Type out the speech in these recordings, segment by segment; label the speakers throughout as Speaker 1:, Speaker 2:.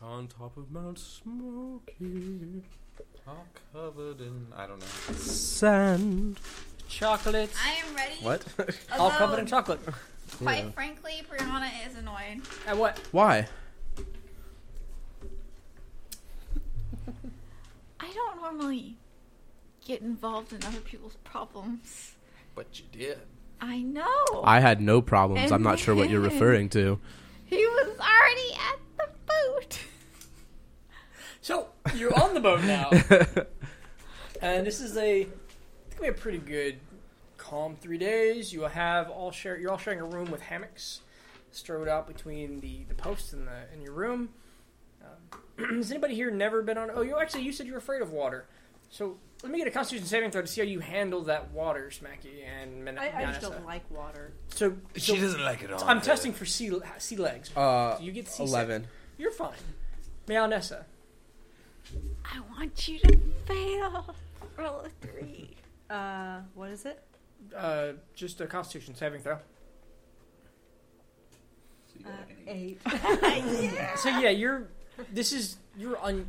Speaker 1: On top of Mount Smoky,
Speaker 2: All covered in I don't know.
Speaker 1: sand.
Speaker 3: Chocolates.
Speaker 4: I am ready.
Speaker 1: What?
Speaker 3: All
Speaker 4: although,
Speaker 3: covered in chocolate.
Speaker 4: Quite frankly, Brianna is annoyed.
Speaker 3: At what?
Speaker 1: Why?
Speaker 4: I don't normally get involved in other people's problems.
Speaker 2: But you did.
Speaker 4: I know.
Speaker 1: I had no problems. I'm not sure what you're
Speaker 4: Amen.
Speaker 1: referring to.
Speaker 4: he was already at the boat.
Speaker 3: So you're on the boat now, and this is a it's gonna be a pretty good, calm three days. You will have all share. You're all sharing a room with hammocks strode out between the the posts in the in your room. Um, has anybody here never been on? Oh, you actually you said you're afraid of water, so. Let me get a Constitution saving throw to see how you handle that water, Smacky and Min-
Speaker 5: I, I just
Speaker 3: Manessa.
Speaker 5: don't like water.
Speaker 3: So, so
Speaker 2: She doesn't like it all.
Speaker 3: I'm testing for sea, sea legs.
Speaker 1: uh,
Speaker 3: you get sea
Speaker 1: eleven.
Speaker 3: You're fine. Meownessa.
Speaker 4: I want you to fail. Roll a three.
Speaker 5: Uh, what is it?
Speaker 3: Uh, just a Constitution saving throw.
Speaker 5: Uh, eight.
Speaker 3: So yeah, you're. This is you're un,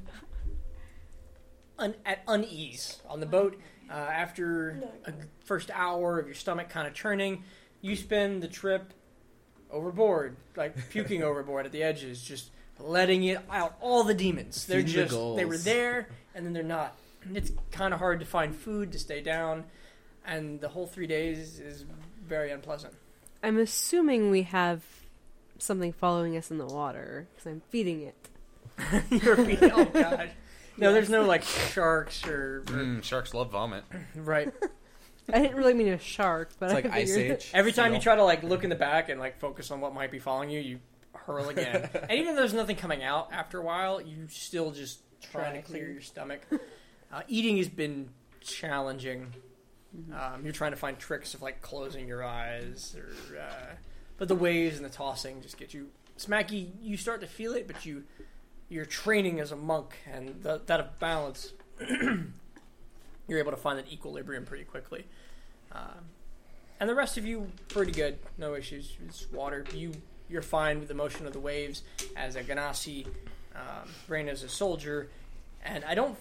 Speaker 3: un at unease on the boat. Uh, after a g- first hour of your stomach kind of churning, you spend the trip overboard, like puking overboard at the edges, just letting it out all the demons. They're
Speaker 1: Feeding the
Speaker 3: just they were
Speaker 1: gulls.
Speaker 3: there and then they're not. It's kind of hard to find food to stay down, and the whole three days is very unpleasant.
Speaker 5: I'm assuming we have something following us in the water because I'm feeding it.
Speaker 3: You're feeding- oh gosh. No, there's no like sharks or, or
Speaker 2: Mm, sharks love vomit.
Speaker 3: Right.
Speaker 5: I didn't really mean a shark, but
Speaker 1: It's
Speaker 5: I
Speaker 1: like Ice
Speaker 5: figured-
Speaker 1: Age.
Speaker 3: Every time you
Speaker 1: Seal.
Speaker 3: try to like look in the back and like focus on what might be following you, you hurl again. and even though there's nothing coming out after a while, you still just trying to
Speaker 5: Try.
Speaker 3: clear your stomach. Uh, eating has been challenging. Um, you're trying to find tricks of like closing your eyes, or uh, but the waves and the tossing just get you. Smacky, you start to feel it, but you your training as a monk and the, that of balance, you're able to find that equilibrium pretty quickly. Um, and the rest of you, pretty good, no issues. It's water. You you're fine with the motion of the waves as a ganassi, um, Rain as a soldier, and I don't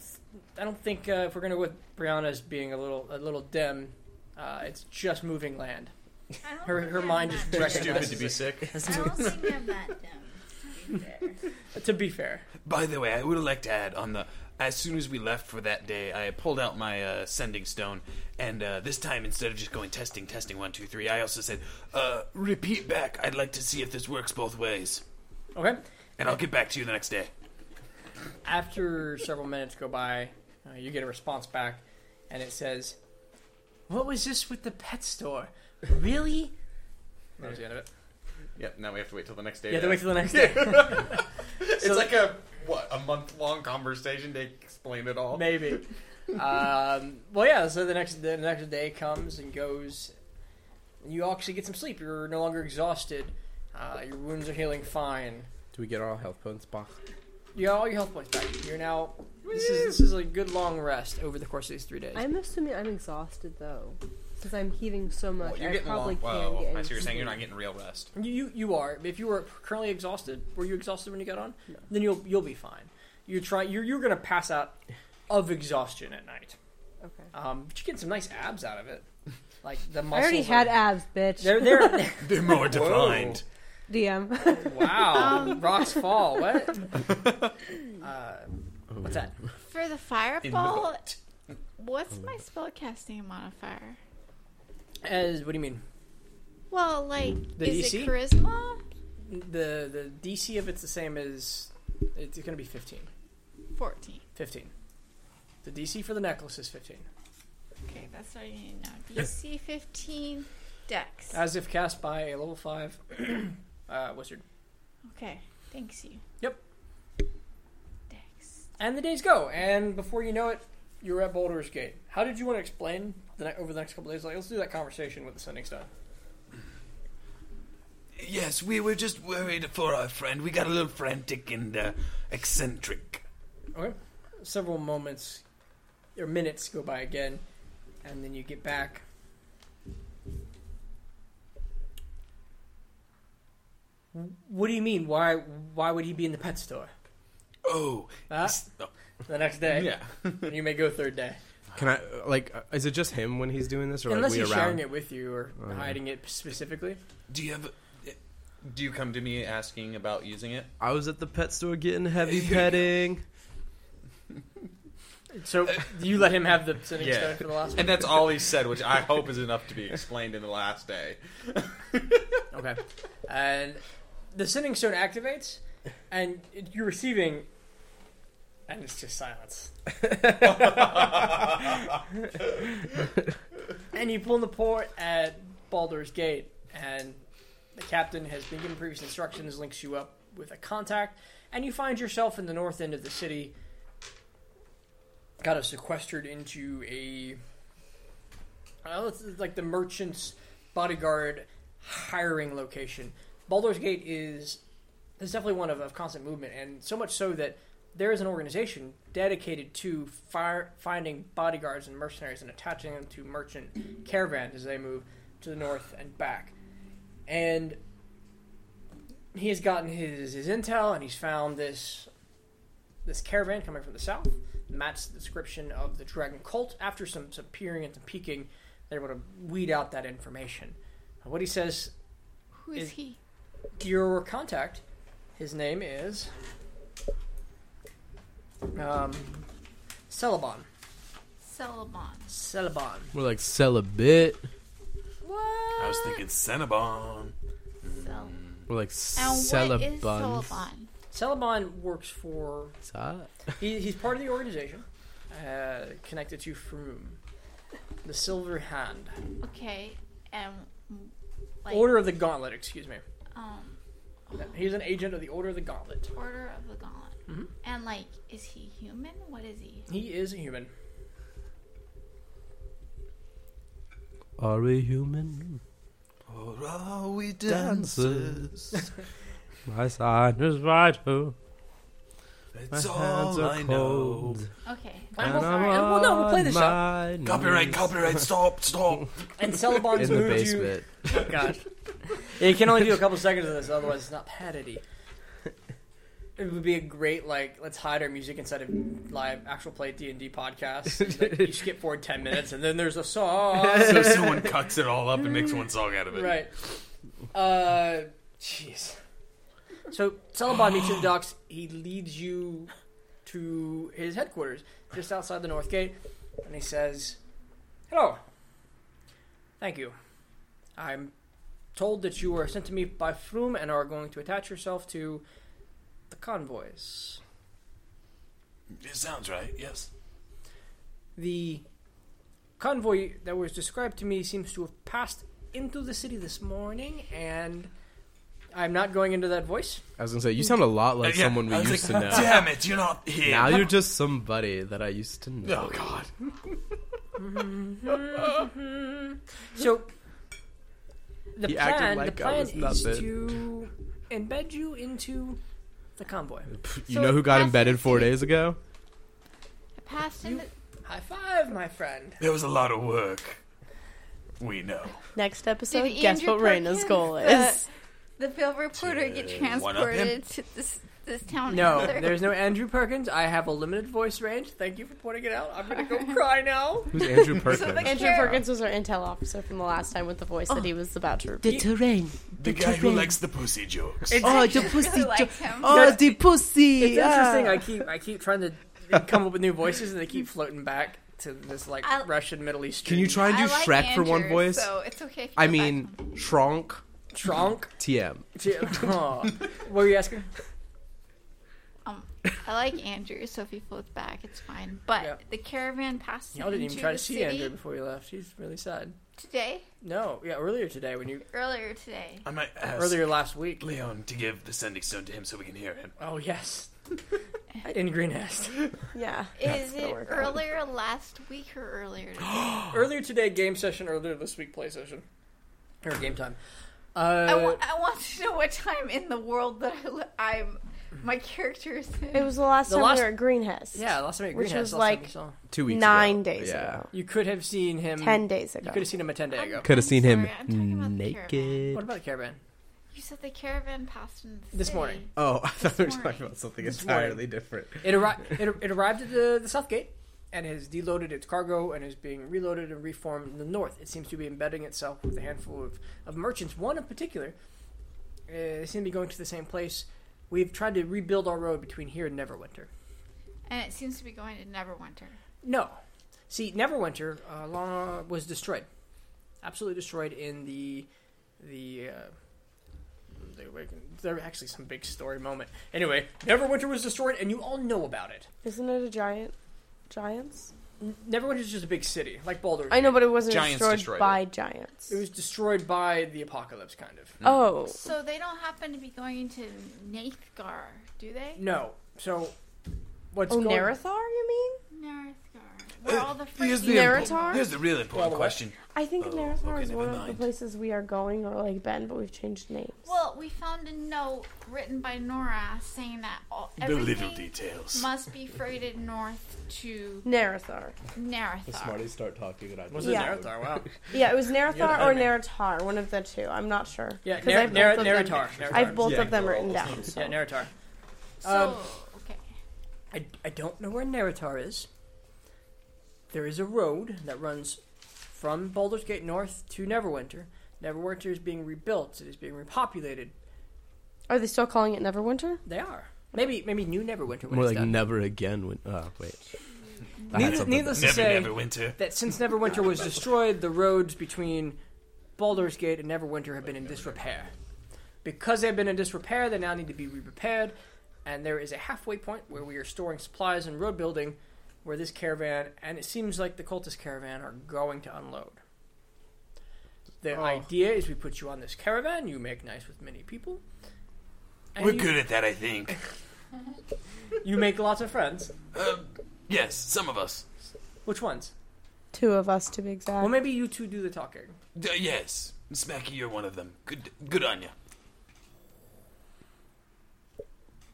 Speaker 3: I don't think uh, if we're gonna go with Brianna's being a little a little dim, uh, it's just moving land.
Speaker 4: I don't
Speaker 3: Her-
Speaker 4: think
Speaker 3: her
Speaker 4: I'm
Speaker 3: mind
Speaker 4: that
Speaker 3: just
Speaker 4: dim.
Speaker 3: recognized-
Speaker 2: Stupid to be sick.
Speaker 4: I don't think I'm that dumb. to be fair.
Speaker 3: To be fair,
Speaker 2: By the way, I would have liked to add on the. As soon as we left for that day, I pulled out my uh, sending stone, and uh, this time instead of just going testing, testing one, two, three, I also said, uh, "Repeat back. I'd like to see if this works both ways."
Speaker 3: okay.
Speaker 2: And I'll get back to you the next day.
Speaker 3: After several minutes go by, uh, you get a response back, and it says, "What was this with the pet store? Really?" That was the end of it.
Speaker 2: Yep. Now we have to wait till the next day.
Speaker 3: Yeah, they wait till the next day.
Speaker 2: it's
Speaker 3: So-
Speaker 2: like a what a month long conversation to explain it all.
Speaker 3: Maybe. um, well, yeah. So the next the next day comes and goes. You actually get some sleep. You're no longer exhausted. Uh, your wounds are healing fine.
Speaker 1: Do we get our health points back?
Speaker 3: You got all your health points back. You're now. This is this is a good long rest over the course of these three days.
Speaker 5: I'm assuming I'm exhausted though, since I'm heaving so much.
Speaker 2: Well, you're
Speaker 5: I
Speaker 2: getting
Speaker 5: probably
Speaker 2: long.
Speaker 5: Can
Speaker 2: Wow.
Speaker 5: get
Speaker 2: I
Speaker 5: any
Speaker 2: see you're saying you're
Speaker 5: sleep.
Speaker 2: not getting real rest.
Speaker 3: You- You you are. If you were currently exhausted, were you exhausted when you got on? Then you'll you'll be fine. You're trying. You're you're gonna pass out of exhaustion at night.
Speaker 5: Okay.
Speaker 3: Um, but you get some nice abs out of it. Like the muscles.
Speaker 5: I already
Speaker 3: are-
Speaker 5: had abs, bitch.
Speaker 3: They're they're.
Speaker 2: They're more
Speaker 1: defined.
Speaker 5: DM.
Speaker 3: Wow, rocks fall. What? uh, what's that?
Speaker 4: For the fireball, what's my spellcasting modifier?
Speaker 3: As what do you mean?
Speaker 4: Well, like,
Speaker 3: The E
Speaker 4: is
Speaker 3: DC?
Speaker 4: it charisma?
Speaker 3: The the DC if it's the same as it's going to be 15.
Speaker 4: 14.
Speaker 3: 15. The DC for the necklace is 15.
Speaker 4: Okay, that's what you need to know. DC 15 dex.
Speaker 3: As if cast by a level 5 uh, wizard.
Speaker 4: Okay, thanks you.
Speaker 3: Yep.
Speaker 4: Dex.
Speaker 3: And the days go, and before you know it, you're at Boulder's Gate. How did you want to explain the ne- over the next couple days? Like, let's do that conversation with the sending stone.
Speaker 2: Yes, we were just worried for our friend. We got a little frantic and uh, eccentric.
Speaker 3: Okay. Several moments or minutes go by again, and then you get back. What do you mean? Why? Why would he be in the pet store?
Speaker 2: oh,
Speaker 3: Ah.
Speaker 2: it's- oh,
Speaker 3: The next day,
Speaker 2: yeah.
Speaker 3: and you may go third day,
Speaker 1: Can I like? uh, Is it just him when he's doing this, or
Speaker 3: unless
Speaker 1: like we
Speaker 3: he's
Speaker 1: around? Oh,
Speaker 3: sharing it with you or
Speaker 1: yeah.
Speaker 3: hiding it specifically.
Speaker 2: Do you have? uh, Do you come to me asking about using it?
Speaker 1: I was at the pet store getting heavy petting.
Speaker 3: So do you let him have the sending
Speaker 2: Yeah.
Speaker 3: stone for the last one.
Speaker 2: And that's all he said, which I hope is enough to be explained in the last day.
Speaker 3: Okay. And the sending stone activates, and it- you're receiving, and it's just silence. and you pull in the port at Baldur's Gate, and the captain has been given previous instructions, links you up with a contact, and you find yourself in the north end of the city. Got us sequestered into a. I don't know, it's like the merchant's bodyguard hiring location. Baldur's Gate is is definitely one of, of constant movement, and so much so that there is an organization dedicated to fire, finding bodyguards and mercenaries and attaching them to merchant caravans as they move to the north and back. And he has gotten his, his intel, and he's found this this caravan coming from the south. Matt's description of the dragon cult. After some, some peering and some peeking, they're able to weed out that information. What he says
Speaker 4: Who is
Speaker 3: Is-
Speaker 4: he?
Speaker 3: your contact. His name is um, Celebon.
Speaker 4: Celebon.
Speaker 3: Celebon.
Speaker 1: We're like sell a bit.
Speaker 4: What?
Speaker 2: I was thinking Mm. Cinnabon.
Speaker 4: Cel-
Speaker 1: We're like
Speaker 4: and
Speaker 1: sell a
Speaker 4: what is
Speaker 1: bun.
Speaker 4: Celebon?
Speaker 3: Celebon works for.
Speaker 1: What's up?
Speaker 3: He, he's part of the organization uh, connected to Froom, the Silver Hand,
Speaker 4: Okay, and like
Speaker 3: Order of the Gauntlet. Excuse me.
Speaker 4: um
Speaker 3: He's an agent of the Order of the Gauntlet.
Speaker 4: Order of the Gauntlet.
Speaker 3: Mm-hmm.
Speaker 4: And like, is he human? What is he?
Speaker 3: He is a human.
Speaker 1: Are we human?
Speaker 2: Or are we
Speaker 1: dancers? My side is vital. My
Speaker 2: It's
Speaker 1: hands
Speaker 2: all
Speaker 1: are
Speaker 2: I know.
Speaker 1: cold.
Speaker 4: Okay.
Speaker 3: And
Speaker 1: And
Speaker 3: all
Speaker 1: I'm
Speaker 3: right, well, no, we'll play this
Speaker 1: on
Speaker 3: up.
Speaker 1: my
Speaker 2: Copyright,
Speaker 1: knees.
Speaker 2: copyright, stop, stop.
Speaker 3: And Celebon's
Speaker 1: In the
Speaker 3: moved you.
Speaker 1: basement.
Speaker 3: Gosh. Yeah, you can only do a couple seconds of this, otherwise it's not parody. It would be a great like let's hide our music inside of live actual play D and D podcast. And, like, you skip forward ten minutes and then there's a song.
Speaker 2: so someone cuts it all up and makes one song out of it.
Speaker 3: right. Uh, jeez. So Celebon meets you in the docks. He leads you to his headquarters, just outside the north gate, and he says, "Hello. Thank you. I'm told that you were sent to me by Froom and are going to attach yourself to the convoys.
Speaker 2: It sounds right. Yes.
Speaker 3: The convoy that was described to me seems to have passed into the city this morning, and I'm not going into that voice."
Speaker 1: I was gonna say you sound a lot like
Speaker 2: Mm. Uh, Yeah,
Speaker 1: someone we
Speaker 2: I was
Speaker 1: used
Speaker 2: like,
Speaker 1: to know.
Speaker 2: Damn it! You're not here.
Speaker 1: Now you're just somebody that I used to know.
Speaker 2: Oh God.
Speaker 3: So the
Speaker 1: He acted
Speaker 3: plan,
Speaker 1: like
Speaker 3: the
Speaker 1: I
Speaker 3: plan
Speaker 1: was
Speaker 3: is
Speaker 1: nothing.
Speaker 3: to embed you into the convoy.
Speaker 2: Oh,
Speaker 1: You
Speaker 4: So
Speaker 1: know who got
Speaker 4: that's-
Speaker 1: embedded four days ago?
Speaker 4: I passed him.
Speaker 3: High five, my friend.
Speaker 2: There was a lot of work. We know.
Speaker 6: Next episode,
Speaker 4: Did
Speaker 6: guess
Speaker 4: Andrew
Speaker 6: what Raina's
Speaker 4: Perkins,
Speaker 6: goal
Speaker 4: uh,
Speaker 6: is.
Speaker 4: the Bill reporter get
Speaker 2: Uh, one up him.
Speaker 4: transported to this this town.
Speaker 3: No,
Speaker 4: after?
Speaker 3: there's no Andrew Perkins. I have a limited voice range. Thank you for pointing it out. I'm gonna go cry now.
Speaker 1: Who's Andrew Perkins?
Speaker 4: like-
Speaker 6: Andrew
Speaker 4: Carol.
Speaker 6: Perkins was our intel officer from the last time with the voice that he was about to repeat.
Speaker 7: The terrain.
Speaker 2: The guy who likes the pussy jokes.
Speaker 7: Oh, the pussy.
Speaker 4: Who likes him?
Speaker 7: Oh, the pussy.
Speaker 3: It's interesting. I keep I keep trying to come up with new voices, and they keep floating back to this like
Speaker 4: I-
Speaker 3: Russian Middle Eastern.
Speaker 1: Can you try and
Speaker 4: I
Speaker 1: do
Speaker 4: like
Speaker 1: Shrek for one
Speaker 4: Andrew,
Speaker 1: voice?
Speaker 4: So it's okay. If you
Speaker 1: I
Speaker 4: go back
Speaker 1: mean, Shronk
Speaker 3: trunk?
Speaker 1: TM.
Speaker 3: oh. What were you asking?
Speaker 4: Um, I like Andrew, so if he floats back, it's fine. But
Speaker 3: Yeah.
Speaker 4: the caravan passed
Speaker 3: Y'all didn't
Speaker 4: into
Speaker 3: even try
Speaker 4: the
Speaker 3: to see
Speaker 4: city
Speaker 3: Andrew before you left. She's really sad.
Speaker 4: today,
Speaker 3: No, yeah, earlier today when you
Speaker 4: earlier today.
Speaker 2: I might ask
Speaker 3: earlier last week.
Speaker 2: Leon to give the sending stone to him so we can hear him.
Speaker 3: Oh yes, in Green Nest.
Speaker 6: Yeah.
Speaker 4: Is
Speaker 6: gonna
Speaker 4: it
Speaker 6: work out.
Speaker 4: earlier last week or earlier today?
Speaker 3: earlier today, game session. Earlier this week, play session. Or game time. Uh,
Speaker 4: I, wa- I want to know what time in the world that I li- I'm my character is in.
Speaker 6: It was the last
Speaker 3: The
Speaker 6: time
Speaker 3: last-
Speaker 6: we were at Greenhouse.
Speaker 3: yeah, last time at Green
Speaker 6: Which
Speaker 3: Nest,
Speaker 6: was
Speaker 3: last time
Speaker 6: like-
Speaker 3: you saw.
Speaker 1: Two weeks
Speaker 6: Nine
Speaker 1: ago.
Speaker 6: days
Speaker 1: yeah.
Speaker 6: ago.
Speaker 3: You could have seen him.
Speaker 6: Ten days
Speaker 3: You
Speaker 6: ago.
Speaker 3: could have seen him a ten day ago.
Speaker 1: Could have
Speaker 4: I'm
Speaker 1: seen
Speaker 4: sorry, I'm talking
Speaker 1: him
Speaker 4: about the caravan.
Speaker 3: What
Speaker 1: naked.
Speaker 3: about the caravan?
Speaker 4: You said the caravan passed in the
Speaker 3: This
Speaker 4: city.
Speaker 3: morning.
Speaker 1: Oh, I thought we were talking
Speaker 4: morning.
Speaker 1: about something
Speaker 3: This
Speaker 1: entirely
Speaker 3: morning.
Speaker 1: different.
Speaker 3: It, arri- it, it arrived at the, the south gate and has deloaded its cargo and is being reloaded and reformed in the north. It seems to be embedding itself with a handful of, of merchants, one in particular. Uh, they seem to be going to the same place. We've tried to rebuild our road between here and Neverwinter.
Speaker 4: And it seems to be going to Neverwinter.
Speaker 3: No. See, Neverwinter uh, long, was destroyed. Absolutely destroyed in the. the. Uh, they were- there were actually some big story moment. Anyway, Neverwinter was destroyed, and you all know about it.
Speaker 6: Isn't it a giant? Giants?
Speaker 3: Neverwinter is just a big city, like Boulder.
Speaker 6: I know, but it wasn't
Speaker 2: Giants
Speaker 6: destroyed,
Speaker 2: destroyed it.
Speaker 6: by giants.
Speaker 3: It was destroyed by the apocalypse, kind of.
Speaker 6: oh,
Speaker 4: So they don't happen to be going to Nathgar, do they?
Speaker 3: No. So, what's
Speaker 6: oh,
Speaker 3: going?
Speaker 6: Narathar? You mean?
Speaker 4: Nathgar. Where all the
Speaker 2: Here's
Speaker 4: freaking
Speaker 2: the,
Speaker 6: Naratar?
Speaker 2: impo- here's the real important
Speaker 3: Well, what?
Speaker 2: question.
Speaker 6: I think
Speaker 2: Oh,
Speaker 6: Narathar
Speaker 2: okay,
Speaker 6: is
Speaker 2: never
Speaker 6: one of the
Speaker 2: mind.
Speaker 6: places we are going, or like Ben, but we've changed names.
Speaker 4: Well, we found a note written by Nora saying that all
Speaker 2: The
Speaker 4: everything
Speaker 2: little details.
Speaker 4: must be freighted north to
Speaker 6: Narathar.
Speaker 1: The
Speaker 4: Narathar.
Speaker 1: smarties start talking, and I
Speaker 3: Was
Speaker 6: it
Speaker 3: it
Speaker 6: Yeah.
Speaker 3: Narathar? Wow.
Speaker 6: Yeah, it was Narathar or
Speaker 3: okay.
Speaker 6: Naratar, one of the two. I'm not sure.
Speaker 3: Yeah,
Speaker 6: 'Cause
Speaker 3: Nar-
Speaker 6: I've both
Speaker 3: Nar-
Speaker 6: of them-
Speaker 3: Naratar, Naratar.
Speaker 6: I've both
Speaker 1: Yeah,
Speaker 6: of them
Speaker 1: they're
Speaker 6: written
Speaker 1: all
Speaker 6: down. So.
Speaker 3: Yeah, Naratar. Um,
Speaker 4: So, okay.
Speaker 3: I, I don't know where Naratar is. There is a road that runs from Baldur's Gate North to Neverwinter. Neverwinter is being rebuilt. It is being repopulated.
Speaker 6: Are they still calling it Neverwinter?
Speaker 3: They are. Maybe maybe New Neverwinter when
Speaker 1: More
Speaker 3: it's
Speaker 1: like
Speaker 3: done.
Speaker 1: never again. When, oh, wait. I had
Speaker 3: Needless,
Speaker 1: something.
Speaker 3: needless to
Speaker 2: Never,
Speaker 3: say
Speaker 2: never winter.
Speaker 3: that since Neverwinter was destroyed, the roads between Baldur's Gate and Neverwinter have been in disrepair. Because they've been in disrepair, they now need to be repaired, and there is a halfway point where we are storing supplies and road building where this caravan and it seems like the cultist caravan are going to unload. The
Speaker 2: Oh.
Speaker 3: idea is we put you on this caravan, you make nice with many people. And
Speaker 2: We're
Speaker 3: you,
Speaker 2: good at that, I think.
Speaker 3: you make lots of friends.
Speaker 2: Yes, some of us.
Speaker 3: Which ones?
Speaker 6: Two of us, to be exact.
Speaker 3: Well, maybe you two do the talking.
Speaker 2: D- yes, Smacky, you're one of them. Good, good on you.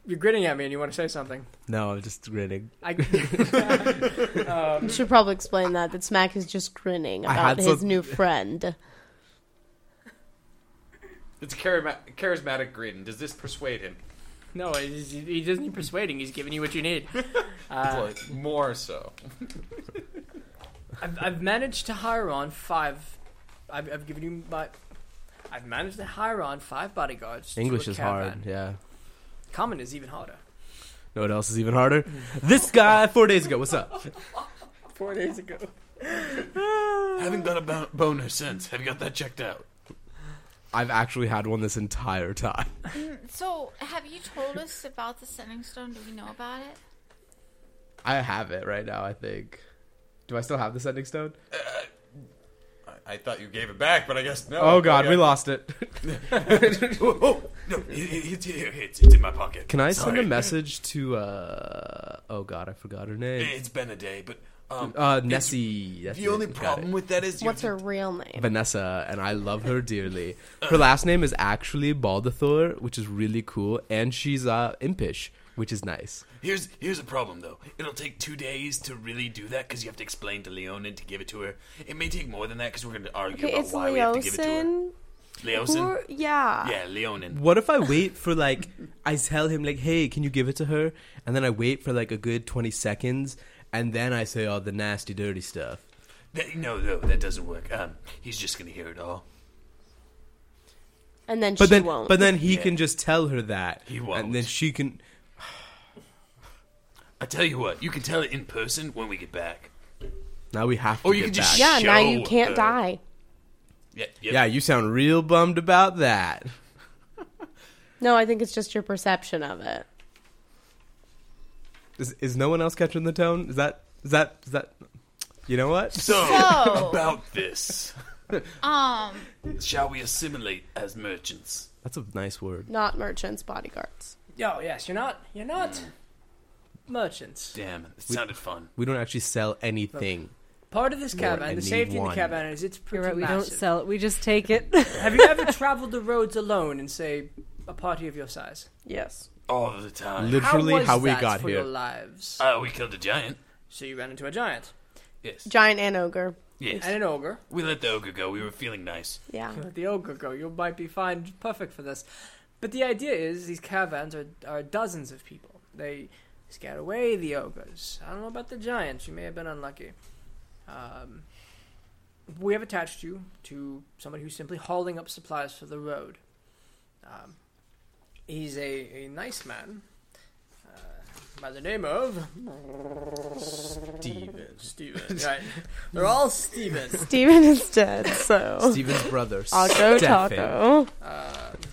Speaker 3: You're grinning at me and you want to say something.
Speaker 1: No, I'm just grinning.
Speaker 3: I,
Speaker 6: you should probably explain that, that Smack is just grinning
Speaker 1: I
Speaker 6: about
Speaker 1: had
Speaker 6: his
Speaker 1: some-
Speaker 6: new friend.
Speaker 2: It's a charima- charismatic grin. Does this persuade him?
Speaker 3: No, he's, he doesn't need persuading. He's giving you what you need. Uh,
Speaker 2: Like, more so.
Speaker 3: I've, I've managed to hire on five. I've, I've given you my. I've managed to hire on five bodyguards. to
Speaker 1: English
Speaker 3: a
Speaker 1: is
Speaker 3: caravan.
Speaker 1: hard. Yeah.
Speaker 3: Common is even harder.
Speaker 1: Know what else is even harder? This guy four days ago. What's up?
Speaker 3: Four days ago.
Speaker 2: Haven't got a bo- boner since. Have you got that checked out?
Speaker 1: I've actually had one this entire time.
Speaker 4: So, have you told us about the Sending Stone? Do we know about it?
Speaker 1: I have it right now. I think. Do I still have the sending stone?
Speaker 2: I, I thought you gave it back, but I guess no.
Speaker 1: Oh God, we lost it.
Speaker 2: Oh, oh, no, it, it, it's here. It's, it's in my pocket.
Speaker 1: Can I send
Speaker 2: Sorry.
Speaker 1: a message to? uh Oh God, I forgot her name.
Speaker 2: Eh, It's been a day, but um,
Speaker 1: Uh, Nessie. That's
Speaker 2: the
Speaker 1: it.
Speaker 2: only
Speaker 1: Got it.
Speaker 2: problem with that is you
Speaker 6: What's
Speaker 2: have
Speaker 6: her real name?
Speaker 1: Vanessa, and I love her dearly. Her last name is actually Baldathor, which is really cool, and she's uh, impish, which is nice.
Speaker 2: to- here's here's a problem though. It'll take two days to really do that because you have to explain to Leonin to give it to her. It may take more than that because we're going to argue
Speaker 6: Okay,
Speaker 2: about
Speaker 6: it's
Speaker 2: why we have to give it to
Speaker 6: Leosin.
Speaker 2: her. Leosin,
Speaker 6: Or, yeah.
Speaker 2: yeah, Leonin.
Speaker 1: What if I wait for like I tell him like, "Hey, can you give it to her?" and then I wait for like a good 20 seconds and then I say all the nasty dirty stuff.
Speaker 2: That, no, no, that doesn't work. Um, he's just going to hear it all.
Speaker 6: And then
Speaker 1: But
Speaker 6: she
Speaker 1: then
Speaker 6: won't.
Speaker 1: but then he
Speaker 2: Yeah.
Speaker 1: can just tell her that.
Speaker 2: He won't.
Speaker 1: And then she can
Speaker 2: I tell you what, you can tell it in person when we get back.
Speaker 1: Now we have to
Speaker 2: Or Oh, you
Speaker 1: get
Speaker 2: can just
Speaker 1: back.
Speaker 6: yeah, now
Speaker 2: show
Speaker 6: you can't
Speaker 2: her.
Speaker 6: die.
Speaker 2: Yeah,
Speaker 1: Yeah, you sound real bummed about that.
Speaker 6: No, I think it's just your perception of it.
Speaker 1: Is is no one else catching the tone? Is that is that is that You know what?
Speaker 2: So,
Speaker 4: So-
Speaker 2: about this,
Speaker 4: Um,
Speaker 2: shall we assimilate as merchants?
Speaker 1: That's a nice word.
Speaker 6: Not merchants, bodyguards.
Speaker 3: Yo, yes, you're not. You're not.
Speaker 1: Hmm.
Speaker 3: Merchants.
Speaker 2: Damn, it sounded fun.
Speaker 1: We don't actually sell anything.
Speaker 3: Part of this caravan, the safety in the
Speaker 1: anyone.
Speaker 3: caravan is it's
Speaker 5: You're
Speaker 3: pretty
Speaker 5: right, we don't
Speaker 3: massive.
Speaker 5: sell it. We just take it.
Speaker 3: Have you ever traveled the roads alone in, say, a party of your size?
Speaker 6: Yes.
Speaker 2: All the time. Oh,
Speaker 1: Literally
Speaker 3: was
Speaker 1: how we
Speaker 3: that
Speaker 1: got
Speaker 3: for
Speaker 1: here.
Speaker 3: Your lives.
Speaker 2: Uh, we killed a giant.
Speaker 3: so you ran into a giant.
Speaker 2: Yes.
Speaker 6: Giant and ogre.
Speaker 2: Yes.
Speaker 3: and an ogre.
Speaker 2: We let the ogre go. We were feeling nice.
Speaker 6: Yeah.
Speaker 3: Let the ogre go. You might be fine, perfect for this. But the idea is these caravans are, are dozens of people. They scared away the ogres. I don't know about the giants. You may have been unlucky. Um, we have attached you to somebody who's simply hauling up supplies for the road. Um, he's a, a nice man uh, by the name of
Speaker 1: Steven.
Speaker 3: Steven. Right. They're all Steven.
Speaker 6: Steven is dead, so
Speaker 1: Steven's brother.
Speaker 6: I'll go
Speaker 1: Stefan.
Speaker 6: taco.
Speaker 3: Um,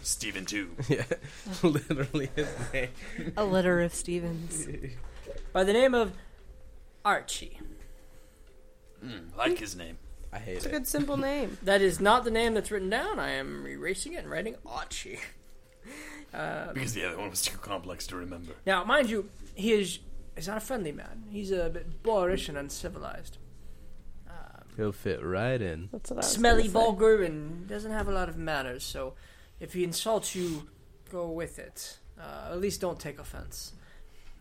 Speaker 2: Steven, too.
Speaker 1: Yeah, literally his name.
Speaker 5: A litter of Stevens.
Speaker 3: by the name of Archie.
Speaker 2: Mm, like his name.
Speaker 1: I
Speaker 6: It's
Speaker 1: hate
Speaker 6: a
Speaker 1: it.
Speaker 6: good simple name.
Speaker 3: That is not the name that's written down. I am erasing it and writing Archie.
Speaker 2: Because the other one was too complex to remember.
Speaker 3: Now, mind you, he is he's not a friendly man. He's a bit boorish and uncivilized.
Speaker 1: He'll fit right in.
Speaker 6: That's what I was
Speaker 3: Smelly,
Speaker 6: gonna say.
Speaker 3: vulgar, and doesn't have a lot of manners. So, if he insults you, go with it. Uh, at least don't take offense.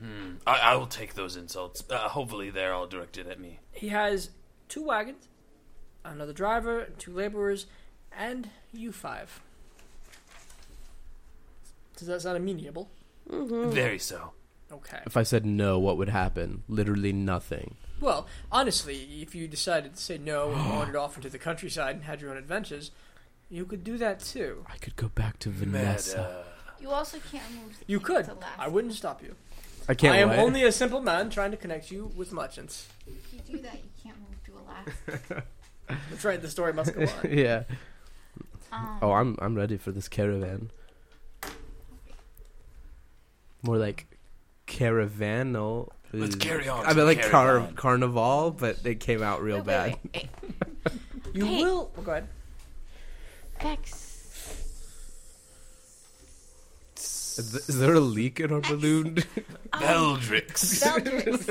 Speaker 2: Hmm. I, I will take those insults. Uh, hopefully, they're all directed at me.
Speaker 3: He has two wagons, another driver, two laborers, and you five. Does that sound amenable?
Speaker 6: Hmm.
Speaker 2: Very so.
Speaker 3: Okay.
Speaker 1: If I said no, what would happen? Literally nothing.
Speaker 3: Well, honestly, if you decided to say no and wandered off into the countryside and had your own adventures, you could do that too.
Speaker 1: I could go back to Vanessa.
Speaker 2: Meta.
Speaker 4: You also can't move.
Speaker 3: You
Speaker 4: things
Speaker 3: could.
Speaker 4: To last.
Speaker 3: I wouldn't stop you.
Speaker 1: I can't.
Speaker 3: I am
Speaker 1: wait.
Speaker 3: only a simple man trying to connect you with merchants.
Speaker 4: If you do that, you can't move to Alaska.
Speaker 3: That's right. The story must go on.
Speaker 1: yeah.
Speaker 4: Um,
Speaker 1: Oh, I'm I'm ready for this caravan. More like caravanal.
Speaker 2: Let's
Speaker 1: Ooh.
Speaker 2: carry on.
Speaker 1: I
Speaker 2: to
Speaker 1: mean,
Speaker 2: the
Speaker 1: like car-
Speaker 2: caravan.
Speaker 1: carnival, but it came out real
Speaker 4: wait,
Speaker 1: bad.
Speaker 4: wait, wait, wait.
Speaker 3: You
Speaker 4: Hey.
Speaker 3: will. Well, go ahead.
Speaker 4: Vex.
Speaker 1: Is th- is there a leak in our balloon?
Speaker 2: uh,
Speaker 6: Um,
Speaker 2: Beldrix.
Speaker 4: Beldrix.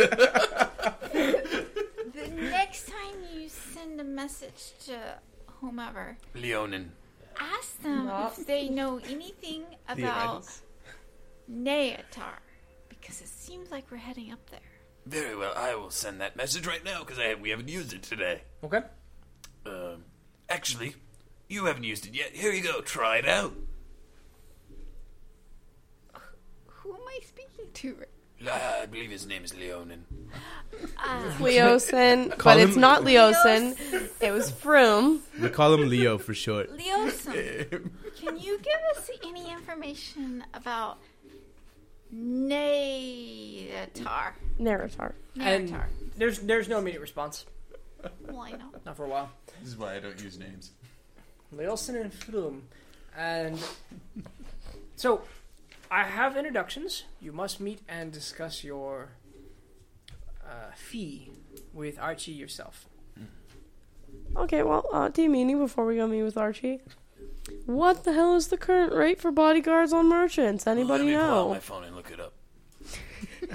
Speaker 4: the next time you send a message to whomever,
Speaker 2: Leonin.
Speaker 4: ask them if they know anything about
Speaker 1: Theorizes.
Speaker 4: Neatar, because it seems like we're heading up there.
Speaker 2: Very well. I will send that message right now because we haven't used it today.
Speaker 3: Okay.
Speaker 2: Um, actually, you haven't used it yet. Here you go. Try it out.
Speaker 4: Who am I speaking to?
Speaker 2: Uh, I believe his name is Leonin.
Speaker 4: Uh,
Speaker 6: Leosin,
Speaker 1: Call
Speaker 6: but it's
Speaker 1: him-
Speaker 6: not Leosin. It was Froom.
Speaker 1: we call him Leo for short.
Speaker 4: Leosin, can you give us any information about Neatar?
Speaker 6: Naratar.
Speaker 3: And
Speaker 4: Neatar.
Speaker 3: there's there's no immediate response.
Speaker 4: Well, I know.
Speaker 3: Not for a while.
Speaker 8: This is why I don't use names.
Speaker 3: Leolson and Flum. And so I have introductions. You must meet and discuss your uh, fee with Archie yourself.
Speaker 6: Okay, well, uh, Auntie Meanie, before we go meet with Archie, what the hell is the current rate for bodyguards on merchants?
Speaker 2: Let me
Speaker 6: Anybody
Speaker 2: pull out my
Speaker 6: know?
Speaker 2: phone and look it up.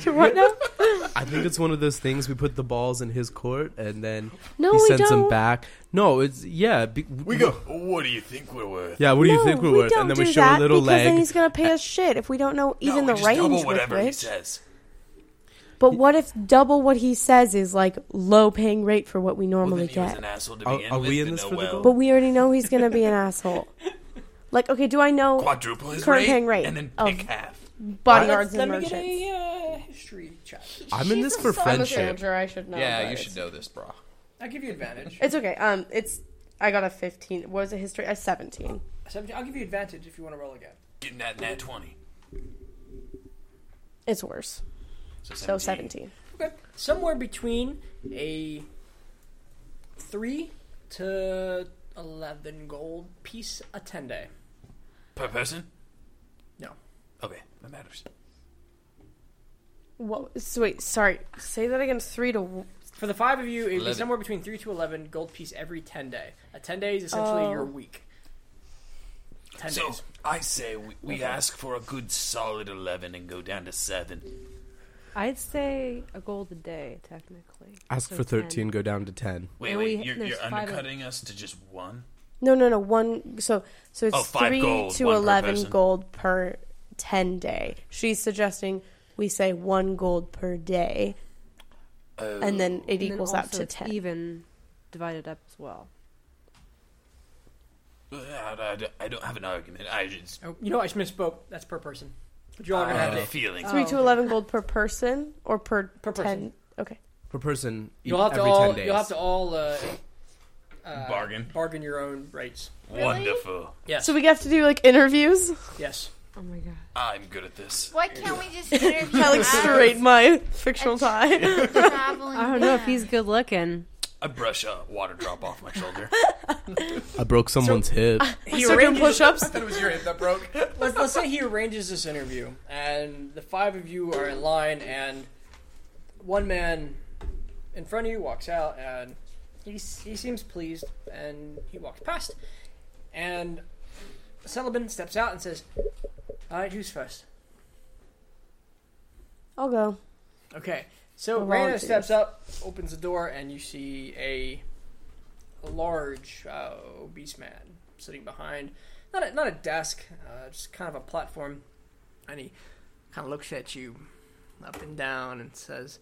Speaker 6: what now?
Speaker 1: I think it's one of those things we put the balls in his court and then
Speaker 6: No,
Speaker 1: he
Speaker 6: we
Speaker 1: sends
Speaker 6: don't.
Speaker 1: them back. No, it's yeah. Be, we
Speaker 2: What do you think we're worth?
Speaker 1: Yeah, what do you
Speaker 6: no,
Speaker 1: think we're
Speaker 6: we
Speaker 1: worth?
Speaker 6: Don't
Speaker 1: And then
Speaker 6: do
Speaker 1: we show
Speaker 6: that
Speaker 1: a little
Speaker 6: because then
Speaker 1: leg.
Speaker 6: he's gonna pay us shit if we don't know
Speaker 2: No,
Speaker 6: even
Speaker 2: we
Speaker 6: the
Speaker 2: just double
Speaker 6: range with
Speaker 2: whatever he
Speaker 6: which.
Speaker 2: says.
Speaker 6: But what if double what he says is like low paying rate for what we
Speaker 2: Well,
Speaker 6: normally
Speaker 2: then he was
Speaker 6: get?
Speaker 2: an asshole to
Speaker 1: Are-
Speaker 2: begin
Speaker 1: are
Speaker 2: with.
Speaker 1: we in
Speaker 2: but
Speaker 1: this
Speaker 2: oh
Speaker 1: for the
Speaker 2: well.
Speaker 1: gold?
Speaker 6: But we already know he's gonna be an asshole. Like, okay, do I know
Speaker 2: Quadruple his
Speaker 6: Current
Speaker 2: rate,
Speaker 6: paying rate
Speaker 2: and then
Speaker 6: of-
Speaker 2: pick half.
Speaker 6: bodyguards and
Speaker 3: Let me get
Speaker 6: merchants?
Speaker 3: a uh, history check.
Speaker 1: I'm in this for friendship.
Speaker 6: I should know.
Speaker 8: yeah, you should know this, brah.
Speaker 3: I'll give you advantage.
Speaker 6: It's okay. Um, it's I got a fifteen. What was it history? I seventeen.
Speaker 3: Seventeen- I'll give you advantage if you want to roll again.
Speaker 2: Getting that nat 20.
Speaker 6: It's worse. So seventeen.
Speaker 3: Okay. Somewhere between a three to eleven gold piece a ten day.
Speaker 2: Per person?
Speaker 3: No.
Speaker 2: Okay, that matters.
Speaker 6: What? So wait, sorry. Say that again. Three to. w-
Speaker 3: For the five of you, it'd be
Speaker 8: Eleven.
Speaker 3: somewhere between three to eleven gold piece every ten day. A ten day is essentially
Speaker 6: Oh.
Speaker 3: your week. Ten
Speaker 2: So,
Speaker 3: days.
Speaker 2: I say we, we ask for a good solid 11 and go down to 7.
Speaker 5: I'd say a gold a day, technically.
Speaker 1: Ask
Speaker 5: So
Speaker 1: for
Speaker 5: 10.
Speaker 1: 13, go down to 10.
Speaker 2: Wait,
Speaker 5: And
Speaker 2: wait,
Speaker 5: we-
Speaker 2: you're,
Speaker 5: there's
Speaker 2: you're
Speaker 5: five of-
Speaker 2: undercutting us to just one?
Speaker 6: No, no, no. One. So so
Speaker 2: Oh,
Speaker 6: it's three
Speaker 2: five gold,
Speaker 6: to
Speaker 2: one per
Speaker 6: eleven
Speaker 2: person.
Speaker 6: gold per ten day. She's suggesting we say one gold per day,
Speaker 2: Oh,
Speaker 6: and then it
Speaker 5: And then
Speaker 6: equals out
Speaker 5: also
Speaker 6: to
Speaker 5: it's
Speaker 6: ten.
Speaker 5: Even divided up as well.
Speaker 2: Uh, I, I don't- I don't have an argument. I just
Speaker 3: Oh, you know, I just misspoke. That's per person. But you all
Speaker 2: I
Speaker 3: are gonna
Speaker 2: have
Speaker 3: have
Speaker 2: a
Speaker 3: it.
Speaker 2: feeling.
Speaker 5: Oh.
Speaker 6: Three to eleven gold per person or per,
Speaker 3: Per person.
Speaker 6: ten. Okay.
Speaker 1: per person. eat
Speaker 3: You'll have to
Speaker 1: every
Speaker 3: all.
Speaker 1: 10 days.
Speaker 3: You'll have to all uh, uh,
Speaker 2: Bargain.
Speaker 3: bargain your own rates.
Speaker 2: Wonderful.
Speaker 3: Yes.
Speaker 6: So we have to do like interviews.
Speaker 3: yes.
Speaker 5: Oh my god.
Speaker 2: I'm good at this.
Speaker 4: Why can't we just interview
Speaker 6: I like
Speaker 4: as
Speaker 6: straight my fictional tie.
Speaker 4: a traveling
Speaker 5: I don't know if
Speaker 4: band?
Speaker 5: he's good looking.
Speaker 2: I brush a water drop off my shoulder.
Speaker 1: I broke someone's hip.
Speaker 6: uh,
Speaker 3: He
Speaker 6: Start doing
Speaker 3: arranges-
Speaker 6: push-ups.
Speaker 8: That was your hip that broke.
Speaker 3: let's, let's say he arranges this interview, and the five of you are in line, and one man in front of you walks out, and he, s- he seems pleased, and he walks past, and Celeban steps out and says, "All right, who's first?
Speaker 6: I'll go.
Speaker 3: Okay. So Rana
Speaker 6: Volunteers.
Speaker 3: steps up, opens the door, and you see a, a large, uh, obese man sitting behind not a, not a desk, uh, just kind of a platform, and he kind of looks at you up and down and says,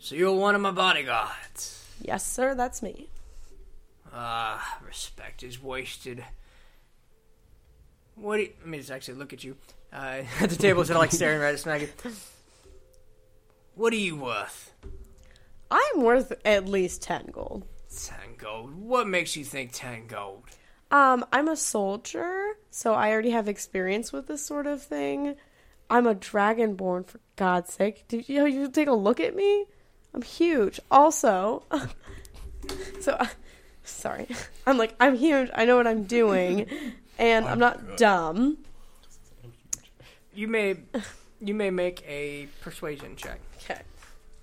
Speaker 3: "So you're one of my bodyguards."
Speaker 6: Yes, sir. That's me.
Speaker 3: Ah, respect is wasted. What do you, let me just actually look at you uh, at the table instead of like staring right at Smaggy. What are you worth?
Speaker 6: I'm worth at least ten gold.
Speaker 3: Ten gold. What makes you think ten gold?
Speaker 6: Um, I'm a soldier, so I already have experience with this sort of thing. I'm a dragonborn, for God's sake. Did you, you take a look at me? I'm huge. Also, so I sorry. I'm like I'm huge. I know what I'm doing, and I'm not dumb.
Speaker 3: You may, you may make a persuasion check.
Speaker 6: Okay,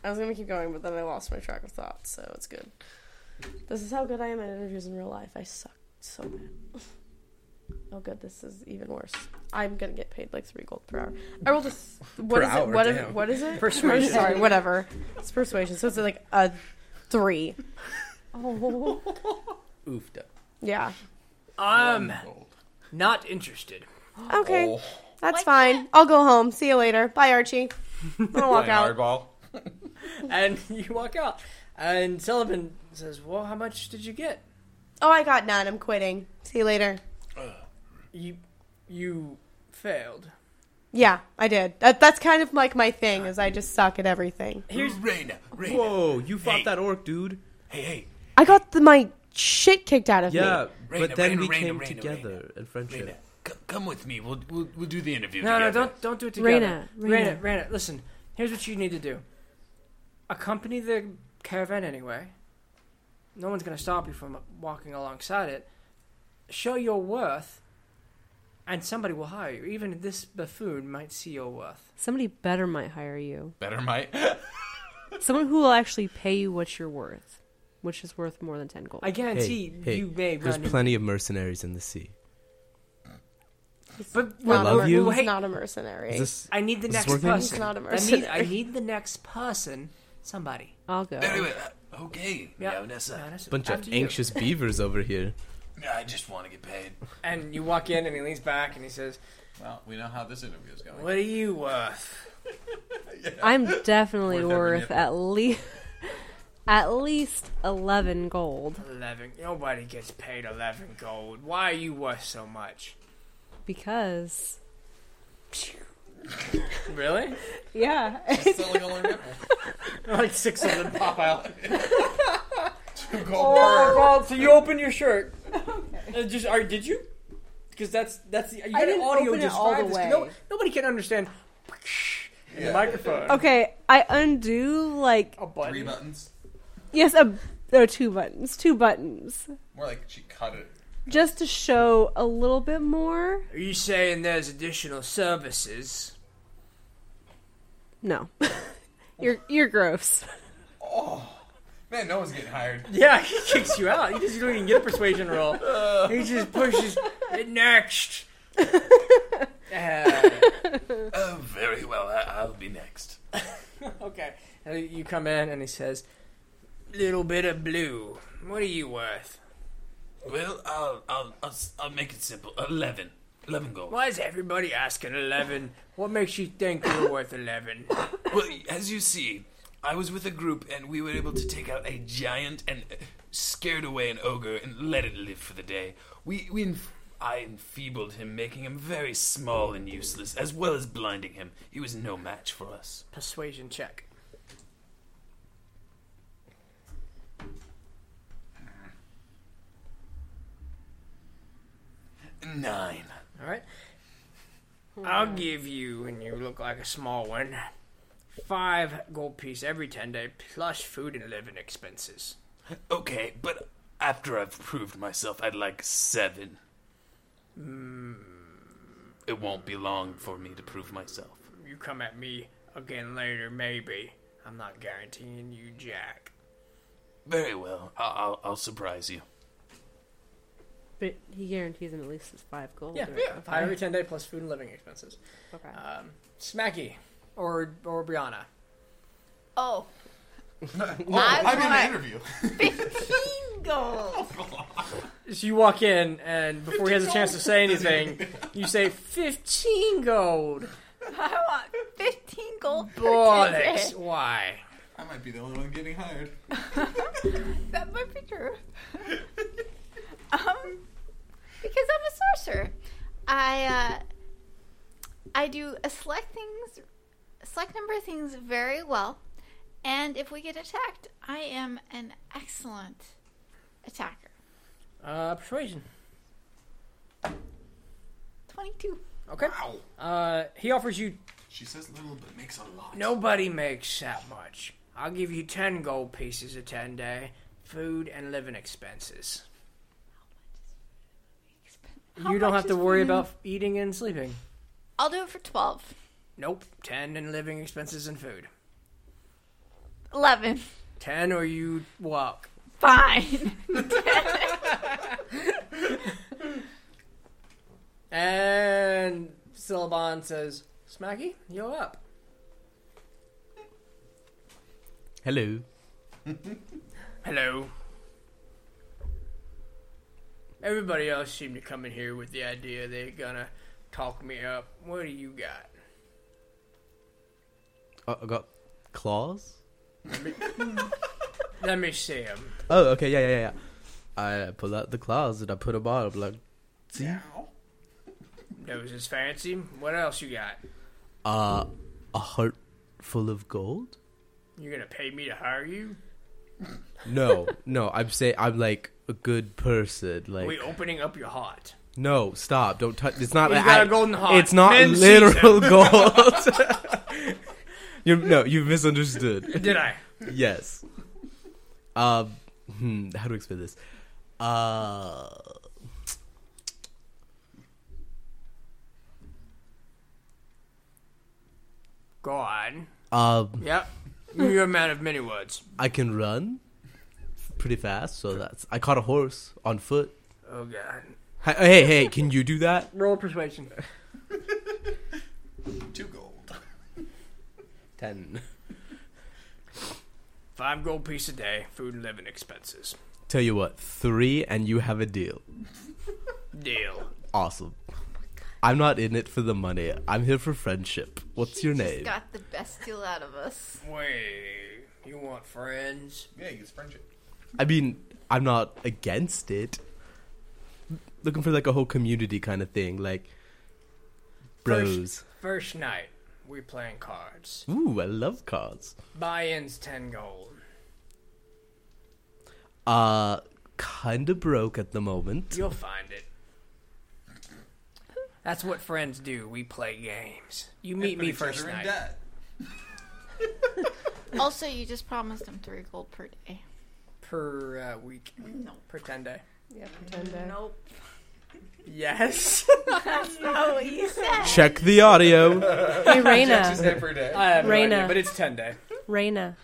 Speaker 6: I was gonna keep going, but then I lost my track of thought, so it's good. This is how good I am at interviews in real life. I suck so bad. Oh, good. This is even worse. I'm gonna get paid like three gold per hour. I rolled a. Th- what is
Speaker 8: hour,
Speaker 6: it? What,
Speaker 8: damn.
Speaker 6: if, what is it?
Speaker 3: Persuasion.
Speaker 6: I'm sorry, whatever. It's persuasion. So it's like a three. Oh.
Speaker 1: Oofed up.
Speaker 6: Yeah.
Speaker 3: I'm
Speaker 8: Gold.
Speaker 3: Um, not interested.
Speaker 6: Okay.
Speaker 8: Oh.
Speaker 6: That's
Speaker 4: Why
Speaker 6: fine.
Speaker 4: can't-
Speaker 6: I'll go home. See you later. Bye, Archie. I'm gonna walk
Speaker 8: Playing
Speaker 6: out.
Speaker 8: hardball.
Speaker 3: And you walk out. And Sullivan says, "Well, how much did you get?"
Speaker 6: Oh, I got none. I'm quitting. See you later.
Speaker 3: You, you failed.
Speaker 6: Yeah, I did. That, that's kind of like my thing is I just suck at everything.
Speaker 3: Here's
Speaker 2: Raina, Raina.
Speaker 1: Whoa, you fought
Speaker 2: Hey.
Speaker 1: that orc, dude.
Speaker 2: Hey, hey,
Speaker 6: I got the, my shit kicked out of
Speaker 1: Yeah,
Speaker 6: me.
Speaker 1: but
Speaker 2: Raina,
Speaker 1: then
Speaker 2: Raina,
Speaker 1: we
Speaker 2: Raina,
Speaker 1: came
Speaker 2: Raina,
Speaker 1: together in friendship.
Speaker 2: Raina. c- come with me. We'll, we'll we'll do the interview.
Speaker 3: No, no,
Speaker 2: together.
Speaker 3: don't don't do it together.
Speaker 5: Raina,
Speaker 3: Raina,
Speaker 5: Raina.
Speaker 3: Raina, listen. Here's what you need to do. Accompany the caravan anyway. No one's gonna stop you from walking alongside it. Show your worth, and somebody will hire you. Even this buffoon might see your worth.
Speaker 5: Somebody better might hire you.
Speaker 8: Better might.
Speaker 5: Someone who will actually pay you what you're worth, which is worth more than 10 gold.
Speaker 3: I
Speaker 1: Hey,
Speaker 3: guarantee
Speaker 1: hey,
Speaker 3: you may
Speaker 1: there's
Speaker 3: run. into-
Speaker 1: plenty of mercenaries in the sea.
Speaker 3: but
Speaker 1: I love
Speaker 6: a,
Speaker 1: you.
Speaker 6: He's
Speaker 3: Hey,
Speaker 6: not a mercenary.
Speaker 1: Is this?
Speaker 3: I need the
Speaker 1: Is this
Speaker 3: next
Speaker 1: working?
Speaker 3: person.
Speaker 6: He's not a
Speaker 3: I need,
Speaker 6: mercenary.
Speaker 3: I need the next person. Somebody.
Speaker 5: I'll go.
Speaker 2: Anyway, uh, okay.
Speaker 3: Yeah.
Speaker 2: Yeah, Vanessa.
Speaker 3: Vanessa,
Speaker 1: Bunch of
Speaker 3: after you.
Speaker 1: anxious beavers over here.
Speaker 2: I just want to get paid.
Speaker 3: And you walk in, and he leans back, and he says,
Speaker 8: Well, we know how this interview is going.
Speaker 3: "What are you worth?"
Speaker 5: I'm definitely
Speaker 8: Worth every
Speaker 5: worth
Speaker 8: nickel.
Speaker 5: at least at least 11 gold
Speaker 3: 11. Nobody gets paid 11 gold. Why are you worth so much?
Speaker 5: because
Speaker 3: Really?
Speaker 5: yeah,
Speaker 8: It's selling all our nipple.
Speaker 3: like six of them pop out.
Speaker 8: Two gold
Speaker 3: Oh,
Speaker 8: per.
Speaker 3: God. So you open your shirt. Uh, just, are, did you? Because that's, that's the, you gotta
Speaker 5: didn't
Speaker 3: audio
Speaker 5: open it
Speaker 3: describe
Speaker 5: all the
Speaker 3: this.
Speaker 5: way.
Speaker 3: No, nobody can understand in the microphone.
Speaker 5: okay, I undo like
Speaker 3: A
Speaker 8: Three
Speaker 3: button.
Speaker 8: buttons.
Speaker 5: yes, a no two buttons, two buttons,
Speaker 8: More like she cut it.
Speaker 5: just to show a little bit more.
Speaker 3: Are you saying there's additional services?
Speaker 5: No, you're you're gross.
Speaker 8: Man, no one's getting hired.
Speaker 3: Yeah, he kicks you out. He just, you don't even get a persuasion roll. He just pushes. Next. Uh,
Speaker 2: Oh, very well. I, I'll be next.
Speaker 3: Okay. And you come in and he says, "Little bit of blue. What are you worth?
Speaker 2: Well, I'll I'll I'll, s- I'll make it simple. Eleven. Eleven gold.
Speaker 3: Why is everybody asking eleven? What makes you think you're worth eleven?
Speaker 2: Well, as you see, I was with a group and we were able to take out a giant and uh, scared away an ogre and let it live for the day. We we enf- I enfeebled him, making him very small and useless, as well as blinding him. He was no match for us.
Speaker 3: Persuasion check.
Speaker 2: Nine.
Speaker 3: All right. I'll give you, and you look like a small one, five gold piece every ten day, plus food and living expenses.
Speaker 2: Okay, but after I've proved myself, I'd like seven. Hmm. It won't be long for me to prove myself.
Speaker 3: You come at me again later, maybe. I'm not guaranteeing you jack.
Speaker 2: Very well. I- I'll, I'll surprise you.
Speaker 5: But he guarantees him at least it's five gold.
Speaker 3: Yeah,
Speaker 5: or-
Speaker 3: yeah. Five every ten day, plus food and living expenses.
Speaker 5: Okay.
Speaker 3: Um, Smacky or or Brianna.
Speaker 4: Oh,
Speaker 8: Oh,
Speaker 4: I
Speaker 8: I'm in
Speaker 4: want-
Speaker 8: an interview.
Speaker 4: 15 gold.
Speaker 3: So you walk in, and before he has a chance to say anything, you say fifteen gold.
Speaker 4: I want 15 gold per
Speaker 3: Bollocks!
Speaker 4: ticket.
Speaker 3: Why?
Speaker 8: I might be the only one getting hired.
Speaker 4: That might be true. um, because I'm a sorcerer. I uh, I do a select things, select number of things very well, and if we get attacked, I am an excellent attacker.
Speaker 3: Uh, persuasion.
Speaker 4: Twenty-two.
Speaker 3: Okay.
Speaker 8: Ow.
Speaker 3: Uh, he offers you.
Speaker 8: She says little but makes a lot.
Speaker 3: Nobody makes that much. I'll give you ten gold pieces a ten day, food and living expenses.
Speaker 4: How
Speaker 3: you don't
Speaker 4: much
Speaker 3: have to
Speaker 4: is
Speaker 3: worry
Speaker 4: food and-
Speaker 3: about eating and sleeping.
Speaker 4: I'll do it for twelve.
Speaker 3: Nope. Ten and living expenses and food.
Speaker 4: Eleven.
Speaker 3: Ten or you walk.
Speaker 4: Fine.
Speaker 3: And Sylvan says, "Smacky, you're up."
Speaker 1: Hello.
Speaker 3: Hello. Everybody else seemed to come in here with the idea they're gonna talk me up. What do you got?
Speaker 1: Uh, I got claws.
Speaker 3: Let me see 'em.
Speaker 1: Oh, okay, yeah, yeah, yeah. I pull out the claws and I put them on. I'm like, see,
Speaker 3: Those is fancy. What else you got?
Speaker 1: uh, a heart full of gold.
Speaker 3: You gonna pay me to hire you?
Speaker 1: No, no, I'm saying I'm like a good person. Like,
Speaker 3: we opening up your heart.
Speaker 1: no, stop, don't touch. It's not.
Speaker 3: He's
Speaker 1: like
Speaker 3: got
Speaker 1: I-
Speaker 3: a golden heart.
Speaker 1: It's not
Speaker 3: Men sees
Speaker 1: literal gold. you no, you misunderstood.
Speaker 3: Did I?
Speaker 1: Yes. Um, hmm, how do I explain this? Uh,
Speaker 3: Go on.
Speaker 1: um,
Speaker 3: Yep. You're a man of many words.
Speaker 1: I can run pretty fast, so that's. I caught a horse on foot.
Speaker 3: Oh god.
Speaker 1: Hi- Hey, hey, can you do that?
Speaker 3: Roll persuasion.
Speaker 8: Two gold.
Speaker 1: Ten.
Speaker 3: Five gold piece a day, food and living expenses.
Speaker 1: Tell you what, three, and you have a deal.
Speaker 3: Deal.
Speaker 1: Awesome. I'm not in it for the money. I'm here for friendship. What's your
Speaker 4: He's
Speaker 1: name?
Speaker 4: got the best deal out of us.
Speaker 3: Wait, you want friends?
Speaker 8: Yeah, he gets friendship.
Speaker 1: I mean, I'm not against it. Looking for like a whole community kind of thing, like bros.
Speaker 3: First night, we playing cards.
Speaker 1: Ooh, I love cards.
Speaker 3: Buy-in's ten gold.
Speaker 1: Uh, kinda broke at the moment.
Speaker 3: You'll find it. That's what friends do. We play games. You meet me
Speaker 8: Each other
Speaker 3: first
Speaker 8: in
Speaker 3: night.
Speaker 8: debt.
Speaker 4: Also, you just promised him three gold per day.
Speaker 3: per uh, week,
Speaker 4: No.
Speaker 3: per ten day.
Speaker 6: Yeah, pretend to.
Speaker 4: Nope.
Speaker 3: Yes.
Speaker 4: Oh, you said.
Speaker 1: Check the audio.
Speaker 5: Hey,
Speaker 8: Just
Speaker 5: Raina.
Speaker 8: every day.
Speaker 1: Uh,
Speaker 3: I have no
Speaker 6: Raina.
Speaker 3: idea, but it's ten day.
Speaker 5: Raina.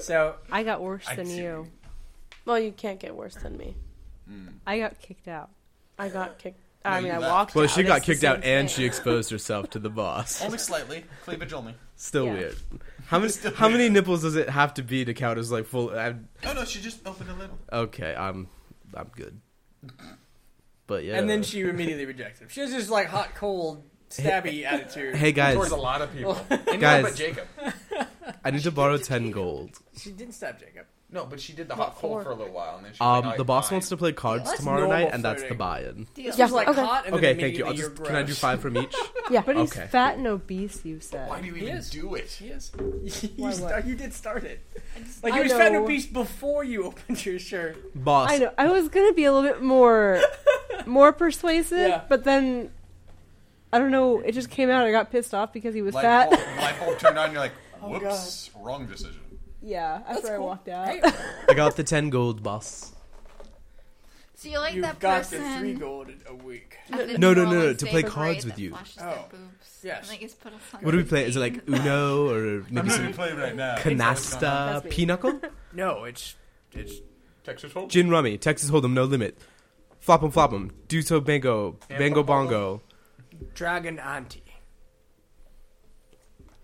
Speaker 3: So
Speaker 5: I got worse
Speaker 8: I
Speaker 5: than
Speaker 8: see.
Speaker 5: you.
Speaker 6: Well, you can't get worse than me.
Speaker 5: I got kicked out.
Speaker 6: I got kicked. I
Speaker 8: No,
Speaker 6: mean,
Speaker 8: you
Speaker 6: I
Speaker 8: left.
Speaker 6: walked.
Speaker 1: Well,
Speaker 6: out.
Speaker 1: she got
Speaker 6: It's the
Speaker 1: kicked out
Speaker 6: same
Speaker 1: and
Speaker 6: thing.
Speaker 1: she exposed herself to the boss.
Speaker 8: Only slightly. Cleavage only.
Speaker 1: Still
Speaker 5: Yeah.
Speaker 1: weird. How many how many nipples does it have to be to count as like full? i
Speaker 8: No, no, she just opened a little.
Speaker 1: okay, I'm I'm good. But yeah.
Speaker 3: and then she immediately rejected him. She was just like hot, cold, stabby attitude.
Speaker 1: hey guys,
Speaker 8: Towards a lot of people. Including
Speaker 1: Guys.
Speaker 8: Jacob.
Speaker 1: I need to borrow ten gold.
Speaker 3: She didn't stab Jacob.
Speaker 8: No, but she did the
Speaker 6: What
Speaker 8: hot coal
Speaker 6: for?
Speaker 8: for a little while, and then she. was like,
Speaker 1: Um,
Speaker 8: "All
Speaker 1: the
Speaker 8: right,
Speaker 1: boss
Speaker 8: fine."
Speaker 1: wants to play cards
Speaker 3: That's
Speaker 1: tomorrow
Speaker 3: normal
Speaker 1: night, and that's the
Speaker 3: flirting.
Speaker 1: buy-in.
Speaker 4: Deal.
Speaker 3: She was like
Speaker 6: okay.
Speaker 3: hot, and
Speaker 1: Okay,
Speaker 3: then
Speaker 1: thank you. I'll
Speaker 3: immediately
Speaker 1: just,
Speaker 3: you're
Speaker 1: can I do
Speaker 3: gross.
Speaker 1: five from each?
Speaker 6: Yeah.
Speaker 5: But he's
Speaker 1: Okay.
Speaker 5: fat and obese, you said.
Speaker 8: Why do you
Speaker 3: He
Speaker 8: even
Speaker 3: is.
Speaker 8: do it?
Speaker 3: She is. You,
Speaker 5: Why what?
Speaker 3: st- you did start it. Like
Speaker 5: I
Speaker 3: you was fat and
Speaker 5: know.
Speaker 3: obese before you opened your shirt.
Speaker 1: Boss,
Speaker 5: I know. I was gonna be a little bit more, more persuasive,
Speaker 3: Yeah.
Speaker 5: but then I don't know. It just came out. I got pissed off because he was
Speaker 8: Light
Speaker 5: fat.
Speaker 8: bulb,
Speaker 2: oh,
Speaker 8: light bulb turned on. You're like,
Speaker 1: Oh,
Speaker 3: God.
Speaker 8: whoops, wrong decision.
Speaker 5: yeah, after I
Speaker 3: cool.
Speaker 5: walked out.
Speaker 3: Hey,
Speaker 1: I got the ten gold, boss.
Speaker 4: So you like
Speaker 3: You've
Speaker 4: that
Speaker 3: got
Speaker 4: person?
Speaker 3: the three gold in a week.
Speaker 4: at the
Speaker 1: No, no, no,
Speaker 4: New
Speaker 1: no,
Speaker 4: Orleans
Speaker 1: to play
Speaker 4: Day
Speaker 1: cards
Speaker 4: Parade
Speaker 1: with
Speaker 4: that
Speaker 1: you.
Speaker 4: flashes
Speaker 3: Oh,
Speaker 4: their boobs.
Speaker 3: yes.
Speaker 4: And they just put a song
Speaker 1: What do we play? Is it
Speaker 4: underneath.
Speaker 1: like Uno or maybe some
Speaker 8: playing right now.
Speaker 1: canasta,
Speaker 5: me.
Speaker 1: pinochle,
Speaker 3: No, it's it's
Speaker 8: Texas Hold'em.
Speaker 1: gin rummy, Texas Hold'em, no limit, flop 'em, flop 'em, duto bango,
Speaker 8: Yeah,
Speaker 1: bango
Speaker 8: flop 'em.
Speaker 1: bongo.
Speaker 3: Dragon Auntie.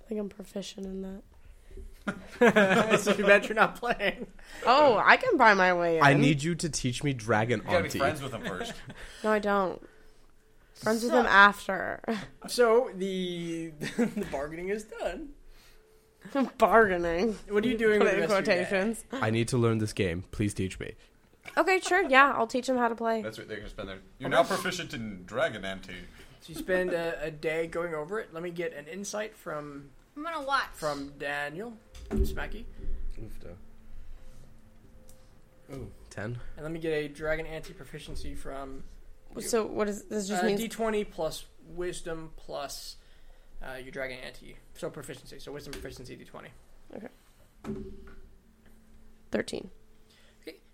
Speaker 6: I think I'm proficient in that.
Speaker 3: so too bad you're not playing.
Speaker 6: Oh, I can buy my way in.
Speaker 1: I need you to teach me dragon
Speaker 8: You gotta be
Speaker 1: auntie.
Speaker 8: friends with him first.
Speaker 6: No, I don't. Friends with them after.
Speaker 3: So the the bargaining is done.
Speaker 6: Bargaining.
Speaker 3: What are you doing with
Speaker 6: Put it
Speaker 3: the
Speaker 6: in
Speaker 3: rest of your day?
Speaker 6: quotations.
Speaker 1: I need to learn this game. Please teach me.
Speaker 6: Okay, sure. Yeah, I'll teach them how to play.
Speaker 8: That's what they're gonna spend their. You're now proficient in dragon ante.
Speaker 3: So you spend a, a day going over it. Let me get an insight from
Speaker 4: I'm gonna watch.
Speaker 3: from Daniel Smacky,
Speaker 1: Oh, 10.
Speaker 3: and let me get a Dragon Anti proficiency from
Speaker 6: So what is this? Just
Speaker 3: uh,
Speaker 6: means
Speaker 3: D20 plus Wisdom plus uh, your Dragon Anti. So proficiency. So Wisdom proficiency D20.
Speaker 6: thirteen.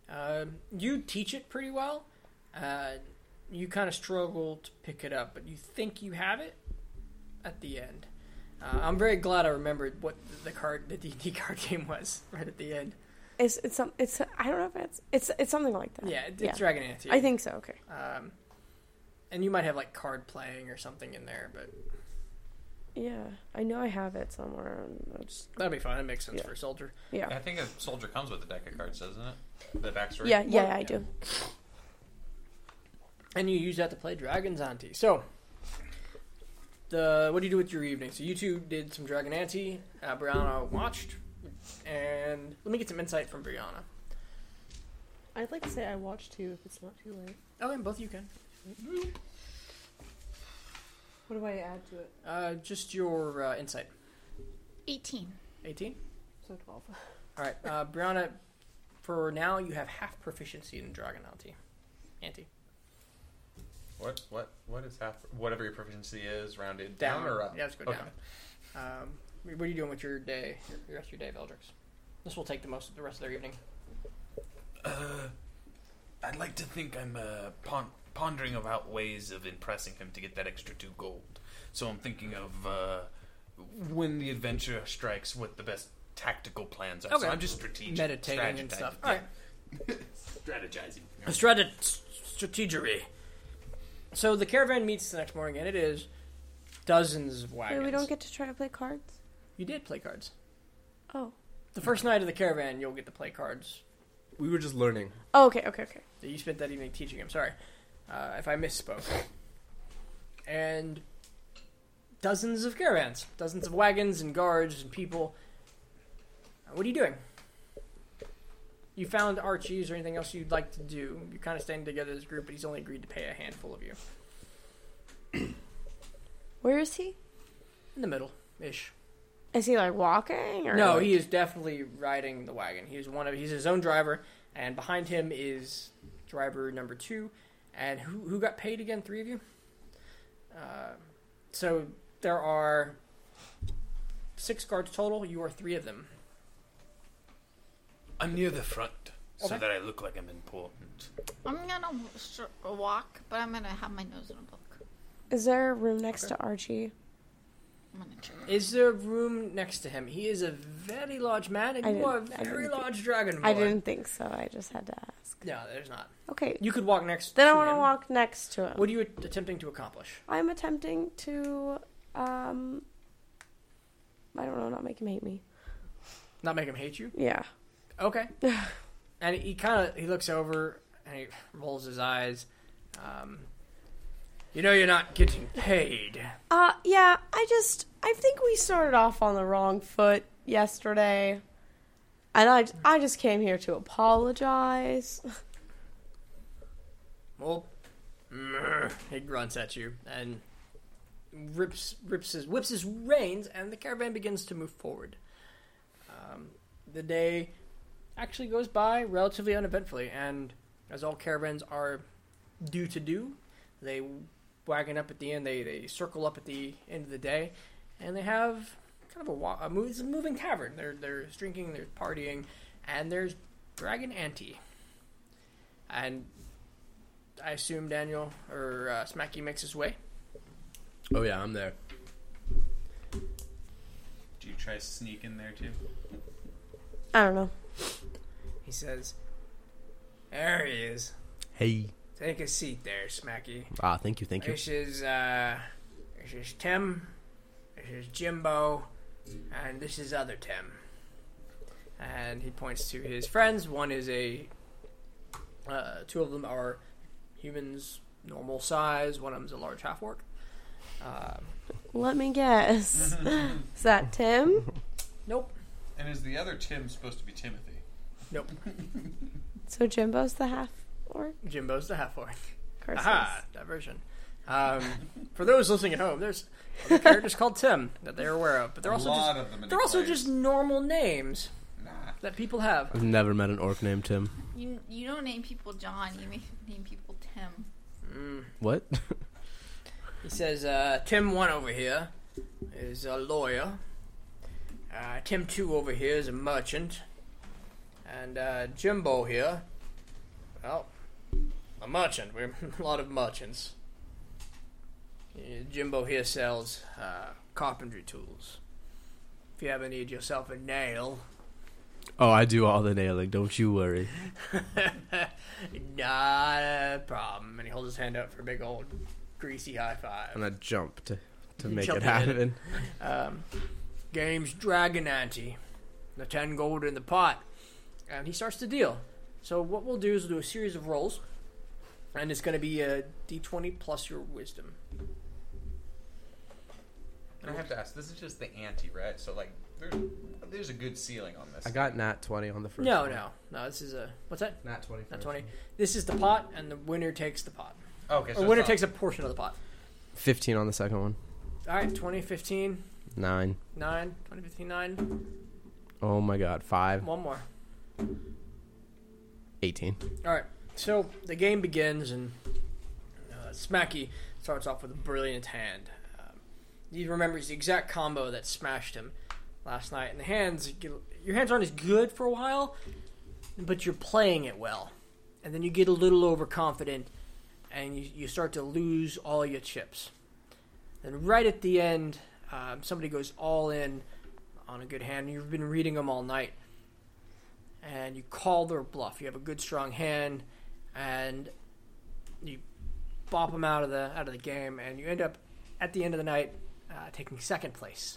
Speaker 3: Um, you teach it pretty well. Uh, you kind of struggle to pick it up, but you think you have it at the end. Uh, I'm very glad I remembered what the card, the D&D card game was right at the end.
Speaker 6: It's it's some it's I don't know if it's it's it's something like that.
Speaker 3: Yeah, it- it's
Speaker 6: Yeah.
Speaker 3: Dragon Ante.
Speaker 6: I think so. Okay.
Speaker 3: Um, and you might have like card playing or something in there, but
Speaker 6: Yeah, I know I have it somewhere. and I just
Speaker 3: that'd be fun. It makes sense
Speaker 6: Yeah.
Speaker 3: for a soldier.
Speaker 6: yeah.
Speaker 8: I think a soldier comes with a deck of cards, doesn't it? The backstory.
Speaker 6: Yeah, yeah, I do.
Speaker 3: And you use that to play Dragon's Ante. So, the what do you do with your evening? So you two did some Dragon Ante. Uh, Brianna watched, and let me get some insight from Brianna.
Speaker 5: I'd like to say I watched too, if it's not too late.
Speaker 3: Oh, and both of you can.
Speaker 5: What do I add to it?
Speaker 3: Uh, just your uh, insight.
Speaker 4: 18.
Speaker 3: 18?
Speaker 5: So twelve.
Speaker 3: All right. Uh, Brianna, for now, you have half proficiency in Dragon Ante. Ante.
Speaker 8: What? What? What is half? Whatever your proficiency is, rounded
Speaker 3: Down.
Speaker 8: down, or up?
Speaker 3: Yeah, let's go down. Um, what are you doing with your day, your, your rest of your day, Veldrix? This will take the most the rest of their evening.
Speaker 2: Uh, I'd like to think I'm uh, pon- pondering about ways of impressing him to get that extra two gold. So I'm thinking of uh, when the adventure strikes, what the best tactical plans are.
Speaker 3: Okay.
Speaker 2: So I'm just strategic,
Speaker 3: Meditating and
Speaker 2: strategizing.
Speaker 3: stuff.
Speaker 2: Yeah,
Speaker 3: All right.
Speaker 2: strategizing.
Speaker 3: Strate- strategery. So the caravan meets the next morning, and it is dozens of wagons.
Speaker 6: Wait, we don't get to try to play cards.
Speaker 3: You did play cards.
Speaker 6: Oh.
Speaker 3: The first night of the caravan, you'll get to play cards.
Speaker 1: We were just learning.
Speaker 6: Oh, okay, okay, okay.
Speaker 3: that you spent that evening teaching him. Sorry, uh, if I misspoke. And dozens of caravans, dozens of wagons and guards and people. Uh, What are you doing? You found Archie's or anything else you'd like to do? You're kind of standing together as a group, but he's only agreed to pay a handful of you.
Speaker 6: Where is he?
Speaker 3: In the middle ish.
Speaker 6: Is he like walking or
Speaker 3: No,
Speaker 6: like-
Speaker 3: he is definitely riding the wagon. He is one of he's his own driver, and behind him is driver number two. And who who got paid again? Three of you. Uh, so there are six guards total. You are three of them.
Speaker 2: I'm near the front, so
Speaker 3: Okay.
Speaker 2: that I look like I'm important.
Speaker 4: I'm gonna w- sh- walk, but I'm gonna have my nose in a book.
Speaker 6: Is there a room next to Archie?
Speaker 4: I'm gonna check.
Speaker 3: Is there a room next to him? He is a very large man, and
Speaker 6: I
Speaker 3: you are a
Speaker 6: didn't- I
Speaker 3: very
Speaker 6: didn't-
Speaker 3: large dragon.
Speaker 6: I
Speaker 3: lord.
Speaker 6: didn't think so. I just had to ask.
Speaker 3: No, there's not.
Speaker 6: Okay.
Speaker 3: You could walk next.
Speaker 6: Then I
Speaker 3: to
Speaker 6: want to
Speaker 3: him.
Speaker 6: walk next to him.
Speaker 3: What are you attempting to accomplish?
Speaker 6: I'm attempting to, um, I don't know, not make him hate me.
Speaker 3: Not make him hate you.
Speaker 6: Yeah.
Speaker 3: Okay. and he kind of he looks over and he rolls his eyes. Um, you know you're not getting paid.
Speaker 6: Uh, yeah. I just, I think we started off on the wrong foot. yesterday, and I I just came here to apologize.
Speaker 3: Well, meh, he grunts at you and rips rips his whips his reins, and the caravan begins to move forward. Um, the day actually goes by relatively uneventfully, and as all caravans are due to do, they wagon up at the end. They they circle up at the end of the day, and they have kind of a, wa- a, move, it's a moving tavern. They're they're drinking, they're partying, and there's Dragon Ante. And I assume Daniel or uh, Smacky makes his way.
Speaker 1: Oh yeah, I'm there.
Speaker 8: Do you try sneak in there too?
Speaker 6: I don't know.
Speaker 3: He says, "There he is.
Speaker 1: Hey.
Speaker 3: Take a seat, there, Smacky.
Speaker 1: Ah, thank you, thank you.
Speaker 3: This is uh, this is Tim. This is Jimbo, and this is other Tim." And he points to his friends. One is a. Uh, two of them are humans, normal size. One of them's a large half orc. Uh,
Speaker 6: Let me guess. Is that Tim?
Speaker 3: nope,
Speaker 8: And is the other Tim supposed to be Timothy?
Speaker 3: nope.
Speaker 6: So Jimbo's the half orc.
Speaker 3: Jimbo's the half orc.
Speaker 6: Curses.
Speaker 3: Aha! Diversion. Um, for those listening at home, there's other characters called Tim that they're aware of, but they're
Speaker 8: a
Speaker 3: also
Speaker 8: lot
Speaker 3: just,
Speaker 8: of them. in
Speaker 3: they're also
Speaker 8: place.
Speaker 3: just normal names
Speaker 8: Nah.
Speaker 3: that people have.
Speaker 1: I've never met an orc named Tim.
Speaker 4: You you don't name people John. You ma- name people Tim.
Speaker 3: Mm.
Speaker 1: What?
Speaker 3: He says uh, Tim one over here is a lawyer. Uh, Tim two over here is a merchant, and uh, Jimbo here, well, a merchant. We're a lot of merchants. Uh, Jimbo here sells uh, carpentry tools. If you ever need yourself a nail,
Speaker 1: Oh, I do all the nailing. Don't you worry.
Speaker 3: not a problem. And he holds his hand out for a big old greasy high five.
Speaker 1: And I jump to, to
Speaker 3: You
Speaker 1: make
Speaker 3: jump
Speaker 1: it happen.
Speaker 3: um, games Dragon Ante, the 10 gold in the pot. And he starts to deal. So, what we'll do is we'll do a series of rolls, and it's going to be a d20 plus your wisdom.
Speaker 8: And I have to ask. This is just the ante, right? So like, there's there's a good ceiling on this.
Speaker 1: I got nat twenty on the first.
Speaker 3: no,
Speaker 1: one.
Speaker 3: no, no, this is a. What's that?
Speaker 1: nat twenty.
Speaker 3: Not
Speaker 1: first
Speaker 3: 20.
Speaker 1: one.
Speaker 3: This is the pot, and the winner takes the pot.
Speaker 8: Okay.
Speaker 3: Or
Speaker 8: So
Speaker 3: winner
Speaker 8: it's
Speaker 3: Oh,
Speaker 8: not-
Speaker 3: takes a portion of the pot.
Speaker 1: Fifteen on the second one.
Speaker 3: All right, 20, 15,
Speaker 1: Nine.
Speaker 3: 9, 20, 15, 9.
Speaker 1: Oh my god. Five.
Speaker 3: One more.
Speaker 1: Eighteen.
Speaker 3: All right, so the game begins, and uh, Smacky starts off with a brilliant hand. Um, he remembers the exact combo that smashed him last night, and the hands your hands aren't as good for a while, but you're playing it well, and then you get a little overconfident, and you, you start to lose all your chips. Then right at the end, um, somebody goes all in on a good hand. You've been reading them all night and you call their bluff. You have a good strong hand, and you bop them out of the out of the game, and you end up at the end of the night uh, taking second place.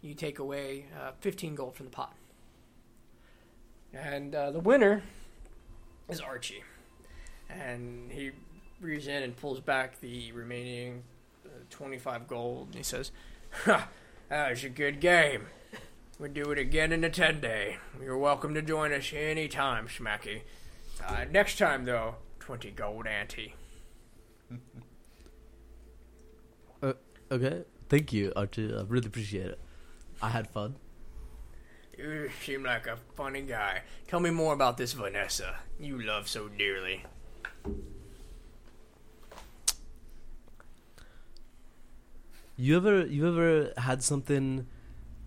Speaker 3: You take away uh, 15 gold from the pot, and uh, the winner is Archie, and he reaches in and pulls back the remaining uh, 25 gold, and he says, "Ha, "That was a good game." We do it again in a 10 day. You're welcome to join us anytime, Smacky. Uh, next time, though, 20 gold ante.
Speaker 1: Okay. Thank you, Archie. I really appreciate it. I had fun.
Speaker 3: You seem like a funny guy. Tell me more about this Vanessa you love so dearly.
Speaker 1: You ever you ever had something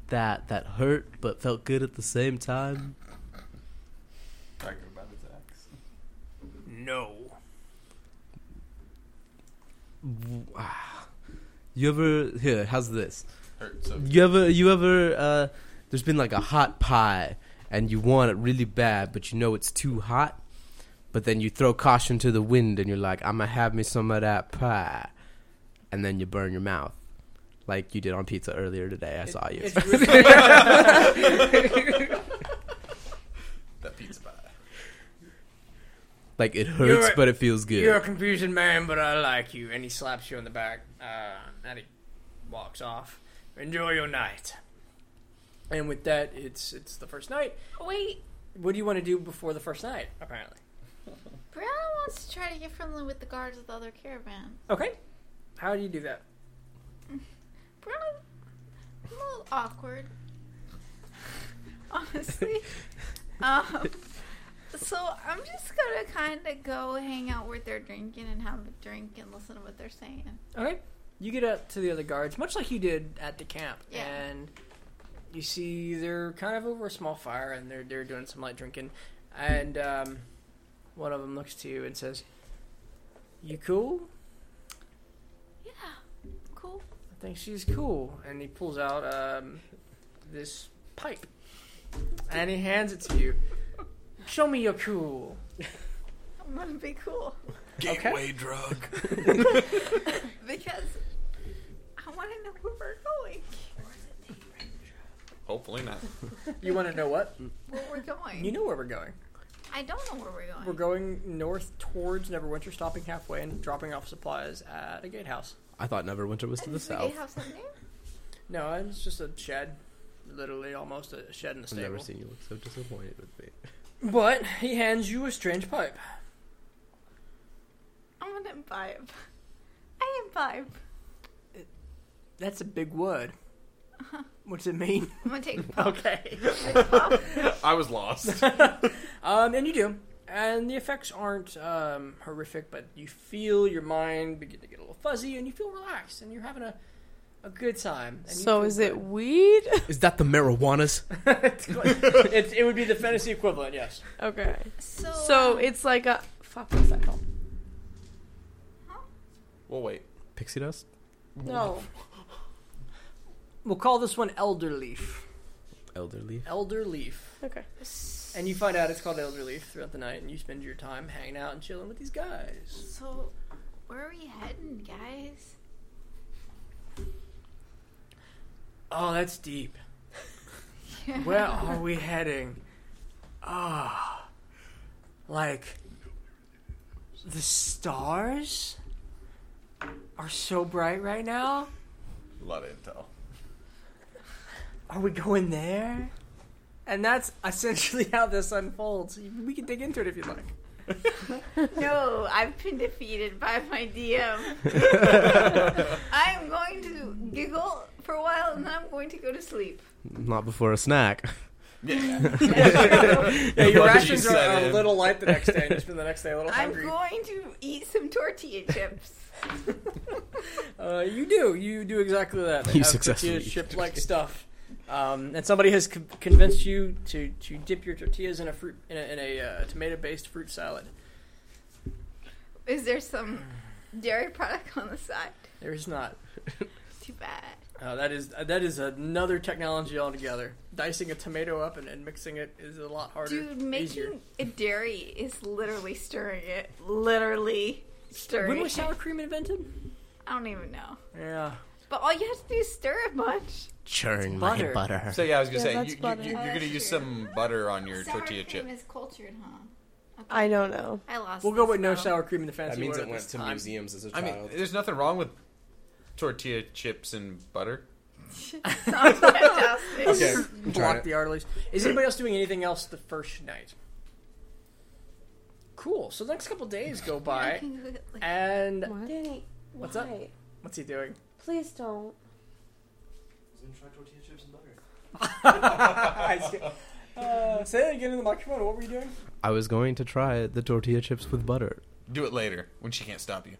Speaker 1: that that hurt but felt good at the same time?
Speaker 8: Talking about his ex.
Speaker 3: No.
Speaker 1: W- ah. You ever here? How's this?
Speaker 8: Hurt. So
Speaker 1: You ever you ever uh, there's been like a hot pie and you want it really bad but you know it's too hot, but then you throw caution to the wind and you're like I'm gonna have me some of that pie, and then you burn your mouth, like you did on pizza earlier today. I saw you.
Speaker 3: It's really-
Speaker 8: that pizza pie.
Speaker 1: like it hurts
Speaker 3: You're-
Speaker 1: but it feels good.
Speaker 3: You're a confusing man, but I like you. And he slaps you on the back, uh, and he walks off. Enjoy your night. And with that, it's it's the first night.
Speaker 4: Wait,
Speaker 3: What do you want to do before the first night? Apparently.
Speaker 4: Brianna wants to try to get friendly with the guards of the other caravan.
Speaker 3: Okay. How do you do that?
Speaker 4: Brianna, I'm a little awkward, honestly. um, so I'm just gonna kind of go hang out where they're drinking and have a drink and listen to what they're saying.
Speaker 3: Okay. You get up to the other guards, much like you did at the camp,
Speaker 4: Yeah.
Speaker 3: and you see they're kind of over a small fire and they're they're doing some light drinking, and um, one of them looks to you and says, "You cool?"
Speaker 4: Yeah, cool.
Speaker 3: I think she's cool, and he pulls out um, this pipe, and he hands it to you. Show me you're cool.
Speaker 4: I'm gonna be cool
Speaker 2: Gateway drug.
Speaker 4: because I want to know where we're going.
Speaker 8: Hopefully not.
Speaker 3: You want to know what?
Speaker 4: Where we're going.
Speaker 3: You know where we're going.
Speaker 4: I don't know where we're going.
Speaker 3: We're going north towards Neverwinter, stopping halfway and dropping off supplies at a gatehouse.
Speaker 1: I thought Neverwinter was to the
Speaker 4: Does the
Speaker 1: south.
Speaker 4: gatehouse have something?
Speaker 3: No, it's just a shed. Literally, almost a shed in the
Speaker 1: I've
Speaker 3: stable.
Speaker 1: never seen you look so disappointed with me.
Speaker 3: But he hands you a strange pipe.
Speaker 4: I'm gonna imbibe. I imbibe.
Speaker 3: That's a big word.
Speaker 6: Uh-huh.
Speaker 3: What's it mean?
Speaker 4: I'm gonna take a
Speaker 3: okay.
Speaker 4: big puff.
Speaker 8: I was lost.
Speaker 3: Um, and you do. And the effects aren't um, horrific, but you feel your mind begin to get a little fuzzy, and you feel relaxed, and you're having a, a good time. And you
Speaker 6: So
Speaker 3: feel
Speaker 6: is it
Speaker 3: good.
Speaker 6: weed?
Speaker 1: Is that the marijuanas?
Speaker 3: It's good. It's- it would be the fantasy equivalent, yes.
Speaker 6: okay.
Speaker 4: So,
Speaker 6: So
Speaker 4: um,
Speaker 6: it's like a fuck. What's that called?
Speaker 8: Well, wait.
Speaker 1: Pixie dust?
Speaker 6: No.
Speaker 3: We'll call this one Elder Leaf.
Speaker 1: Elderly?
Speaker 3: Elder Leaf.
Speaker 6: Okay.
Speaker 3: And you find out it's called Elder Leaf throughout the night, and you spend your time hanging out and chilling with these guys.
Speaker 4: So, where are we heading, guys?
Speaker 3: Oh, that's deep. Where are we heading? Ah, like the stars are so bright right now.
Speaker 8: A lot of intel.
Speaker 3: Are we going there? And that's essentially how this unfolds. We can dig into it if you like.
Speaker 4: No, I've been defeated by my DM. I'm going to giggle for a while and then I'm going to go to sleep.
Speaker 1: Not before a snack.
Speaker 8: Yeah.
Speaker 3: Yeah, your
Speaker 8: Lucky
Speaker 3: rations are,
Speaker 8: set
Speaker 3: are a
Speaker 8: in.
Speaker 3: little light the next day, and you spend the next day a little
Speaker 4: I'm
Speaker 3: hungry.
Speaker 4: going to eat some tortilla chips.
Speaker 3: Uh, you do. You do exactly that. They
Speaker 1: You
Speaker 3: have
Speaker 1: successfully
Speaker 3: tortilla chip-like stuff. Um, and somebody has con- convinced you to, to dip your tortillas in a fruit in a, in a uh, tomato-based fruit salad.
Speaker 4: Is there some dairy product on the side?
Speaker 3: There is not.
Speaker 4: Too bad.
Speaker 3: Uh, that is uh, that is another technology altogether. Dicing a tomato up and, and mixing it is a lot harder.
Speaker 4: Dude,
Speaker 3: easier.
Speaker 4: making a dairy is literally stirring it. Literally stirring
Speaker 3: When was
Speaker 4: it.
Speaker 3: sour cream invented?
Speaker 4: I don't even know.
Speaker 3: Yeah.
Speaker 4: But all you have to do is stir it much.
Speaker 1: Churn
Speaker 3: butter.
Speaker 1: my butter.
Speaker 8: So yeah, I was gonna
Speaker 6: Yeah,
Speaker 8: say
Speaker 6: that's
Speaker 8: you,
Speaker 6: butter.
Speaker 8: you, you,
Speaker 4: Oh,
Speaker 8: are gonna
Speaker 4: that's
Speaker 8: use
Speaker 4: true.
Speaker 8: some butter on your
Speaker 4: sour
Speaker 8: tortilla
Speaker 4: cream
Speaker 8: chip.
Speaker 4: is cultured, huh? Okay.
Speaker 6: I don't know.
Speaker 4: I lost.
Speaker 3: We'll go
Speaker 4: this
Speaker 3: with no
Speaker 4: battle.
Speaker 3: sour cream in the fancy world at this time.
Speaker 1: museums as a
Speaker 8: I mean, there's nothing wrong with tortilla chips and butter.
Speaker 4: Sounds fantastic.
Speaker 1: Okay, I'm trying
Speaker 3: block
Speaker 1: it.
Speaker 3: the arteries. Is anybody else doing anything else the first night? Cool. So the next couple days go by, and
Speaker 6: Danny,
Speaker 3: What's up? why? what's he doing?
Speaker 6: Please don't.
Speaker 3: Uh, say that again in the microphone. What were you doing?
Speaker 1: I was going to try the tortilla chips with butter.
Speaker 8: Do it later when she can't stop you.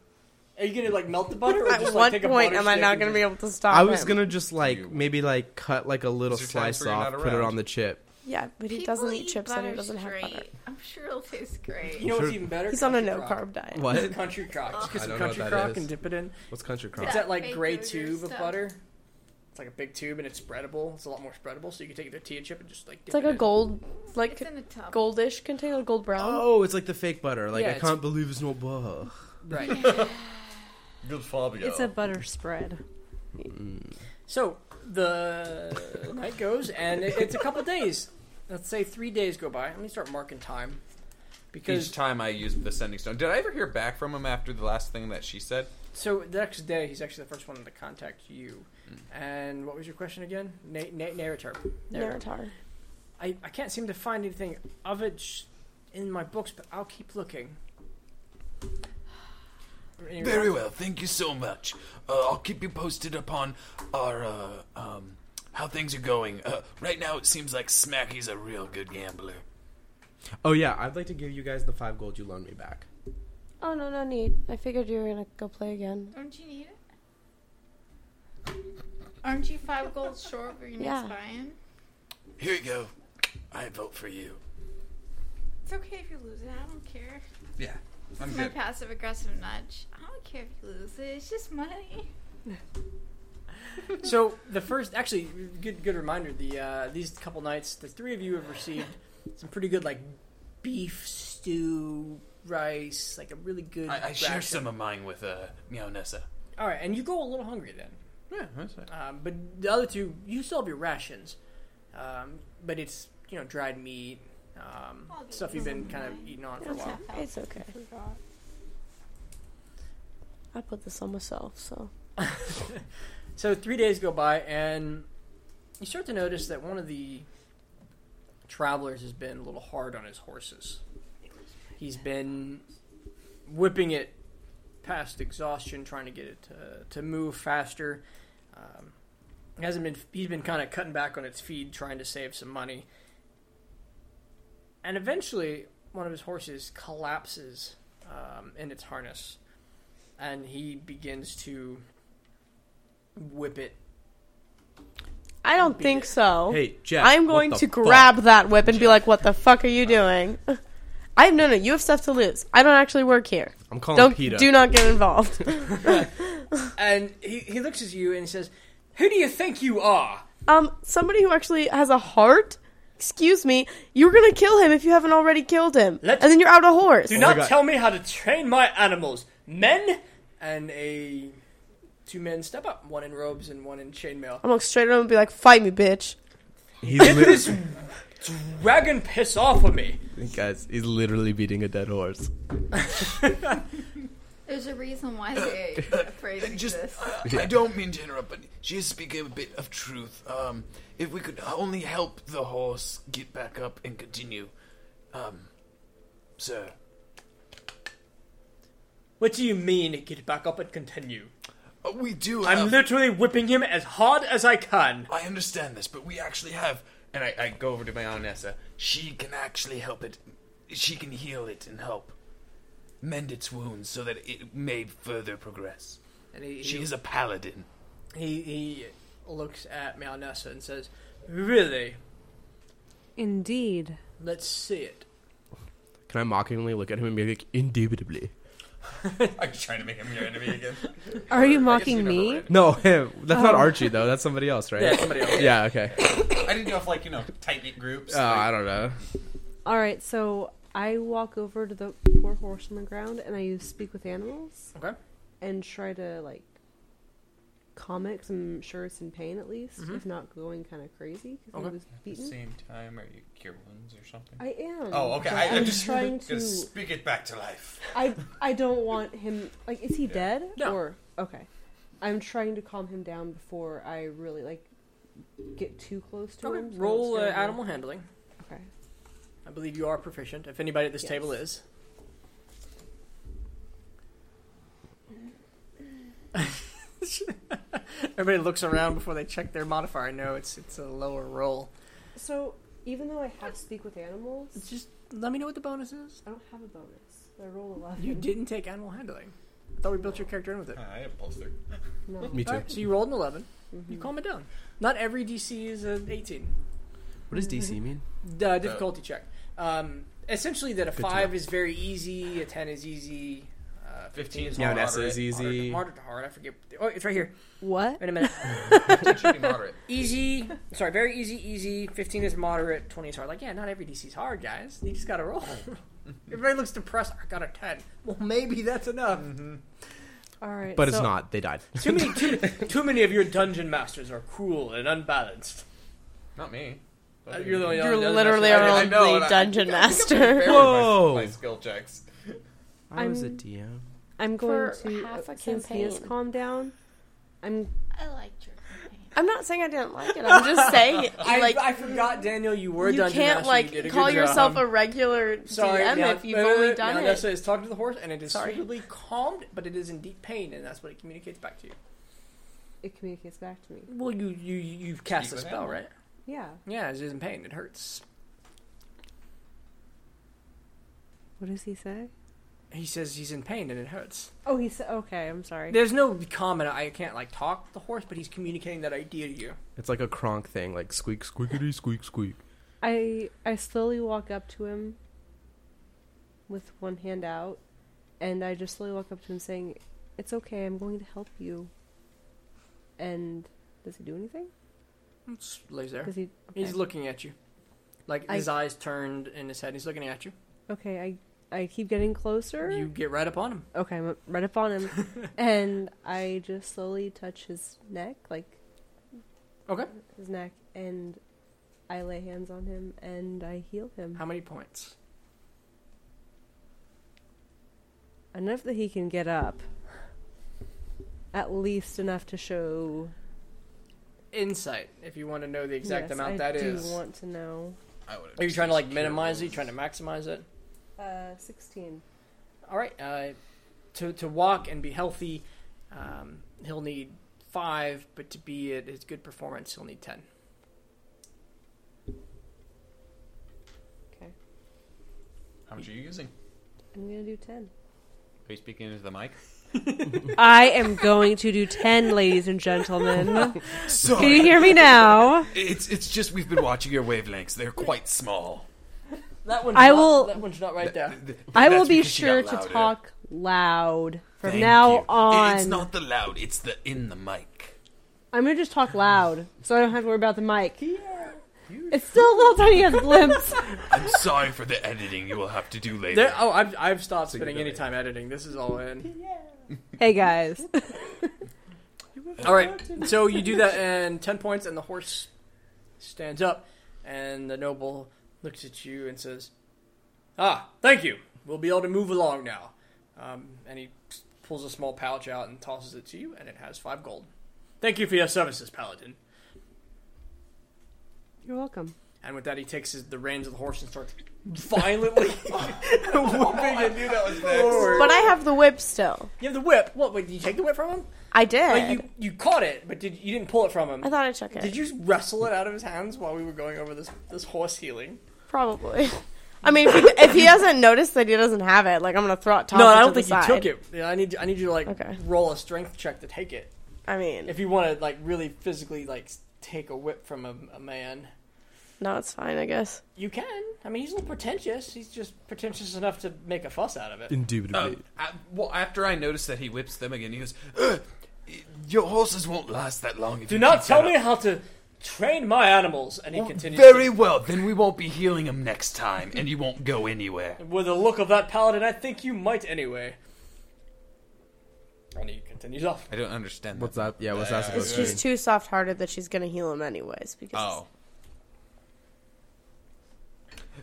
Speaker 3: Are you gonna like melt the butter? Or
Speaker 6: At
Speaker 3: just,
Speaker 6: what
Speaker 3: like, take
Speaker 6: point
Speaker 3: a butter
Speaker 6: am I
Speaker 3: stick
Speaker 6: not
Speaker 3: and
Speaker 6: going to be
Speaker 3: just-
Speaker 6: able to stop?
Speaker 1: I was
Speaker 6: him?
Speaker 1: gonna just like
Speaker 8: You-
Speaker 1: maybe like cut like a little
Speaker 8: Is there times
Speaker 1: slice
Speaker 8: where you're
Speaker 1: off,
Speaker 8: not
Speaker 1: put it
Speaker 8: around?
Speaker 1: on the chip.
Speaker 6: Yeah, but he
Speaker 4: People
Speaker 6: doesn't
Speaker 4: eat
Speaker 6: eat chips and he
Speaker 4: butter
Speaker 6: doesn't have butter. Mm-hmm.
Speaker 4: straight. I'm sure it'll taste great.
Speaker 3: You know what's
Speaker 1: Sure.
Speaker 3: even better?
Speaker 6: He's on a
Speaker 3: Country
Speaker 6: no
Speaker 3: crock.
Speaker 6: carb diet.
Speaker 1: What?
Speaker 3: Country crock. Just
Speaker 1: I
Speaker 3: get some
Speaker 1: don't know what
Speaker 3: country
Speaker 1: that
Speaker 3: crock
Speaker 1: is.
Speaker 3: and dip it in.
Speaker 1: What's country crop?
Speaker 3: It's
Speaker 4: Yeah.
Speaker 3: at like
Speaker 4: Baked
Speaker 3: grade
Speaker 4: with
Speaker 3: two
Speaker 4: your
Speaker 3: with
Speaker 4: stuff.
Speaker 3: butter. It's like a big tube and it's spreadable. It's a lot more spreadable, so you can take a tortilla chip and just like. Dip
Speaker 6: It's like
Speaker 3: it
Speaker 6: a
Speaker 3: in.
Speaker 6: gold,
Speaker 4: It's
Speaker 6: like
Speaker 4: in a tub.
Speaker 6: goldish container, like gold brown.
Speaker 1: Oh, it's like the fake butter. Like
Speaker 3: Yeah,
Speaker 1: I
Speaker 3: it's-
Speaker 1: can't believe it's not butter.
Speaker 3: Right.
Speaker 8: Good Fabio.
Speaker 5: It's a butter spread.
Speaker 3: So the night goes, and it, it's a couple days. Let's say three days go by. Let me start marking time
Speaker 8: Each
Speaker 3: because
Speaker 8: time I use the sending stone. Did I ever hear back from him after the last thing that she said?
Speaker 3: so the next day he's actually the first one to contact you.
Speaker 2: Hmm.
Speaker 3: And what was your question again? Na- na- narrator.
Speaker 6: Naratar.
Speaker 3: I, I can't seem to find anything of it sh- in my books, but I'll keep looking. Anyway,
Speaker 2: Very well. Thank you so much. Uh, I'll keep you posted upon our uh, um, how things are going. Uh, right now, it seems like Smacky's a real good gambler.
Speaker 1: Oh yeah, I'd like to give you guys the five gold you loaned me back.
Speaker 6: Oh no, no need. I figured you were gonna go play again.
Speaker 4: Don't you need it? Aren't you five gold short of your next
Speaker 6: Yeah.
Speaker 4: buy-in?
Speaker 2: Here you go. I vote for you.
Speaker 4: It's okay if you lose it. I don't care.
Speaker 8: Yeah, I'm
Speaker 4: It's my passive aggressive nudge. I don't care if you lose it. It's just money.
Speaker 3: so the first, actually, good good reminder. The uh, these couple nights, the three of you have received some pretty good like beef stew, rice, like a really good.
Speaker 2: I, I share
Speaker 3: ration.
Speaker 2: some of mine with uh, Meow Nessa.
Speaker 3: All right, and you go a little hungry then.
Speaker 2: Yeah, that's right.
Speaker 3: Um, but the other two, you still have your rations, um, but it's you know dried meat, um,
Speaker 4: I'll get
Speaker 3: stuff you've been
Speaker 4: some
Speaker 3: kind
Speaker 4: of
Speaker 3: of
Speaker 4: mine.
Speaker 3: eating on for a
Speaker 6: It's,
Speaker 3: while.
Speaker 6: it's okay. I put this on myself, so
Speaker 3: So three days go by, and you start to notice that one of the travelers has been a little hard on his horses. He's been whipping it past exhaustion, trying to get it to, to move faster. Um, it hasn't been. He's been kind of cutting back on its feed, trying to save some money. And eventually, one of his horses collapses um, in its harness, and he begins to whip it.
Speaker 6: I don't
Speaker 3: Beat
Speaker 6: think
Speaker 3: it.
Speaker 6: so.
Speaker 1: Hey, Jeff.
Speaker 6: Oh. I'm going to grab that whip and be like, "What the fuck are you doing?" I no no. You have stuff to lose. I don't actually work here.
Speaker 1: I'm calling
Speaker 6: Don't
Speaker 1: Peter.
Speaker 6: do not get involved.
Speaker 3: And he, he looks at you and he says, Who do you think you are?
Speaker 6: um, somebody who actually has a heart. Excuse me. You're gonna kill him if you haven't already killed him,
Speaker 3: Let's-
Speaker 6: and then you're out of horse.
Speaker 3: Do
Speaker 1: God.
Speaker 3: not tell me how to train my animals. Men and a. Two men step up, one in robes and one in chainmail.
Speaker 6: I'm going straight at him and be like, "Fight me, bitch."
Speaker 1: He's lit-
Speaker 3: Dragon piss off of me.
Speaker 1: guys, he's literally beating a dead horse.
Speaker 4: There's a reason why they are afraid of
Speaker 2: Just,
Speaker 4: this.
Speaker 2: uh, I don't mean to interrupt, but she is speaking a bit of truth. Um, if we could only help the horse get back up and continue, um, sir.
Speaker 3: What do you mean, get back up and continue?
Speaker 2: Uh, we do.
Speaker 3: I'm
Speaker 2: have-
Speaker 3: literally whipping him as hard as I can.
Speaker 2: I understand this, but we actually have. And I, I go over to my aunt Nessa. She can actually help it. She can heal it and help mend its wounds so that it may further progress.
Speaker 3: And he,
Speaker 2: She
Speaker 3: he,
Speaker 2: is a paladin.
Speaker 3: he, he looks at Malnessa and says, Really?
Speaker 5: Indeed.
Speaker 3: Let's see it.
Speaker 1: Can I mockingly look at him and be like, indubitably?
Speaker 8: I'm just trying to make him your enemy again.
Speaker 5: Are you
Speaker 8: I guess
Speaker 5: mocking
Speaker 8: never
Speaker 5: me?
Speaker 8: would.
Speaker 1: No, him. That's not Archie though. That's somebody else, right?
Speaker 3: Yeah, somebody else.
Speaker 1: Yeah, okay.
Speaker 8: Oh. I didn't know if like you know tight knit groups.
Speaker 1: Oh, I
Speaker 8: like,
Speaker 1: don't know.
Speaker 5: All right, so I walk over to the poor horse on the ground and I use speak with animals
Speaker 3: Okay.
Speaker 5: and try to like calm it. i I'm sure it's in pain at least, if not going kind of crazy because
Speaker 3: Mm-hmm. Okay.
Speaker 5: it was
Speaker 8: at the
Speaker 5: beaten.
Speaker 8: same time, are you cure wounds or something?
Speaker 5: I am.
Speaker 8: Oh, okay.
Speaker 5: but
Speaker 8: I,
Speaker 5: I'm
Speaker 8: I'm just
Speaker 5: trying to.
Speaker 8: gonna speak it back to life.
Speaker 5: I I don't want him. Like, is he dead?
Speaker 3: No.
Speaker 5: Or okay, I'm trying to calm him down before I really like get too close to him. so
Speaker 3: okay.
Speaker 5: it's
Speaker 3: Roll uh,
Speaker 5: gonna be-
Speaker 3: animal handling.
Speaker 5: Okay.
Speaker 3: I believe you are proficient, if anybody at this
Speaker 5: Yes.
Speaker 3: table is. Everybody looks around before they check their modifier. No, it's it's a lower roll.
Speaker 5: So even though I have speak with animals,
Speaker 3: Just let me know what the bonus is.
Speaker 5: I don't have a bonus. I roll eleven.
Speaker 3: You didn't take animal handling. I thought we built your character in with it.
Speaker 8: I have plus three.
Speaker 5: No.
Speaker 1: Me too.
Speaker 3: Alright, so you rolled an 11.
Speaker 5: Mm-hmm.
Speaker 3: You calm it down. Not every DC is an 18.
Speaker 1: What does DC mean?
Speaker 3: Uh, difficulty check. Um, essentially, that a
Speaker 1: Good to
Speaker 3: 5
Speaker 1: know.
Speaker 3: is very easy, a 10 is easy, uh,
Speaker 8: 15 is
Speaker 1: Yeah,
Speaker 8: yeah,
Speaker 1: Nessa is
Speaker 8: moderate.
Speaker 1: easy.
Speaker 3: harder to hard. I forget. Oh, it's right here.
Speaker 5: What?
Speaker 3: Wait a minute.
Speaker 8: 15 should be moderate.
Speaker 3: easy. Sorry, very easy, easy. 15 is moderate, 20 is hard. Like, yeah, not every DC's hard, guys. You just gotta roll. Everybody looks depressed. I got a 10. Well, maybe that's enough.
Speaker 5: All right.
Speaker 1: But it's
Speaker 5: so-
Speaker 1: not. They died.
Speaker 3: Too, many, too, too many of your dungeon masters are cruel and unbalanced.
Speaker 8: Not me.
Speaker 3: Uh, You're the only
Speaker 6: You're
Speaker 3: dungeon
Speaker 6: literally
Speaker 3: master.
Speaker 6: our
Speaker 8: I- I know,
Speaker 6: only
Speaker 8: and I-
Speaker 6: dungeon
Speaker 8: I think I'm
Speaker 6: master.
Speaker 8: pretty fair with my-
Speaker 1: Whoa.
Speaker 8: My skill checks.
Speaker 1: I was a
Speaker 5: I'm-
Speaker 1: DM.
Speaker 5: I'm going
Speaker 6: for
Speaker 5: to
Speaker 6: half a
Speaker 5: since he is
Speaker 6: campaign.
Speaker 5: calmed down. I'm
Speaker 4: I liked your
Speaker 6: I'm not saying I didn't like it. I'm just saying
Speaker 3: I,
Speaker 6: like
Speaker 3: I forgot, Daniel, you were
Speaker 6: you
Speaker 3: Dungeon
Speaker 6: can't
Speaker 3: Master.
Speaker 6: like
Speaker 3: you did a
Speaker 6: call
Speaker 3: good
Speaker 6: yourself
Speaker 3: job.
Speaker 6: a regular
Speaker 3: Sorry,
Speaker 6: DM
Speaker 3: now-
Speaker 6: if you've
Speaker 3: no, no, no,
Speaker 6: only
Speaker 3: no,
Speaker 6: done
Speaker 3: no,
Speaker 6: it.
Speaker 3: so it's talking to the horse, and it is
Speaker 6: Sorry.
Speaker 3: suitably calmed, but it is in deep pain, and that's what it communicates back to you.
Speaker 5: It communicates back to me.
Speaker 3: Well, you you you've cast
Speaker 8: Speak
Speaker 3: a
Speaker 8: with
Speaker 3: spell,
Speaker 8: animal.
Speaker 3: right?
Speaker 5: Yeah.
Speaker 3: Yeah, it is in pain. It hurts.
Speaker 5: What does he say?
Speaker 3: He says he's in pain and it hurts.
Speaker 5: Oh, he said. Okay, I'm sorry.
Speaker 3: There's no comment. I can't like talk to the horse, but he's communicating that idea to you.
Speaker 1: It's like a cronk thing, like squeak, squeakity, squeak, squeak.
Speaker 5: I I slowly walk up to him with one hand out, and I just slowly walk up to him saying, "It's okay. I'm going to help you." And does he do anything?
Speaker 3: Just lays there.
Speaker 5: Does he? Okay.
Speaker 3: He's looking at you. Like
Speaker 5: I-
Speaker 3: his eyes turned in his head. He's looking at you.
Speaker 5: okay. I I keep getting closer.
Speaker 3: You get right up on him.
Speaker 5: Okay, I'm right up on him, and I just slowly touch his neck, like
Speaker 3: Okay.
Speaker 5: his neck, and I lay hands on him and I heal him
Speaker 3: How many points?
Speaker 5: enough that he can get up. At least enough to show
Speaker 3: Insight, if you want to know the exact
Speaker 5: Yes,
Speaker 3: amount
Speaker 5: I
Speaker 3: that
Speaker 5: do
Speaker 3: is.
Speaker 5: want to know.
Speaker 8: I would.
Speaker 3: Are you trying to like minimize it? You trying to maximize it?
Speaker 5: Uh, sixteen.
Speaker 3: All right. Uh, to to walk and be healthy, um, he'll need five. But to be at his good performance, he'll need ten.
Speaker 5: Okay,
Speaker 8: How much are you using?
Speaker 5: I'm gonna do ten.
Speaker 8: Are you speaking into the mic?
Speaker 5: I am going to do ten, ladies and gentlemen. Can you hear me now?
Speaker 2: It's it's just we've been watching your wavelengths. They're quite small.
Speaker 3: That one's
Speaker 5: I
Speaker 3: not,
Speaker 5: will-
Speaker 3: That one's not right there.
Speaker 5: I will
Speaker 2: That's
Speaker 5: be
Speaker 2: because you
Speaker 5: sure
Speaker 2: got
Speaker 5: to
Speaker 2: louder.
Speaker 5: talk loud from
Speaker 2: Thank
Speaker 5: now
Speaker 2: you. It-
Speaker 5: on.
Speaker 2: It's not the loud. It's the in the mic.
Speaker 5: I'm gonna just talk loud, so I don't have to worry about the mic. It's still a little tiny has blimps.
Speaker 2: I'm sorry for the editing you will have to do later.
Speaker 3: There, oh, I've, I've stopped spending any time editing. This is all in.
Speaker 5: hey guys,
Speaker 3: All right, so you do that and ten points, and the horse stands up, and the noble looks at you and says, "Ah, thank you. We'll be able to move along now." Um, and he pulls a small pouch out and tosses it to you, and it has five gold. Thank you for your services, paladin.
Speaker 5: you're welcome.
Speaker 3: And with that, he takes his, the reins of the horse and starts violently whooping it
Speaker 8: knew that was
Speaker 3: forward.
Speaker 6: But I have the whip still.
Speaker 3: Oh. you have the whip. What? Wait, did you take the whip from him?
Speaker 6: I did.
Speaker 3: Like you, you caught it, but did you didn't pull it from him?
Speaker 6: I thought I took it.
Speaker 3: Did you wrestle it out of his hands while we were going over this this horse healing?
Speaker 6: Probably. I mean, if he, if he hasn't noticed that he doesn't have it, like I'm gonna throw it. Toss
Speaker 3: No,
Speaker 6: it
Speaker 3: I
Speaker 6: to
Speaker 3: don't
Speaker 6: the
Speaker 3: think
Speaker 6: side.
Speaker 3: you took it. Yeah, I need I need you to like
Speaker 6: Okay.
Speaker 3: roll a strength check to take it
Speaker 6: I mean,
Speaker 3: if you want to like really physically like s- take a whip from a, a man.
Speaker 6: no, it's fine. I guess.
Speaker 3: You can. I mean, he's a little pretentious. He's just pretentious enough to make a fuss out of it.
Speaker 2: Um,
Speaker 1: Indubitably.
Speaker 8: Oh. well, after I noticed that he whips them again, he goes, "Ugh, "Your horses won't last that long." If
Speaker 3: Do
Speaker 8: you
Speaker 3: not
Speaker 8: keep
Speaker 3: tell
Speaker 8: that
Speaker 3: me
Speaker 8: up."
Speaker 3: how to train my animals. And he continues.
Speaker 2: Oh, Very
Speaker 3: to-
Speaker 2: well. Then we won't be healing him next time, and you won't go anywhere.
Speaker 3: With the look of that paladin, I think you might anyway. And he continues off.
Speaker 8: I don't understand.
Speaker 1: what's that? Yeah, what's that
Speaker 8: Yeah,
Speaker 1: supposed
Speaker 8: it's
Speaker 1: to
Speaker 6: She's
Speaker 1: be?
Speaker 6: too soft-hearted that she's gonna heal him anyways. Because
Speaker 8: Oh,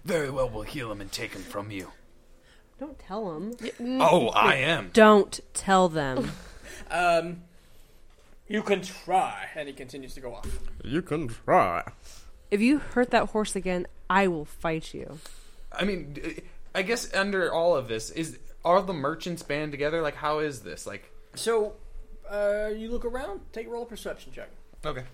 Speaker 2: Very well, we'll heal him and take him from you.
Speaker 5: Don't tell them.
Speaker 2: Oh, I am.
Speaker 5: Don't tell them.
Speaker 3: Um, you can try, and he continues to go off.
Speaker 1: You can try.
Speaker 5: If you hurt that horse again, I will fight you.
Speaker 8: I mean, d- I guess under all of this is are the merchants band together? Like, how is this? Like,
Speaker 3: So, uh, you look around. Take roll a perception check.
Speaker 8: okay,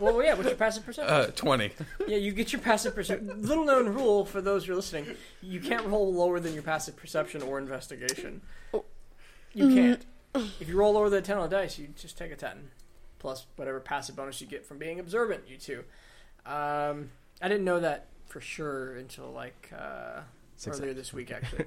Speaker 3: Well, yeah. What's your passive perception?
Speaker 8: uh, twenty.
Speaker 3: yeah, you get your passive perception. Little known rule for those who are listening: you can't roll lower than your passive perception or investigation.
Speaker 6: Oh.
Speaker 3: You can't. If you roll lower than a ten on the dice, you just take a ten plus whatever passive bonus you get from being observant. You two. Um, I didn't know that for sure until like uh,
Speaker 1: Six-
Speaker 3: earlier this week, actually.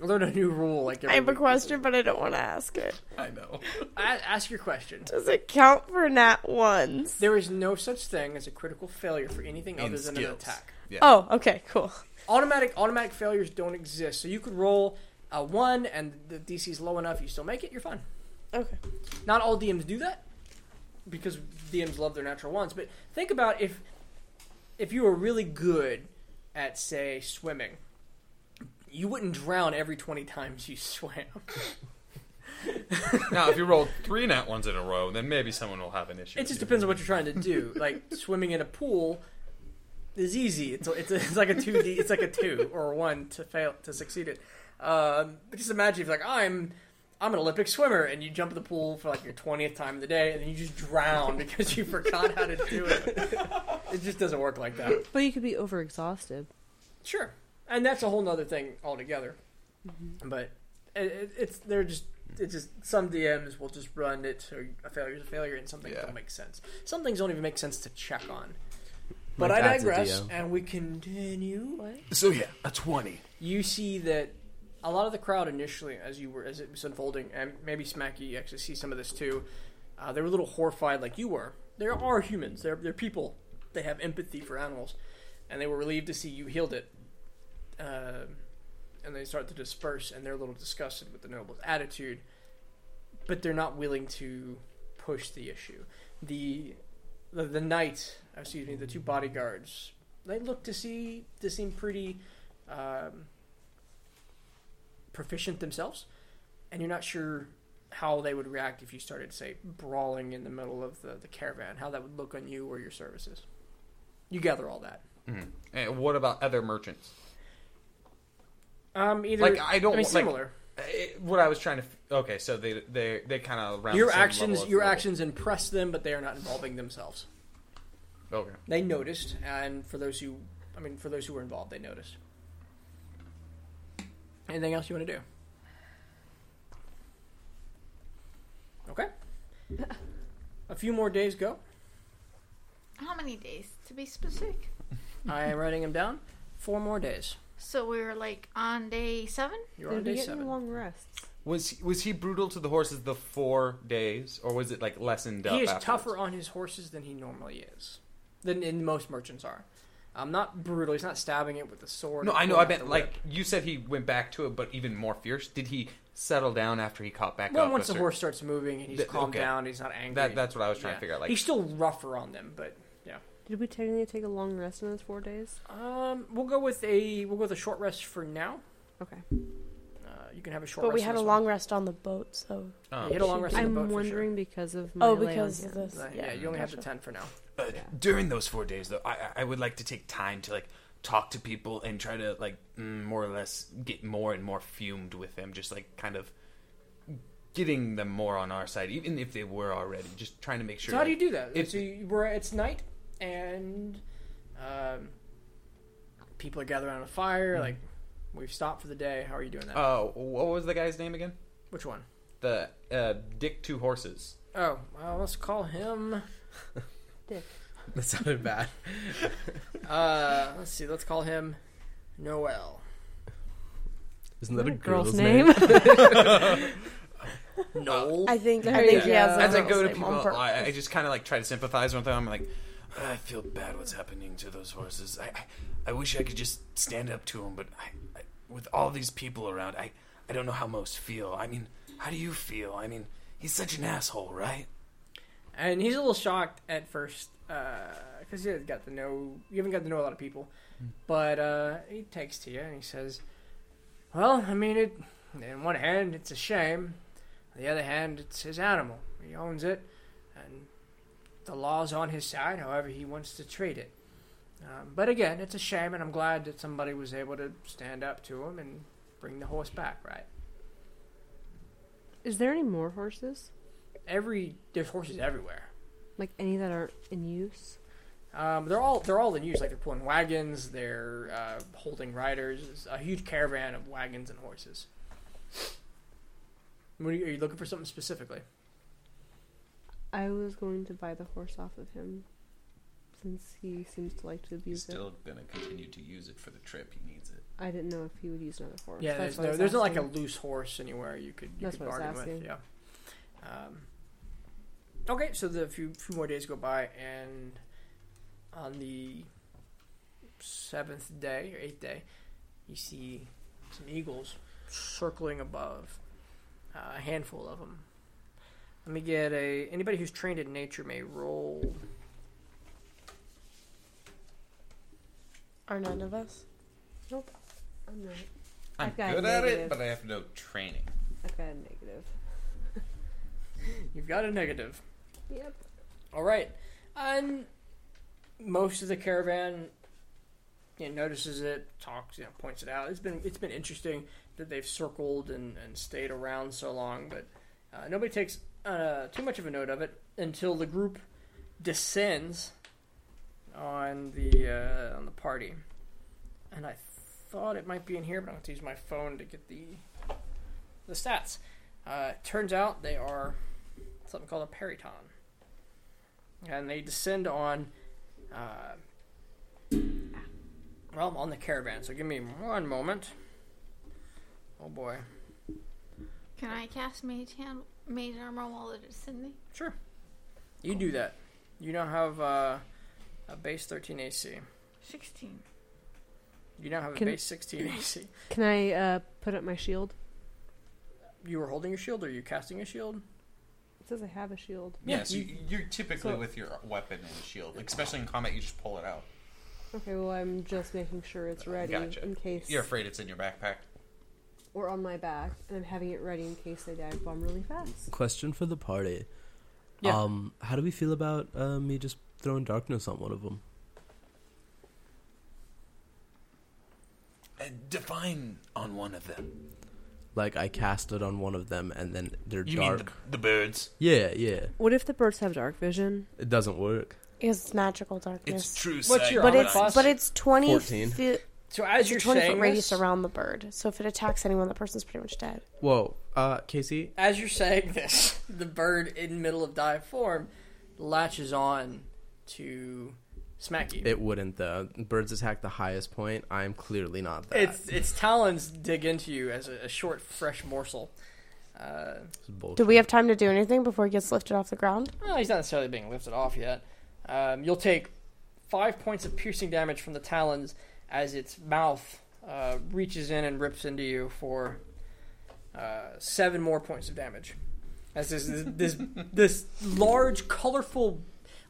Speaker 3: I learned a new rule. Like
Speaker 6: I
Speaker 3: every
Speaker 6: have a
Speaker 3: week.
Speaker 6: question, but I don't want to ask it.
Speaker 8: I know.
Speaker 3: A- ask your question.
Speaker 6: Does it count for nat ones?
Speaker 3: There is no such thing as a critical failure for anything other than an
Speaker 8: skills.
Speaker 3: attack.
Speaker 6: Oh, okay, cool.
Speaker 3: Automatic automatic failures don't exist. So you could roll a one, and the DC is low enough, you still make it. You're fine.
Speaker 6: Okay.
Speaker 3: Not all DMs do that because DMs love their natural ones. But think about if if you were really good at say swimming, you wouldn't drown every twenty times you swam.
Speaker 8: Now, if you roll three nat ones in a row, then maybe someone will have an issue.
Speaker 3: It just depends on what you're trying to do. Like swimming in a pool is easy. It's it's, it's like a two D. It's like a two or a one to fail to succeed it. Um, but just imagine if like I'm I'm an Olympic swimmer and you jump in the pool for like your twentieth time of the day and then you just drown because you forgot how to do it. It just doesn't work like that.
Speaker 5: But you could be overexhausted.
Speaker 3: Sure, and that's a whole nother thing altogether. But it, it, it's they're just it's just some DMs will just run it to a failure is a failure, and some things
Speaker 8: Yeah.
Speaker 3: don't make sense. Some things don't even make sense to check on. But
Speaker 1: My
Speaker 3: I
Speaker 1: dad's a
Speaker 3: digress,
Speaker 1: DO.
Speaker 3: and we continue.
Speaker 2: So yeah, a twenty.
Speaker 3: You see that a lot of the crowd initially, as you were as it was unfolding, and maybe Smacky you actually see some of this too. Uh, they were a little horrified, like you were. There are humans. They're they're people. They have empathy for animals, and they were relieved to see you healed it. Uh, and they start to disperse, and they're a little disgusted with the noble's attitude, but they're not willing to push the issue. The the, the knight, excuse me, the two bodyguards. They look to see to seem pretty um, proficient themselves, and you're not sure how they would react if you started, say, brawling in the middle of the, the caravan, how that would look on you or your services. You gather all that.
Speaker 8: And what about other merchants?
Speaker 3: Um, either
Speaker 8: Like, I don't
Speaker 3: I mean,
Speaker 8: want, like,
Speaker 3: similar.
Speaker 8: It- what I was trying to. f- Okay, so they they they kind of round
Speaker 3: your
Speaker 8: the same
Speaker 3: actions,
Speaker 8: level of
Speaker 3: your
Speaker 8: level.
Speaker 3: actions impress them, but they are not involving themselves.
Speaker 8: Okay.
Speaker 3: They noticed, and for those who, I mean, for those who were involved, they noticed. Anything else you want to do? Okay. A few more days go.
Speaker 4: How many days to be specific?
Speaker 3: I am writing them down. Four more days.
Speaker 4: So we were like on day seven.
Speaker 3: You're on
Speaker 5: They'd be
Speaker 3: day
Speaker 5: getting
Speaker 3: seven.
Speaker 5: long rests.
Speaker 8: Was he- was he brutal to the horses the four days, or was it like lessened up?
Speaker 3: He is
Speaker 8: afterwards?
Speaker 3: tougher on his horses than he normally is, than in most merchants are. Um, not brutal. He's not stabbing it with the sword.
Speaker 8: No,
Speaker 3: or
Speaker 8: I know.
Speaker 3: pulling
Speaker 8: I
Speaker 3: out the
Speaker 8: meant
Speaker 3: whip.
Speaker 8: like you said he went back to it, but even more fierce. Did he settle down after he caught back
Speaker 3: Well,
Speaker 8: up?
Speaker 3: once the
Speaker 8: a cer-
Speaker 3: horse starts moving and he's
Speaker 8: Th-
Speaker 3: calmed
Speaker 8: okay.
Speaker 3: down, he's not angry.
Speaker 8: That that's what I was trying
Speaker 3: Yeah.
Speaker 8: to figure out. Like
Speaker 3: he's still rougher on them, but yeah.
Speaker 5: Did we technically take a long rest in those four days?
Speaker 3: Um, we'll go with a we'll go with a short rest for now.
Speaker 5: Okay.
Speaker 3: Uh, you can have a short.
Speaker 6: But
Speaker 3: rest
Speaker 6: we
Speaker 3: on
Speaker 6: had a
Speaker 3: this
Speaker 6: long rest on the boat, so
Speaker 3: One.
Speaker 8: Oh.
Speaker 3: You had a long rest. on the boat
Speaker 5: I'm
Speaker 3: for sure.
Speaker 5: wondering because of my
Speaker 6: oh,
Speaker 5: lay on
Speaker 6: because of
Speaker 5: hands.
Speaker 6: this,
Speaker 3: Uh,
Speaker 6: yeah.
Speaker 3: yeah, you only have the
Speaker 6: gotcha.
Speaker 3: ten for now.
Speaker 2: Uh, During those four days, though, I- I, I would like to take time to like talk to people and try to like mm, more or less get more and more fumed with them, just like kind of getting them more on our side, even if they were already. Just trying to make sure.
Speaker 3: So how do you do that?
Speaker 8: If-
Speaker 3: so you, we're it's night and um, people are gathering around a fire.
Speaker 1: Mm-hmm.
Speaker 3: Like we've stopped for the day. How are you
Speaker 1: Uh,
Speaker 3: doing that?
Speaker 2: Uh,
Speaker 8: Oh, what was the guy's name again?
Speaker 3: Which one?
Speaker 8: The uh, Dick Two Horses.
Speaker 3: Oh, well, let's call him.
Speaker 1: That sounded bad.
Speaker 3: Uh, let's see. Let's call him Noel.
Speaker 1: Isn't that a
Speaker 6: girl's
Speaker 1: girl's,
Speaker 6: name?
Speaker 1: name? Uh,
Speaker 3: Noel.
Speaker 6: I think I
Speaker 8: There
Speaker 6: think
Speaker 8: you
Speaker 6: he has
Speaker 3: go.
Speaker 6: a
Speaker 8: As I
Speaker 6: girl's
Speaker 8: go to
Speaker 6: name
Speaker 8: people,
Speaker 6: on purpose.
Speaker 8: I, I just kind of like try to sympathize with them. I'm like,
Speaker 2: I feel bad what's happening to those horses. I, I, I wish I could just stand up to them, but I, I, with all these people around, I, I don't know how most feel. I mean, how do you feel? I mean, he's such an asshole, right?
Speaker 3: and he's a little shocked at first because he hasn't got to know you haven't got to know a lot of people but uh, he takes to you and he says well i mean it in one hand it's a shame on the other hand it's his animal he owns it and the law's on his side however he wants to treat it um, but again it's a shame and i'm glad that somebody was able to stand up to him and bring the horse back right
Speaker 5: Is there any more horses?
Speaker 3: every there's horses everywhere
Speaker 5: Like any that aren't in use?
Speaker 3: Um, they're all they're all in use. Like they're pulling wagons, they're uh, holding riders. It's a huge caravan of wagons and horses. What are, you, are you looking for something specifically?
Speaker 5: I was going to buy the horse off of him, since he seems to like to
Speaker 8: he's
Speaker 5: abuse it.
Speaker 8: still gonna continue to use it for the trip. He needs it.
Speaker 5: I didn't know if he would use another horse.
Speaker 3: Yeah, there's
Speaker 5: That's what I
Speaker 3: no
Speaker 5: was
Speaker 3: there's not like a
Speaker 5: asking.
Speaker 3: loose horse anywhere you could you
Speaker 5: That's
Speaker 3: could
Speaker 5: what I was
Speaker 3: bargain with.
Speaker 5: asking.
Speaker 3: Yeah. Um, okay, so the few few more days go by, and on the seventh day or eighth day, you see some eagles circling above. Uh, a handful of them. Let me get a anybody who's trained in nature may roll.
Speaker 6: Are none of us?
Speaker 5: I'm not. I've
Speaker 8: I'm
Speaker 5: got
Speaker 8: good at
Speaker 5: negative.
Speaker 8: it, but I have no training.
Speaker 5: I've got a negative.
Speaker 3: You've got a negative.
Speaker 5: Yep.
Speaker 3: All right. And most of the caravan you know, notices it, talks, you know, points it out. It's been it's been interesting that they've circled and, and stayed around so long, but uh, nobody takes uh, too much of a note of it until the group descends on the uh, on the party. And I thought it might be in here, but I'm going to use my phone to get the the stats. Uh, turns out they are something called a periton and they descend on, uh, well, on the caravan. So give me one moment. Oh boy.
Speaker 4: Can I cast mage hand, mage armor while it is Sydney?
Speaker 3: Sure. You do that. You now have uh, a base 13 AC.
Speaker 4: Sixteen.
Speaker 3: You now have a
Speaker 5: Can-
Speaker 3: base 16 AC.
Speaker 5: Can I uh, put up my shield?
Speaker 3: You were holding your shield, or you casting a shield?
Speaker 5: It says I have a shield.
Speaker 3: Yeah,
Speaker 8: Yeah, so
Speaker 3: you-
Speaker 8: you, you're typically
Speaker 5: so-
Speaker 8: with your weapon and shield, like, especially in combat. You just pull it out.
Speaker 5: Mm-hmm. Okay, well, I'm just making sure it's ready
Speaker 8: Gotcha.
Speaker 5: in case.
Speaker 8: You're afraid it's in your backpack.
Speaker 5: Or on my back, and I'm having it ready in case they dive bomb really fast.
Speaker 1: Question for the party.
Speaker 3: Yeah.
Speaker 1: Um, how do we feel about uh, me just throwing darkness on one of them?
Speaker 2: And Uh, define on one of them.
Speaker 1: Like I cast it on one of them, and then they're
Speaker 2: You
Speaker 1: dark.
Speaker 2: mean the, the birds?
Speaker 1: Yeah, yeah.
Speaker 5: What if the birds have dark vision?
Speaker 1: It doesn't work.
Speaker 6: It's magical
Speaker 2: It's
Speaker 6: darkness.
Speaker 2: true.
Speaker 3: What's your
Speaker 6: but
Speaker 3: armor
Speaker 6: it's
Speaker 3: class?
Speaker 6: but it's twenty
Speaker 1: 14.
Speaker 6: feet.
Speaker 3: So as you're
Speaker 6: It's a twenty
Speaker 3: saying
Speaker 6: foot
Speaker 3: this,
Speaker 6: radius around the bird. So if it attacks anyone, the person's pretty much dead.
Speaker 1: Whoa, uh, Casey.
Speaker 3: as you're saying this, the bird in middle of dive form latches on to Smacky.
Speaker 1: It wouldn't though. Birds attack the highest point. I'm clearly not that.
Speaker 3: It's its talons dig into you as a, a short, fresh morsel. Uh,
Speaker 1: It's bullshit.
Speaker 6: Do we have time to do anything before he gets lifted off the ground?
Speaker 3: well, he's not necessarily being lifted off yet. Um, you'll take five points of piercing damage from the talons as its mouth uh, reaches in and rips into you for uh, seven more points of damage. As this this this, this large, colorful,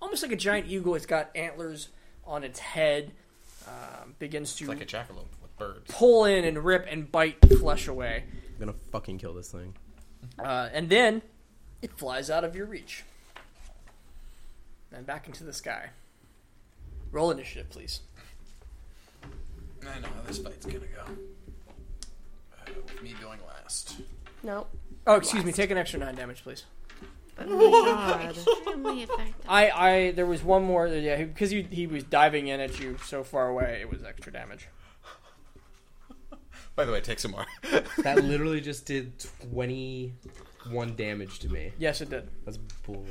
Speaker 3: almost like a giant eagle. It's got antlers on its head. Um, begins to
Speaker 8: It's like a jackalope with birds.
Speaker 3: pull in and rip and bite flesh away.
Speaker 1: I'm gonna fucking kill this thing.
Speaker 3: Uh, and then it flies out of your reach. And back into the sky. Roll initiative, please.
Speaker 8: I know how this fight's gonna go. Uh, with me going last.
Speaker 6: No.
Speaker 3: Oh, excuse me. Take an extra nine damage, please.
Speaker 5: God.
Speaker 4: Extremely effective.
Speaker 3: I, I, there was one more. Yeah, because he, he was diving in at you so far away, it was extra damage.
Speaker 8: By the way, take some more.
Speaker 1: that literally just did 21 damage to me.
Speaker 3: Yes, it did.
Speaker 1: That's bull.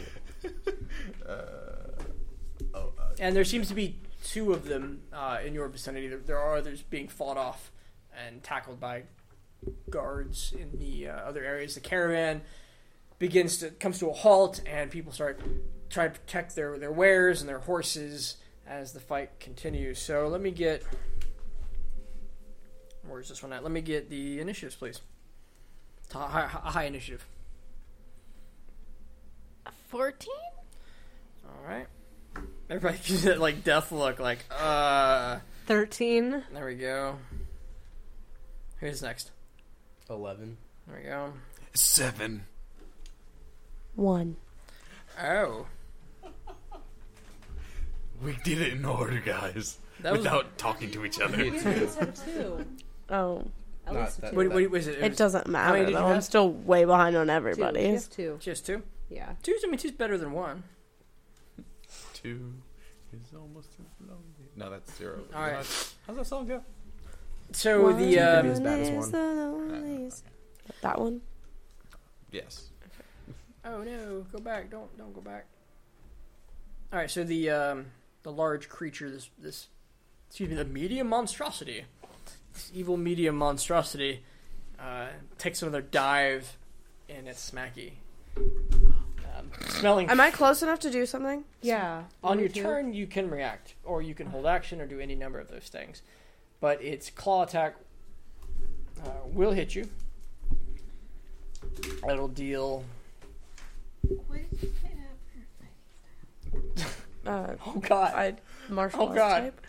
Speaker 3: And there seems to be two of them uh, in your vicinity. There, there are others being fought off and tackled by guards in the uh, other areas. The caravan begins to comes to a halt, and people start trying to protect their their wares and their horses as the fight continues. So let me get where's this one at? Let me get the initiatives, please. It's a High, high, high initiative.
Speaker 4: Fourteen.
Speaker 3: All right. Everybody gives that like death look, like uh.
Speaker 5: 13.
Speaker 3: There we go. Who's next?
Speaker 1: 11.
Speaker 3: There we go.
Speaker 2: Seven.
Speaker 6: One.
Speaker 3: Oh,
Speaker 2: We did it in order, guys.
Speaker 3: that was
Speaker 2: without talking to each other.
Speaker 5: two.
Speaker 6: Oh,
Speaker 5: At
Speaker 1: Not
Speaker 5: least
Speaker 1: that-
Speaker 5: two.
Speaker 3: What, what was it? It,
Speaker 6: it
Speaker 3: was
Speaker 6: doesn't matter
Speaker 3: did you
Speaker 6: though. I'm
Speaker 3: have?
Speaker 6: still way behind on
Speaker 5: Two.
Speaker 6: everybody.
Speaker 5: She has two.
Speaker 3: just two.
Speaker 5: Yeah.
Speaker 3: Two's I mean, two's better than one.
Speaker 8: Two is almost as long. No, that's zero.
Speaker 3: All right.
Speaker 8: How's that song go?
Speaker 3: So the
Speaker 1: be
Speaker 3: uh,
Speaker 1: as bad as
Speaker 6: One
Speaker 1: one.
Speaker 6: is the loneliest. That one.
Speaker 8: Yes.
Speaker 3: oh no, go back! Don't don't go back. All right. So the um, the large creature, this this excuse me, the medium monstrosity, this evil medium monstrosity, uh, takes another dive, and it's smacky. Um, smelling
Speaker 6: Am I close enough to do something?
Speaker 5: Yeah.
Speaker 3: On your
Speaker 5: Two.
Speaker 3: turn, you can react, or you can hold action, or do any number of those things. But its claw attack uh, will hit you. It'll deal.
Speaker 4: What did you say?
Speaker 6: Uh,
Speaker 3: Oh God!
Speaker 6: I martial
Speaker 3: Oh,
Speaker 6: arts
Speaker 3: God.
Speaker 6: type.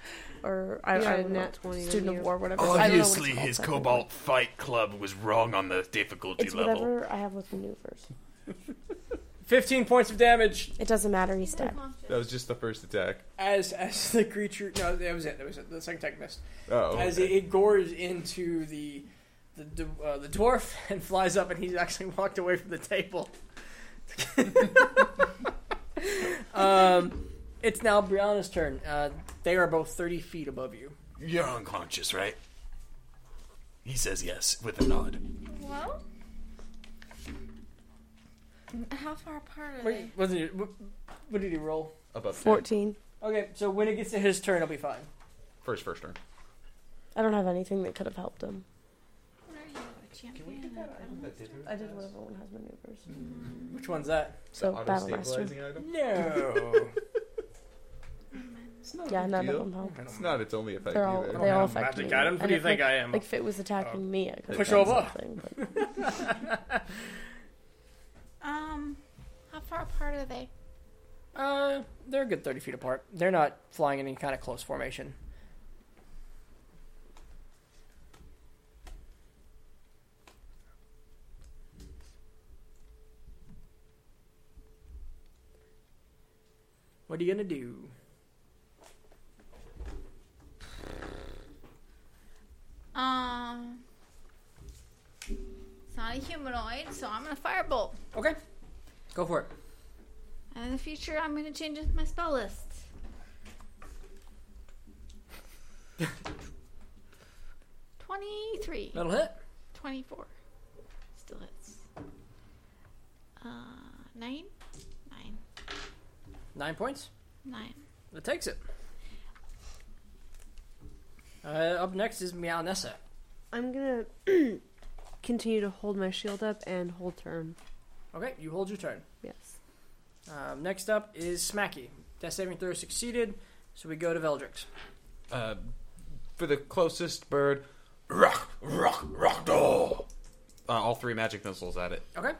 Speaker 6: or I,
Speaker 5: Yeah,
Speaker 6: I don't know,
Speaker 5: nat 20 on
Speaker 6: student
Speaker 5: you.
Speaker 6: of war, whatever. I don't know what it's
Speaker 2: Obviously,
Speaker 6: called
Speaker 2: his
Speaker 6: technically.
Speaker 2: Cobalt Fight Club was wrong on the difficulty
Speaker 6: It's
Speaker 2: level.
Speaker 6: whatever I have with maneuvers.
Speaker 3: Fifteen points of damage
Speaker 6: It doesn't matter. He's dead.
Speaker 8: That was just the first attack.
Speaker 3: as as the creature. No, that was it. That was it. The second attack missed.
Speaker 8: Oh,
Speaker 3: As it, it gores into the the d- uh, the dwarf and flies up, and he's actually walked away from the table. um, it's now Brianna's turn. Uh, they are both thirty feet above you.
Speaker 2: You're unconscious, right? He says yes with a nod.
Speaker 4: Well, how far apart are
Speaker 3: Wait, wasn't it? What, what did he roll?
Speaker 8: above ten.
Speaker 6: Fourteen.
Speaker 3: Okay, so when it gets to his turn, it'll be fine.
Speaker 8: First, first turn.
Speaker 6: I don't have anything that could have helped him.
Speaker 4: they? What are you, a champion?
Speaker 6: I did what everyone has maneuvers.
Speaker 4: Mm-hmm.
Speaker 3: Which one's that?
Speaker 6: So
Speaker 8: Auto
Speaker 6: battle master.
Speaker 8: stabilizing item.
Speaker 3: No.
Speaker 8: It's not a
Speaker 6: Yeah,
Speaker 8: big
Speaker 6: none of
Speaker 8: deal.
Speaker 6: them helped.
Speaker 8: It's not its only effect
Speaker 6: They're all
Speaker 8: either.
Speaker 6: they all affect me.
Speaker 3: magic items. What
Speaker 6: And
Speaker 3: do you
Speaker 6: if,
Speaker 3: think
Speaker 6: like,
Speaker 3: I am? Oh.
Speaker 6: Like if it was attacking me, I could
Speaker 3: Push over.
Speaker 6: Something, but-
Speaker 4: Um, how far apart are they?
Speaker 3: Uh, they're a good 30 feet apart. They're not flying in any kind of close formation. What are you gonna do?
Speaker 4: Um, it's not a humanoid, so I'm gonna firebolt.
Speaker 3: Okay, go for it.
Speaker 4: And in the future, I'm gonna change it to my spell list. Twenty-three.
Speaker 3: That'll hit.
Speaker 4: 24. Still hits. Uh, 9? 9.
Speaker 3: Nine points.
Speaker 4: 9.
Speaker 3: That takes it. Uh, up next is Meow Nessa.
Speaker 5: I'm gonna continue to hold my shield up and hold turn.
Speaker 3: Okay, you hold your turn.
Speaker 5: Yes.
Speaker 3: Um, next up is Smacky. Death saving throw succeeded, so we go to Veldrix.
Speaker 8: Uh, for the closest bird,
Speaker 2: Rock, rock, rock door.
Speaker 8: uh, all three magic missiles at it.
Speaker 3: Okay.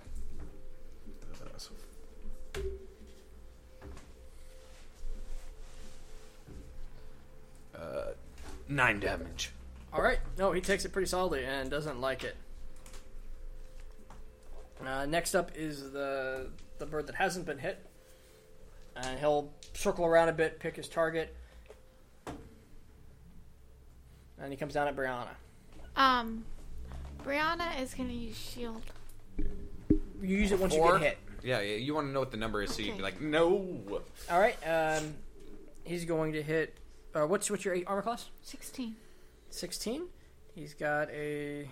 Speaker 2: Nine damage.
Speaker 3: All right. No, he takes it pretty solidly and doesn't like it. Uh, next up is the the bird that hasn't been hit, and he'll circle around a bit, pick his target, and he comes down at Brianna.
Speaker 4: Um, Brianna is going to use shield.
Speaker 3: You use it once
Speaker 8: Four?
Speaker 3: you get hit.
Speaker 8: Yeah, yeah, you want to know what the number is, so you can be
Speaker 4: Okay.
Speaker 8: like, no.
Speaker 3: All right. Um, he's going to hit. Uh, what's what's your armor class?
Speaker 4: 16.
Speaker 3: Sixteen. He's got a.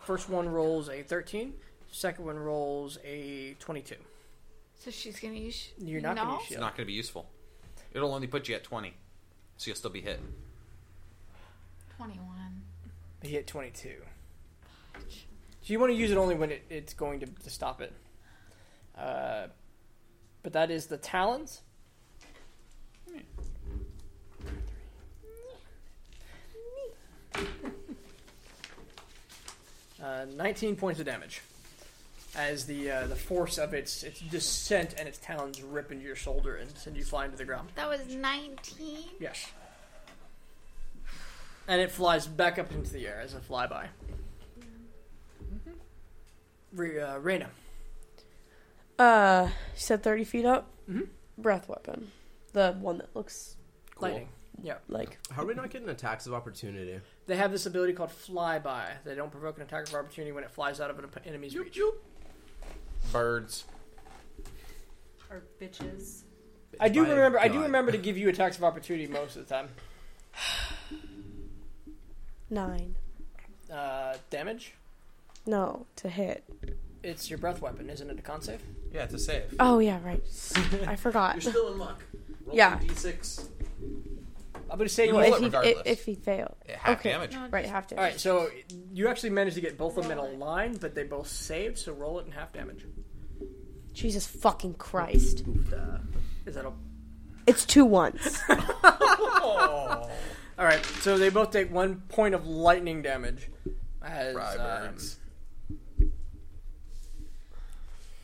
Speaker 3: First one rolls a thirteen. Second one rolls a twenty-two.
Speaker 4: So she's going to use sh-
Speaker 3: You're not
Speaker 4: no?
Speaker 3: going to
Speaker 8: It's
Speaker 3: shield.
Speaker 8: not going to be useful. It'll only put you at twenty, so you'll still be hit.
Speaker 4: 21.
Speaker 3: He hit 22. So you want to use it only when it, it's going to, to stop it. Uh, but that is the talons. Uh, 19 points of damage as the uh, the force of its its descent and its talons rip into your shoulder and send you flying to the ground.
Speaker 4: That was 19.
Speaker 3: Yes. And it flies back up into the air as a flyby. Mm-hmm. Re- uh, Reyna.
Speaker 6: Uh, you said 30 feet up?
Speaker 3: Mhm.
Speaker 6: Breath weapon. The one that looks
Speaker 3: Lightning.
Speaker 6: like.
Speaker 1: How are we not getting attacks of opportunity?
Speaker 3: They have this ability called flyby. They don't provoke an attack of opportunity when it flies out of an op- enemy's reach.
Speaker 8: Birds.
Speaker 7: Or bitches.
Speaker 3: I do
Speaker 1: By
Speaker 3: remember. I do
Speaker 1: God.
Speaker 3: remember to give you attacks of opportunity most of the time.
Speaker 6: Nine.
Speaker 3: Uh, damage.
Speaker 6: No, to hit.
Speaker 3: It's your breath weapon, isn't it? A con save.
Speaker 8: Yeah, it's a save.
Speaker 6: Oh, yeah, right. I forgot.
Speaker 8: still in luck. Roll
Speaker 6: Yeah.
Speaker 8: a d6.
Speaker 3: I'm going to say you.
Speaker 8: You
Speaker 6: Well,
Speaker 8: roll
Speaker 6: if,
Speaker 8: it
Speaker 6: he,
Speaker 8: regardless.
Speaker 6: if, if he failed.
Speaker 8: Half
Speaker 6: Okay.
Speaker 8: damage.
Speaker 4: No,
Speaker 6: Right,
Speaker 4: just-
Speaker 6: half damage.
Speaker 3: All right, so you actually managed to get both of them in a line, but they both saved. So roll it in half damage.
Speaker 6: Jesus fucking Christ.
Speaker 3: Uh, Is that a
Speaker 6: It's two ones.
Speaker 3: All right, so they both take one point of lightning damage as um,
Speaker 8: Birds.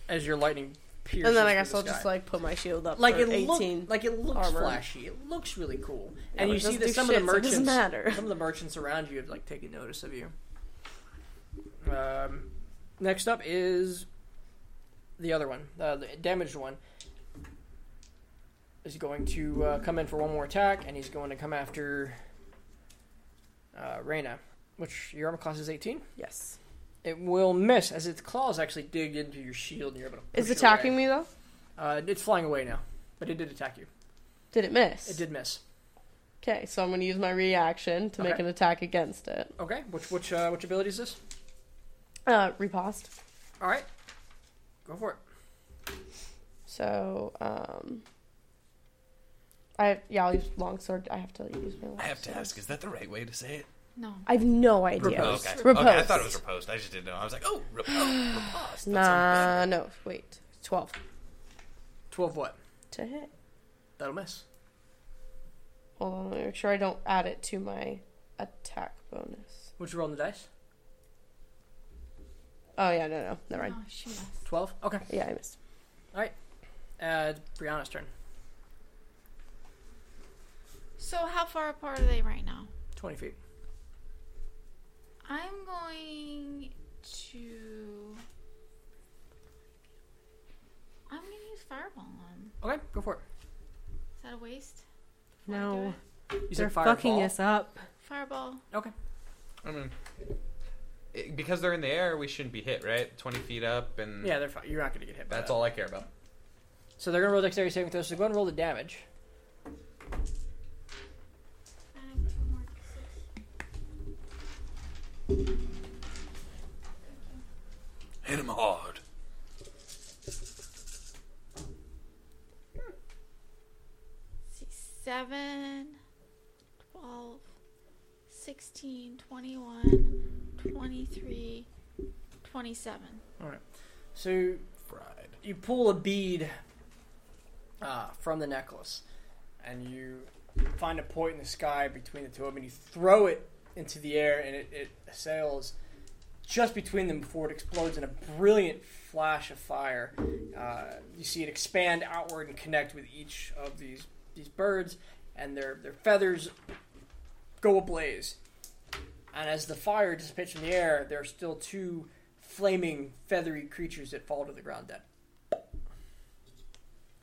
Speaker 3: as your lightning pierces.
Speaker 6: And then I
Speaker 3: through
Speaker 6: guess
Speaker 3: the
Speaker 6: I'll
Speaker 3: sky.
Speaker 6: just like put my shield up.
Speaker 3: like
Speaker 6: for
Speaker 3: it
Speaker 6: 18.
Speaker 3: look, like it looks
Speaker 6: armor.
Speaker 3: flashy. It looks really cool.
Speaker 6: Yeah,
Speaker 3: and
Speaker 6: but
Speaker 3: you
Speaker 6: it
Speaker 3: see
Speaker 6: doesn't
Speaker 3: that
Speaker 6: do
Speaker 3: some
Speaker 6: shit,
Speaker 3: of the
Speaker 6: so it
Speaker 3: merchants,
Speaker 6: doesn't matter.
Speaker 3: some of the merchants around you have like taken notice of you. Um, next up is the other one, uh, the damaged one. Is going to uh, come in for one more attack, and he's going to come after uh, Reyna, which your armor class is 18.
Speaker 6: yes.
Speaker 3: It will miss as its claws actually dig into your shield, and you're able to.
Speaker 6: Is
Speaker 3: push
Speaker 6: attacking
Speaker 3: it
Speaker 6: me though?
Speaker 3: away. Uh, it's flying away now, but it did attack you.
Speaker 6: Did it miss?
Speaker 3: It did miss.
Speaker 6: Okay, so I'm going to use my reaction to make
Speaker 3: Okay.
Speaker 6: an attack against it.
Speaker 3: Okay, which which uh, which ability is this?
Speaker 6: Uh, riposte.
Speaker 3: All right, go for it.
Speaker 6: So, um, I yeah, I'll use longsword. I have to use my.
Speaker 2: I have to
Speaker 6: longsword.
Speaker 2: ask, is that the right way to say it?
Speaker 4: No.
Speaker 6: I have no idea.
Speaker 2: Oh, okay.
Speaker 6: Riposte.
Speaker 2: okay. I thought it was reposed. I just didn't know. I was like, oh, reposed. reposed. That
Speaker 6: Nah,
Speaker 2: sounds
Speaker 6: no, wait, twelve
Speaker 3: Twelve what?
Speaker 6: to hit.
Speaker 3: That'll miss.
Speaker 6: Hold on, let me make sure I don't add it to my attack bonus.
Speaker 3: Would you roll on the dice?
Speaker 6: Oh yeah, no, no, never mind.
Speaker 4: No, she missed.
Speaker 3: Twelve. Okay.
Speaker 6: Yeah, I missed.
Speaker 3: Uh, it's Brianna's turn.
Speaker 4: So how far apart are they right now?
Speaker 3: Twenty feet.
Speaker 4: I'm going to. I'm going to use fireball on. 'em.
Speaker 3: Okay, go for it.
Speaker 4: Is that a waste? Before I do it?
Speaker 5: No,
Speaker 3: You
Speaker 5: they're
Speaker 3: said fireball.
Speaker 5: fucking us up.
Speaker 4: Fireball.
Speaker 3: Okay.
Speaker 8: I mean, it- because they're in the air, we shouldn't be hit, right? Twenty feet up, and
Speaker 3: Yeah, they're fine. You're not gonna get hit. By
Speaker 8: that's
Speaker 3: that.
Speaker 8: all I care about.
Speaker 3: So they're gonna roll dexterity saving throw. So go ahead and roll the damage.
Speaker 4: I have two more d6.
Speaker 2: bad. Hit him hard.
Speaker 4: see, 7, 12, 16, 21, 23, 27.
Speaker 3: So
Speaker 2: Fried.
Speaker 3: you pull a bead uh, from the necklace, and you find a point in the sky between the two of them, and you throw it into the air, and it, it sails just between them before it explodes in a brilliant flash of fire. Uh, you see it expand outward and connect with each of these these birds, and their their feathers go ablaze. And as the fire dissipates from the air, there are still two flaming, feathery creatures that fall to the ground dead.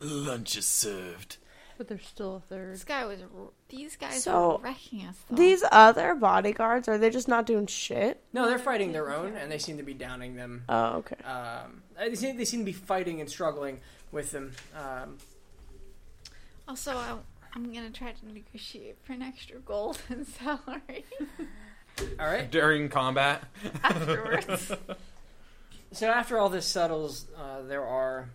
Speaker 2: Lunch is served.
Speaker 5: But there's still a third.
Speaker 4: This guy was. r- These guys
Speaker 6: So,
Speaker 4: were wrecking us. Though.
Speaker 6: These other bodyguards are they just not doing shit?
Speaker 3: No, they're fighting their own, and they seem to be downing them.
Speaker 6: Oh, okay.
Speaker 3: Um, they, seem, they seem to be fighting and struggling with them. Um,
Speaker 4: Also, I, I'm going to try to negotiate for an extra gold and salary
Speaker 3: all right.
Speaker 8: During combat,
Speaker 4: afterwards.
Speaker 3: So after all this settles, uh, there are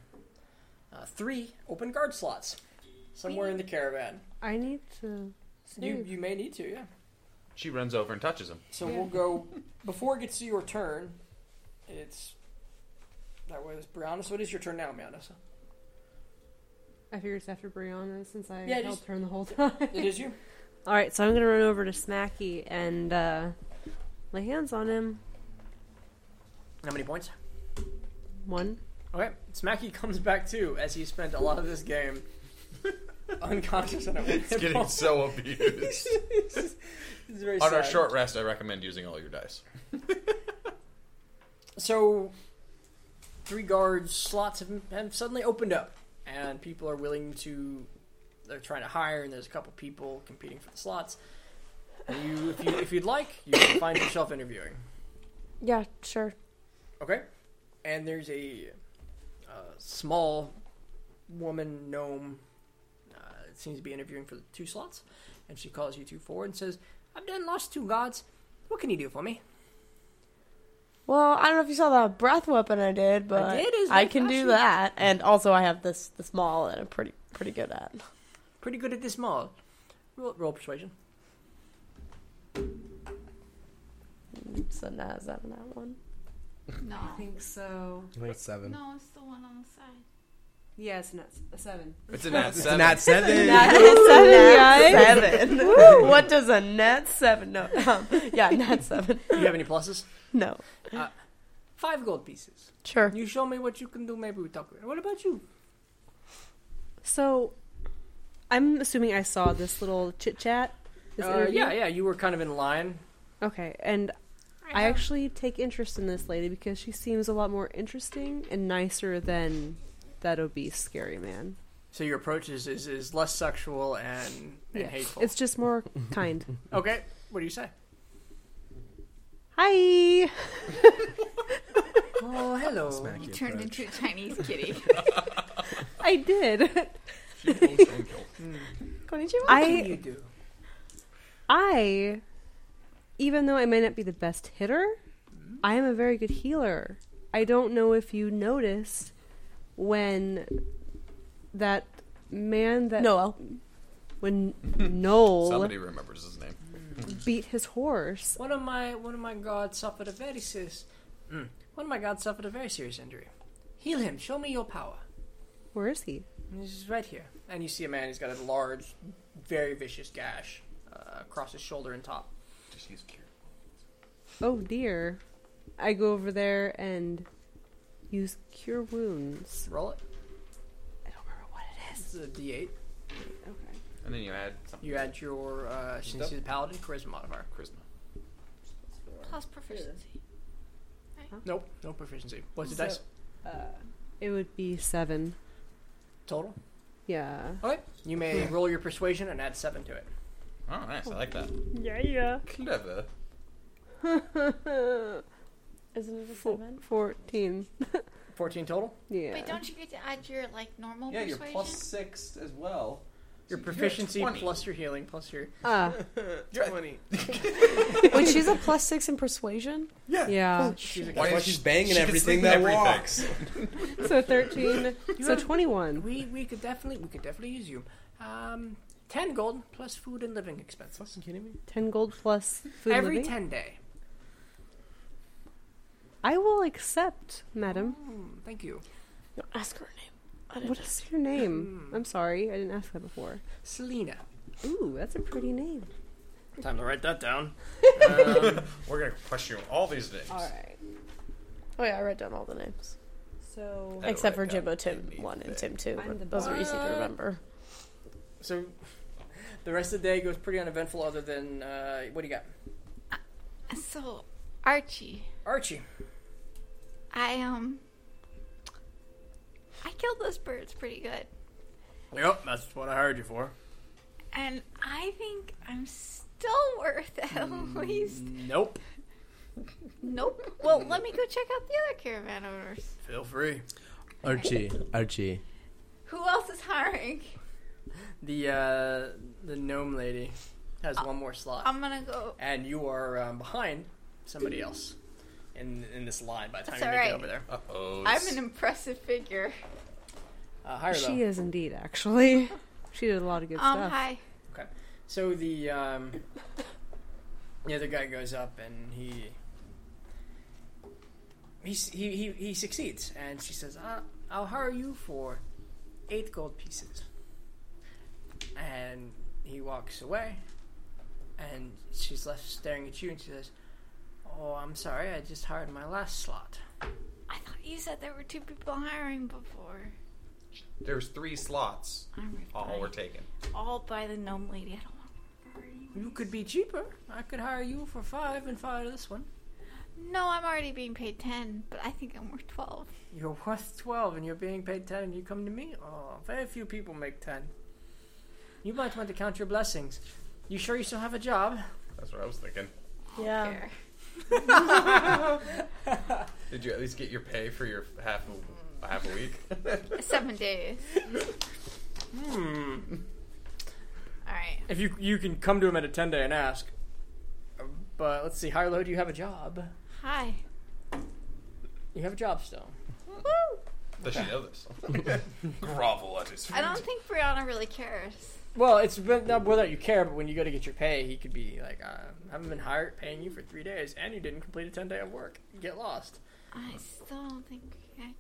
Speaker 3: uh, three open guard slots somewhere in the caravan.
Speaker 5: I need to.
Speaker 3: You
Speaker 5: Save.
Speaker 3: you may need to, yeah.
Speaker 8: she runs over and touches him.
Speaker 3: So we'll go before it gets to your turn. It's that was Brianna. So it is your turn now, Brianna. So
Speaker 5: I figure it's after Brianna since I
Speaker 3: Yeah,
Speaker 5: held
Speaker 3: just-
Speaker 5: turn the whole time.
Speaker 3: it is you.
Speaker 5: All right, so I'm gonna run over to Smacky and uh, lay hands on him.
Speaker 3: How many points?
Speaker 5: One.
Speaker 3: Okay, Smacky comes back too, as he spent a lot of this game unconscious and awake.
Speaker 8: It's getting so abused.
Speaker 3: it's very
Speaker 8: On our
Speaker 3: sad.
Speaker 8: short rest, I recommend using all your dice.
Speaker 3: So, three guards slots have, have suddenly opened up, and people are willing to. They're trying to hire, and there's a couple people competing for the slots. And you, if you, if you'd like, you can find yourself interviewing.
Speaker 6: Yeah, sure.
Speaker 3: Okay. And there's a uh, small woman gnome. Uh, seems to be interviewing for the two slots, and she calls you two forward and says, "I've done lost two gods. What can you do for me?"
Speaker 6: Well, I don't know if you saw that breath weapon I did, but I,
Speaker 3: did, it was very
Speaker 6: can
Speaker 3: flashy.
Speaker 6: do that. And also, I have this this maul that I'm pretty pretty good at.
Speaker 3: Pretty good at this mall. Roll, roll persuasion.
Speaker 6: So now is that that one?
Speaker 4: No.
Speaker 7: I think so.
Speaker 1: I think it's seven.
Speaker 4: No, it's the one on the side.
Speaker 7: Yeah, it's not a seven.
Speaker 8: It's a nat
Speaker 1: It's
Speaker 8: seven.
Speaker 1: not seven.
Speaker 6: nat seven. Woo! what does a nat seven? No, um, yeah, nat seven.
Speaker 3: Do you have any pluses?
Speaker 6: No.
Speaker 3: Five gold pieces.
Speaker 6: Sure.
Speaker 3: You show me what you can do, maybe we talk later. What about you?
Speaker 5: So, I'm assuming I saw this little chit chat. this
Speaker 3: Uh,
Speaker 5: interview.
Speaker 3: yeah, yeah, you were kind of in line.
Speaker 5: Okay, and I actually take interest in this lady because she seems a lot more interesting and nicer than that obese scary man.
Speaker 3: So your approach is, is, is less sexual and, and hateful.
Speaker 5: It's just more kind.
Speaker 3: okay, what do you say?
Speaker 5: Hi.
Speaker 3: Oh, hello.
Speaker 4: You turned into a Chinese kitty.
Speaker 5: I did.
Speaker 6: Konnichiwa.
Speaker 3: Hmm. What can
Speaker 5: I
Speaker 3: you do?
Speaker 5: I even though I may not be the best hitter, I am a very good healer. I don't know if you noticed when that man that
Speaker 6: Noel.
Speaker 5: when Noel
Speaker 8: Somebody remembers his name.
Speaker 5: beat his horse
Speaker 3: One of my one of my guards suffered a very serious. Mm, one of my guards suffered a very serious injury. Heal him. Show me your power.
Speaker 5: Where is he?
Speaker 3: He's right here. And you see a man. He's got a large, very vicious gash uh, across his shoulder and top.
Speaker 8: Just use cure.
Speaker 5: Oh dear. I go over there and use cure wounds.
Speaker 3: Roll it.
Speaker 5: I don't remember what it
Speaker 3: It's a D8.
Speaker 5: is. Okay.
Speaker 8: And then you add something.
Speaker 3: You add your uh, since he's a paladin charisma modifier.
Speaker 8: Charisma.
Speaker 4: Plus proficiency.
Speaker 3: Nope, no proficiency. What's the dice
Speaker 5: Uh, It would be seven.
Speaker 3: total?
Speaker 5: Yeah.
Speaker 3: Okay. You may roll your persuasion and add seven to it.
Speaker 8: Oh, nice. I like that.
Speaker 5: Yeah, yeah.
Speaker 8: Clever.
Speaker 6: Isn't it a
Speaker 5: Four,
Speaker 6: seven?
Speaker 5: Fourteen.
Speaker 3: Fourteen total.
Speaker 5: Yeah.
Speaker 4: Wait, don't you get to add your like normal
Speaker 8: Yeah, you're
Speaker 4: persuasion?
Speaker 8: plus six as well.
Speaker 3: Your
Speaker 8: So you're at
Speaker 3: proficiency
Speaker 8: 20.
Speaker 3: plus your healing plus your
Speaker 5: Ah,
Speaker 1: Twenty.
Speaker 6: Wait, she's a plus six in persuasion?
Speaker 5: yeah.
Speaker 1: That's why
Speaker 8: she-
Speaker 1: she's banging
Speaker 8: she can
Speaker 1: everything that
Speaker 8: sleep in everything.
Speaker 1: walks.
Speaker 5: So thirteen. so
Speaker 3: have-
Speaker 5: twenty-one.
Speaker 3: We we could definitely we could definitely use you. Um, ten gold plus food and living expenses
Speaker 1: Fucking kidding me?
Speaker 5: Ten gold plus food
Speaker 3: every
Speaker 5: living.
Speaker 3: ten day.
Speaker 5: I will accept, madam.
Speaker 3: Mm, thank you,
Speaker 6: No, ask her her name. I didn't
Speaker 5: What is your name? I'm sorry, I didn't ask that before.
Speaker 3: Selena.
Speaker 5: Ooh, that's a pretty name.
Speaker 3: Time to write that down.
Speaker 8: We're gonna question all these names.
Speaker 5: All right.
Speaker 6: Oh yeah, I wrote down all the names
Speaker 5: So
Speaker 8: I
Speaker 6: except for
Speaker 8: wrote down
Speaker 6: Jimbo Tim
Speaker 8: Timmy
Speaker 6: one and
Speaker 8: Fay.
Speaker 6: Tim two.
Speaker 5: I'm the
Speaker 6: Those are easy to
Speaker 3: bot.
Speaker 6: remember.
Speaker 3: So, the rest of the day goes pretty uneventful. Other than uh, what do you got,
Speaker 4: So, Archie,
Speaker 3: Archie?
Speaker 4: I um, I killed those birds pretty good,
Speaker 3: Yep, that's what I hired you for.
Speaker 4: and I think I'm still worth at least.
Speaker 3: Mm. Nope.
Speaker 4: Nope. Well, let me go check out the other caravan owners.
Speaker 3: Feel free.
Speaker 1: Archie, Archie.
Speaker 4: Who else is hiring?
Speaker 3: The uh, the gnome lady has one more slot,
Speaker 5: Um,
Speaker 4: I'm gonna go.
Speaker 3: and you are um, behind somebody else in in this line. By the time
Speaker 4: That's
Speaker 3: you make
Speaker 4: all
Speaker 3: it
Speaker 4: right.
Speaker 3: over there,
Speaker 8: Uh oh.
Speaker 4: I'm an impressive figure.
Speaker 3: uh, higher though.
Speaker 5: She is indeed, actually. She did a lot of good
Speaker 4: Um,
Speaker 5: stuff.
Speaker 4: hi.
Speaker 3: So the um, the other guy goes up and he he he he, he succeeds, and she says, uh, "I'll hire you for eight gold pieces." And he walks away, and she's left staring at you, and she says, "Oh, I'm sorry, I just hired my last slot."
Speaker 4: I thought you said there were two people hiring before.
Speaker 8: There's three slots.
Speaker 4: I'm
Speaker 8: All were taken.
Speaker 4: all by the gnome lady. I don't want to worry.
Speaker 3: You could be cheaper. I could hire you for five and fire this one.
Speaker 4: No, I'm already being paid ten, but I think I'm worth twelve.
Speaker 3: You're worth 12 and you're being paid 10 and you come to me? Oh, very few people make 10. You might want to count your blessings. You sure you still have a job?
Speaker 8: That's what I was thinking.
Speaker 6: Yeah.
Speaker 4: Here.
Speaker 8: Did you at least get your pay for your half a, half a week?
Speaker 4: Seven days.
Speaker 3: Hmm.
Speaker 4: All right.
Speaker 3: If you you can come to him at a 10 day and ask. But let's see, high or low, do you have a job?
Speaker 4: Hi.
Speaker 3: You have a job still.
Speaker 8: Does she know this? Grovel at his feet.
Speaker 4: I don't think Brianna really cares.
Speaker 3: Well, it's been- not whether you care, but when you go to get your pay, he could be like, uh, I haven't been hired paying you for three days and you didn't complete a 10 day of work. Get lost.
Speaker 4: I still don't think I can.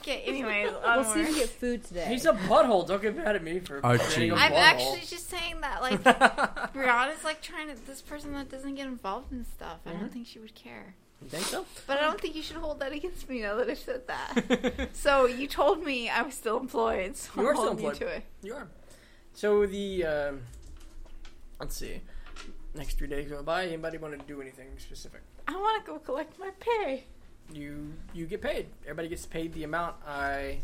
Speaker 4: Okay. Anyways,
Speaker 5: We'll see
Speaker 4: onward.
Speaker 5: if we get food today.
Speaker 3: He's a butthole. Don't get mad at me for
Speaker 1: Archie.
Speaker 3: being a
Speaker 1: I'm
Speaker 4: I'm
Speaker 3: butthole.
Speaker 4: actually just saying that like
Speaker 5: Mm-hmm.
Speaker 4: Brianna's like trying to this person that doesn't get involved in stuff. I don't think she would care.
Speaker 3: You think so?
Speaker 4: But I don't think you should hold that against me now that I've said that. so you told me I was still employed, so
Speaker 3: You are
Speaker 4: I'm
Speaker 3: still
Speaker 4: holding you
Speaker 3: employed.
Speaker 4: to it.
Speaker 3: You are. So the um, let's see. Next three days go by. Anybody want to do anything specific?
Speaker 4: I want to go collect my pay.
Speaker 3: You you get paid. Everybody gets paid the amount I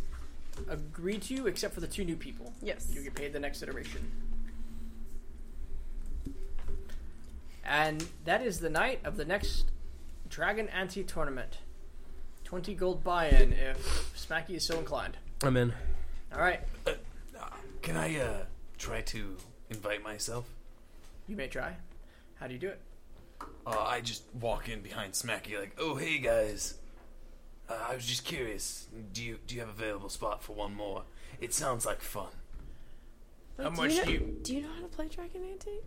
Speaker 3: agreed to, except for the two new people.
Speaker 6: Yes.
Speaker 3: You get paid the next iteration. And that is the night of the next Dragon Ante tournament. 20 gold buy in if Smacky is so inclined.
Speaker 1: I'm in.
Speaker 3: Alright,
Speaker 2: Can I uh try to invite myself?
Speaker 3: you may try. How do you do it?
Speaker 2: Uh, I just walk in behind Smacky like, "Oh, hey guys. Uh, I was just curious. Do you do you have available spot for one more? It sounds like fun."
Speaker 6: But
Speaker 3: How much
Speaker 6: you know,
Speaker 3: do you-
Speaker 6: do you know how to play Dragon Ante?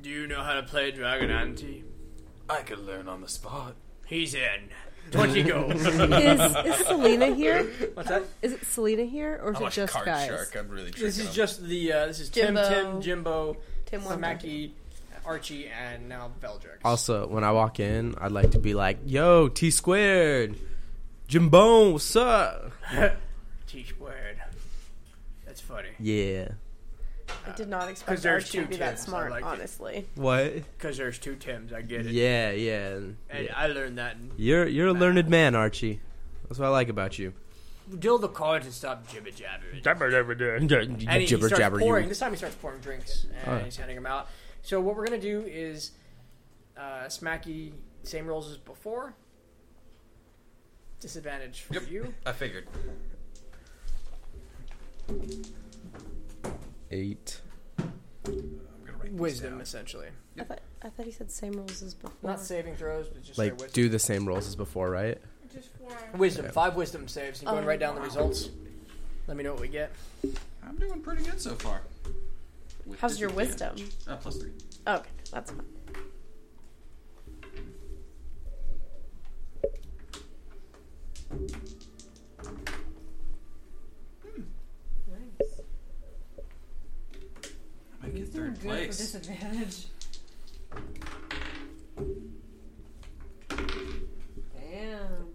Speaker 3: Do you know how to play Dragon Ante?
Speaker 2: I could learn on the spot.
Speaker 3: He's in. 20 gold.
Speaker 5: Is, is Selena here?
Speaker 3: What's that?
Speaker 5: Is it Selena here, or is it just guys?
Speaker 8: I'm really
Speaker 3: This is just the, uh, this is Tim, Tim,
Speaker 6: Jimbo.
Speaker 3: Jimbo,
Speaker 6: Tim
Speaker 3: Smacky, Archie, and now Veldrix.
Speaker 1: Also, when I walk in, I'd like to be like, "Yo, T squared, Jimbone, what's up?"
Speaker 3: Teach word. That's funny.
Speaker 1: Yeah.
Speaker 6: I did not
Speaker 3: 'Cause
Speaker 6: expect
Speaker 3: there's
Speaker 6: Archie to
Speaker 3: two
Speaker 6: be that
Speaker 3: Tims, I
Speaker 6: smart,
Speaker 3: like it.
Speaker 6: honestly.
Speaker 1: What?
Speaker 3: Because there's two Tims, I get it.
Speaker 1: Yeah, yeah.
Speaker 3: And
Speaker 1: yeah.
Speaker 3: I learned that. in-
Speaker 1: You're you're a learned man, Archie. That's what I like about you.
Speaker 3: Deal the cards and stop jibber jabbering. And he,
Speaker 1: Jibber
Speaker 3: he starts
Speaker 1: jabber,
Speaker 3: pouring.
Speaker 1: you.
Speaker 3: This time he starts pouring drinks and
Speaker 1: Alright.
Speaker 3: he's handing them out. So what we're gonna do is uh, Smacky same rolls as before. Disadvantage for
Speaker 8: Yep.
Speaker 3: you.
Speaker 8: I figured.
Speaker 1: Eight.
Speaker 3: Wisdom essentially,
Speaker 6: I thought, I thought he said same rules as before.
Speaker 3: not saving throws, but just their
Speaker 1: Like,
Speaker 3: wisdom.
Speaker 1: do the same rolls as before, right?
Speaker 7: Just four.
Speaker 3: wisdom. Five wisdom saves. I'm going
Speaker 6: Oh,
Speaker 3: right down the
Speaker 6: wow.
Speaker 3: results. Let me know what we get.
Speaker 8: I'm doing pretty good so far. With
Speaker 6: How's your wisdom?
Speaker 8: disadvantage. Uh, plus three.
Speaker 6: Okay, that's fine.
Speaker 7: Nice.
Speaker 8: I might get
Speaker 7: Doing
Speaker 8: third
Speaker 7: good for
Speaker 8: place.
Speaker 7: disadvantage. Damn.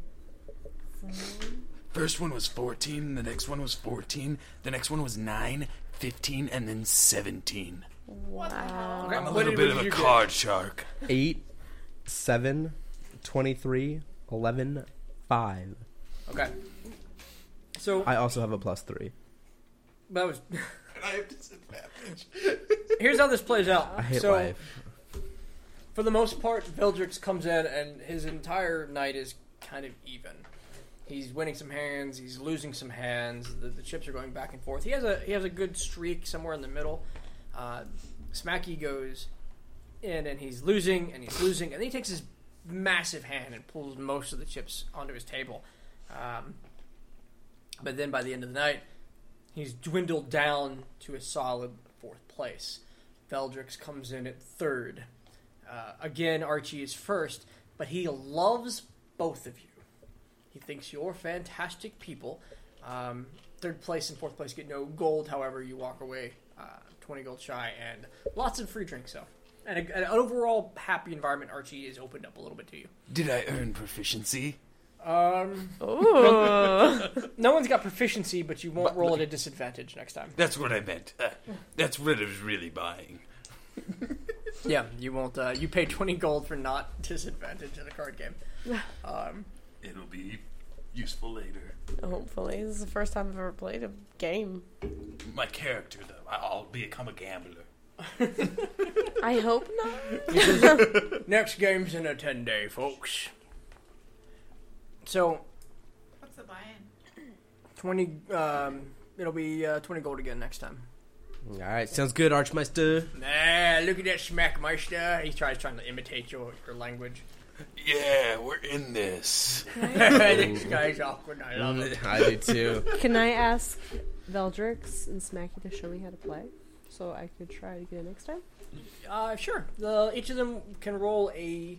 Speaker 7: Seven.
Speaker 2: First one was 14, the next one was 14, the next one was 9, 15, and then 17.
Speaker 6: Wow.
Speaker 3: Okay,
Speaker 2: I'm a
Speaker 3: what
Speaker 2: little
Speaker 3: did-
Speaker 2: bit
Speaker 3: what
Speaker 2: of
Speaker 3: did
Speaker 2: a
Speaker 3: you get?
Speaker 2: card shark.
Speaker 1: Eight, seven, twenty-three, eleven, five.
Speaker 3: Okay. So
Speaker 1: I also have a plus three.
Speaker 3: that was.
Speaker 8: I have disadvantage.
Speaker 3: Here's how this plays out.
Speaker 1: I hate
Speaker 3: so,
Speaker 1: life.
Speaker 3: for the most part, Veldrix comes in and his entire night is kind of even. He's winning some hands, he's losing some hands. The, the chips are going back and forth. He has a he has a good streak somewhere in the middle. Uh, Smacky goes in and he's losing and he's losing, and then he takes his massive hand and pulls most of the chips onto his table. Um, but then by the end of the night, he's dwindled down to a solid fourth place. Veldrix comes in at third. Uh, again, Archie is first, but he loves both of you. He thinks you're fantastic people. Um, third place and fourth place get no gold, however, you walk away uh, 20 gold shy and lots of free drinks, though. And a, an overall happy environment, Archie is opened up a little bit to you.
Speaker 2: Did I earn proficiency?
Speaker 3: Um,
Speaker 6: Ooh.
Speaker 3: no one's got proficiency, but you won't roll at a disadvantage next time.
Speaker 2: That's what I meant. Uh, that's what I was really buying.
Speaker 3: Yeah, you won't. Uh, you pay twenty gold for not disadvantage in a card game. Um,
Speaker 2: It'll be useful later.
Speaker 6: Hopefully. This is the first time I've ever played a game.
Speaker 2: My character, though, I- I'll become a gambler.
Speaker 6: I hope not.
Speaker 3: next game's in a ten day, folks. So
Speaker 7: What's the buy-in?
Speaker 3: twenty. Um, it'll be uh, twenty gold again next time.
Speaker 1: All right, sounds good, Archmeister.
Speaker 3: Nah, look at that smackmeister. He tries trying to imitate your, your language.
Speaker 2: Yeah, we're in this.
Speaker 3: this guy's awkward. I love it.
Speaker 1: I do too.
Speaker 5: Can I ask Veldrix and Smacky to show me how to play, so I could try to get it next time?
Speaker 3: Uh, sure. The, each of them can roll a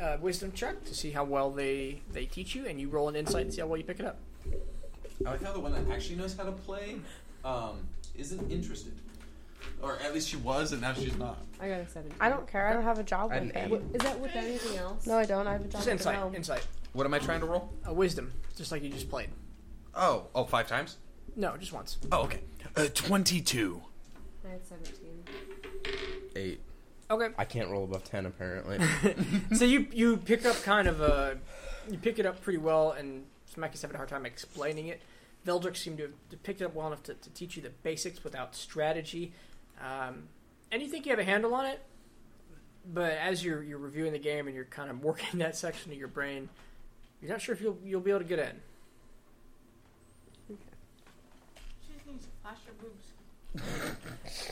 Speaker 3: uh, wisdom check to see how well they they teach you, and you roll an insight and see how well you pick it up.
Speaker 8: I like how the one that actually knows how to play um, isn't interested.
Speaker 2: Or at least she was, and now she's not.
Speaker 5: I got a 17.
Speaker 6: I don't care. I don't have a job
Speaker 1: An
Speaker 6: like that.
Speaker 1: eight.
Speaker 5: What- Is that with anything else?
Speaker 6: No, I don't. I have a job
Speaker 3: Just
Speaker 6: like that.
Speaker 3: insight. Insight.
Speaker 8: What am I trying to roll?
Speaker 3: Uh, wisdom. Just like you just played.
Speaker 8: Oh, oh, five times.
Speaker 3: No, just once.
Speaker 2: Oh, okay. Uh, 22.
Speaker 5: I had 17.
Speaker 1: Eight.
Speaker 3: Okay.
Speaker 1: I can't roll above ten apparently.
Speaker 3: so you you pick up kind of a you pick it up pretty well, and Smacky's having a hard time explaining it. Veldrick seemed to have picked it up well enough to, to teach you the basics without strategy, um, and you think you have a handle on it. But as you're you're reviewing the game and you're kind of working that section of your brain, you're not sure if you'll you'll be able to get in.
Speaker 7: She just needs to flash her boobs.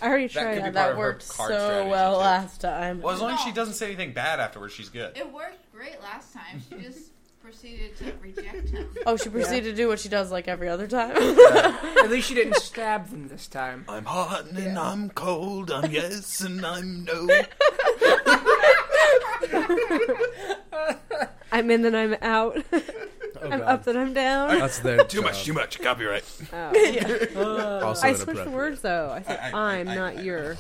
Speaker 6: I already
Speaker 8: That
Speaker 6: tried
Speaker 8: could
Speaker 6: that.
Speaker 8: be
Speaker 6: That,
Speaker 8: part of her
Speaker 6: worked
Speaker 8: card
Speaker 6: so
Speaker 8: strategy,
Speaker 6: well
Speaker 8: too.
Speaker 6: last time.
Speaker 8: Well, as long as she doesn't say anything bad afterwards, she's good.
Speaker 7: It worked great last time. She just proceeded to reject him.
Speaker 6: Oh, she proceeded to do what she does like every other time.
Speaker 3: At least you didn't stab them this time.
Speaker 2: I'm hot and I'm cold. I'm yes and I'm no.
Speaker 5: I'm in, then I'm out.
Speaker 1: Oh,
Speaker 5: I'm
Speaker 1: God.
Speaker 5: up, then I'm down.
Speaker 1: That's their
Speaker 2: Too much, too much. Copyright.
Speaker 1: Also
Speaker 5: I switched
Speaker 1: inappropriate.
Speaker 5: the words though. I said
Speaker 2: I-
Speaker 5: I, am
Speaker 2: I-
Speaker 5: not your.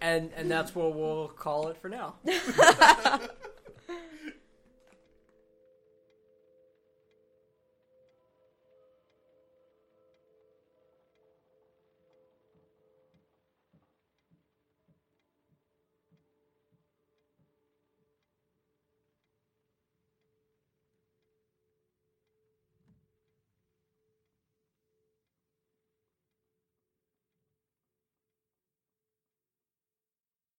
Speaker 3: And and that's what we'll call it for now.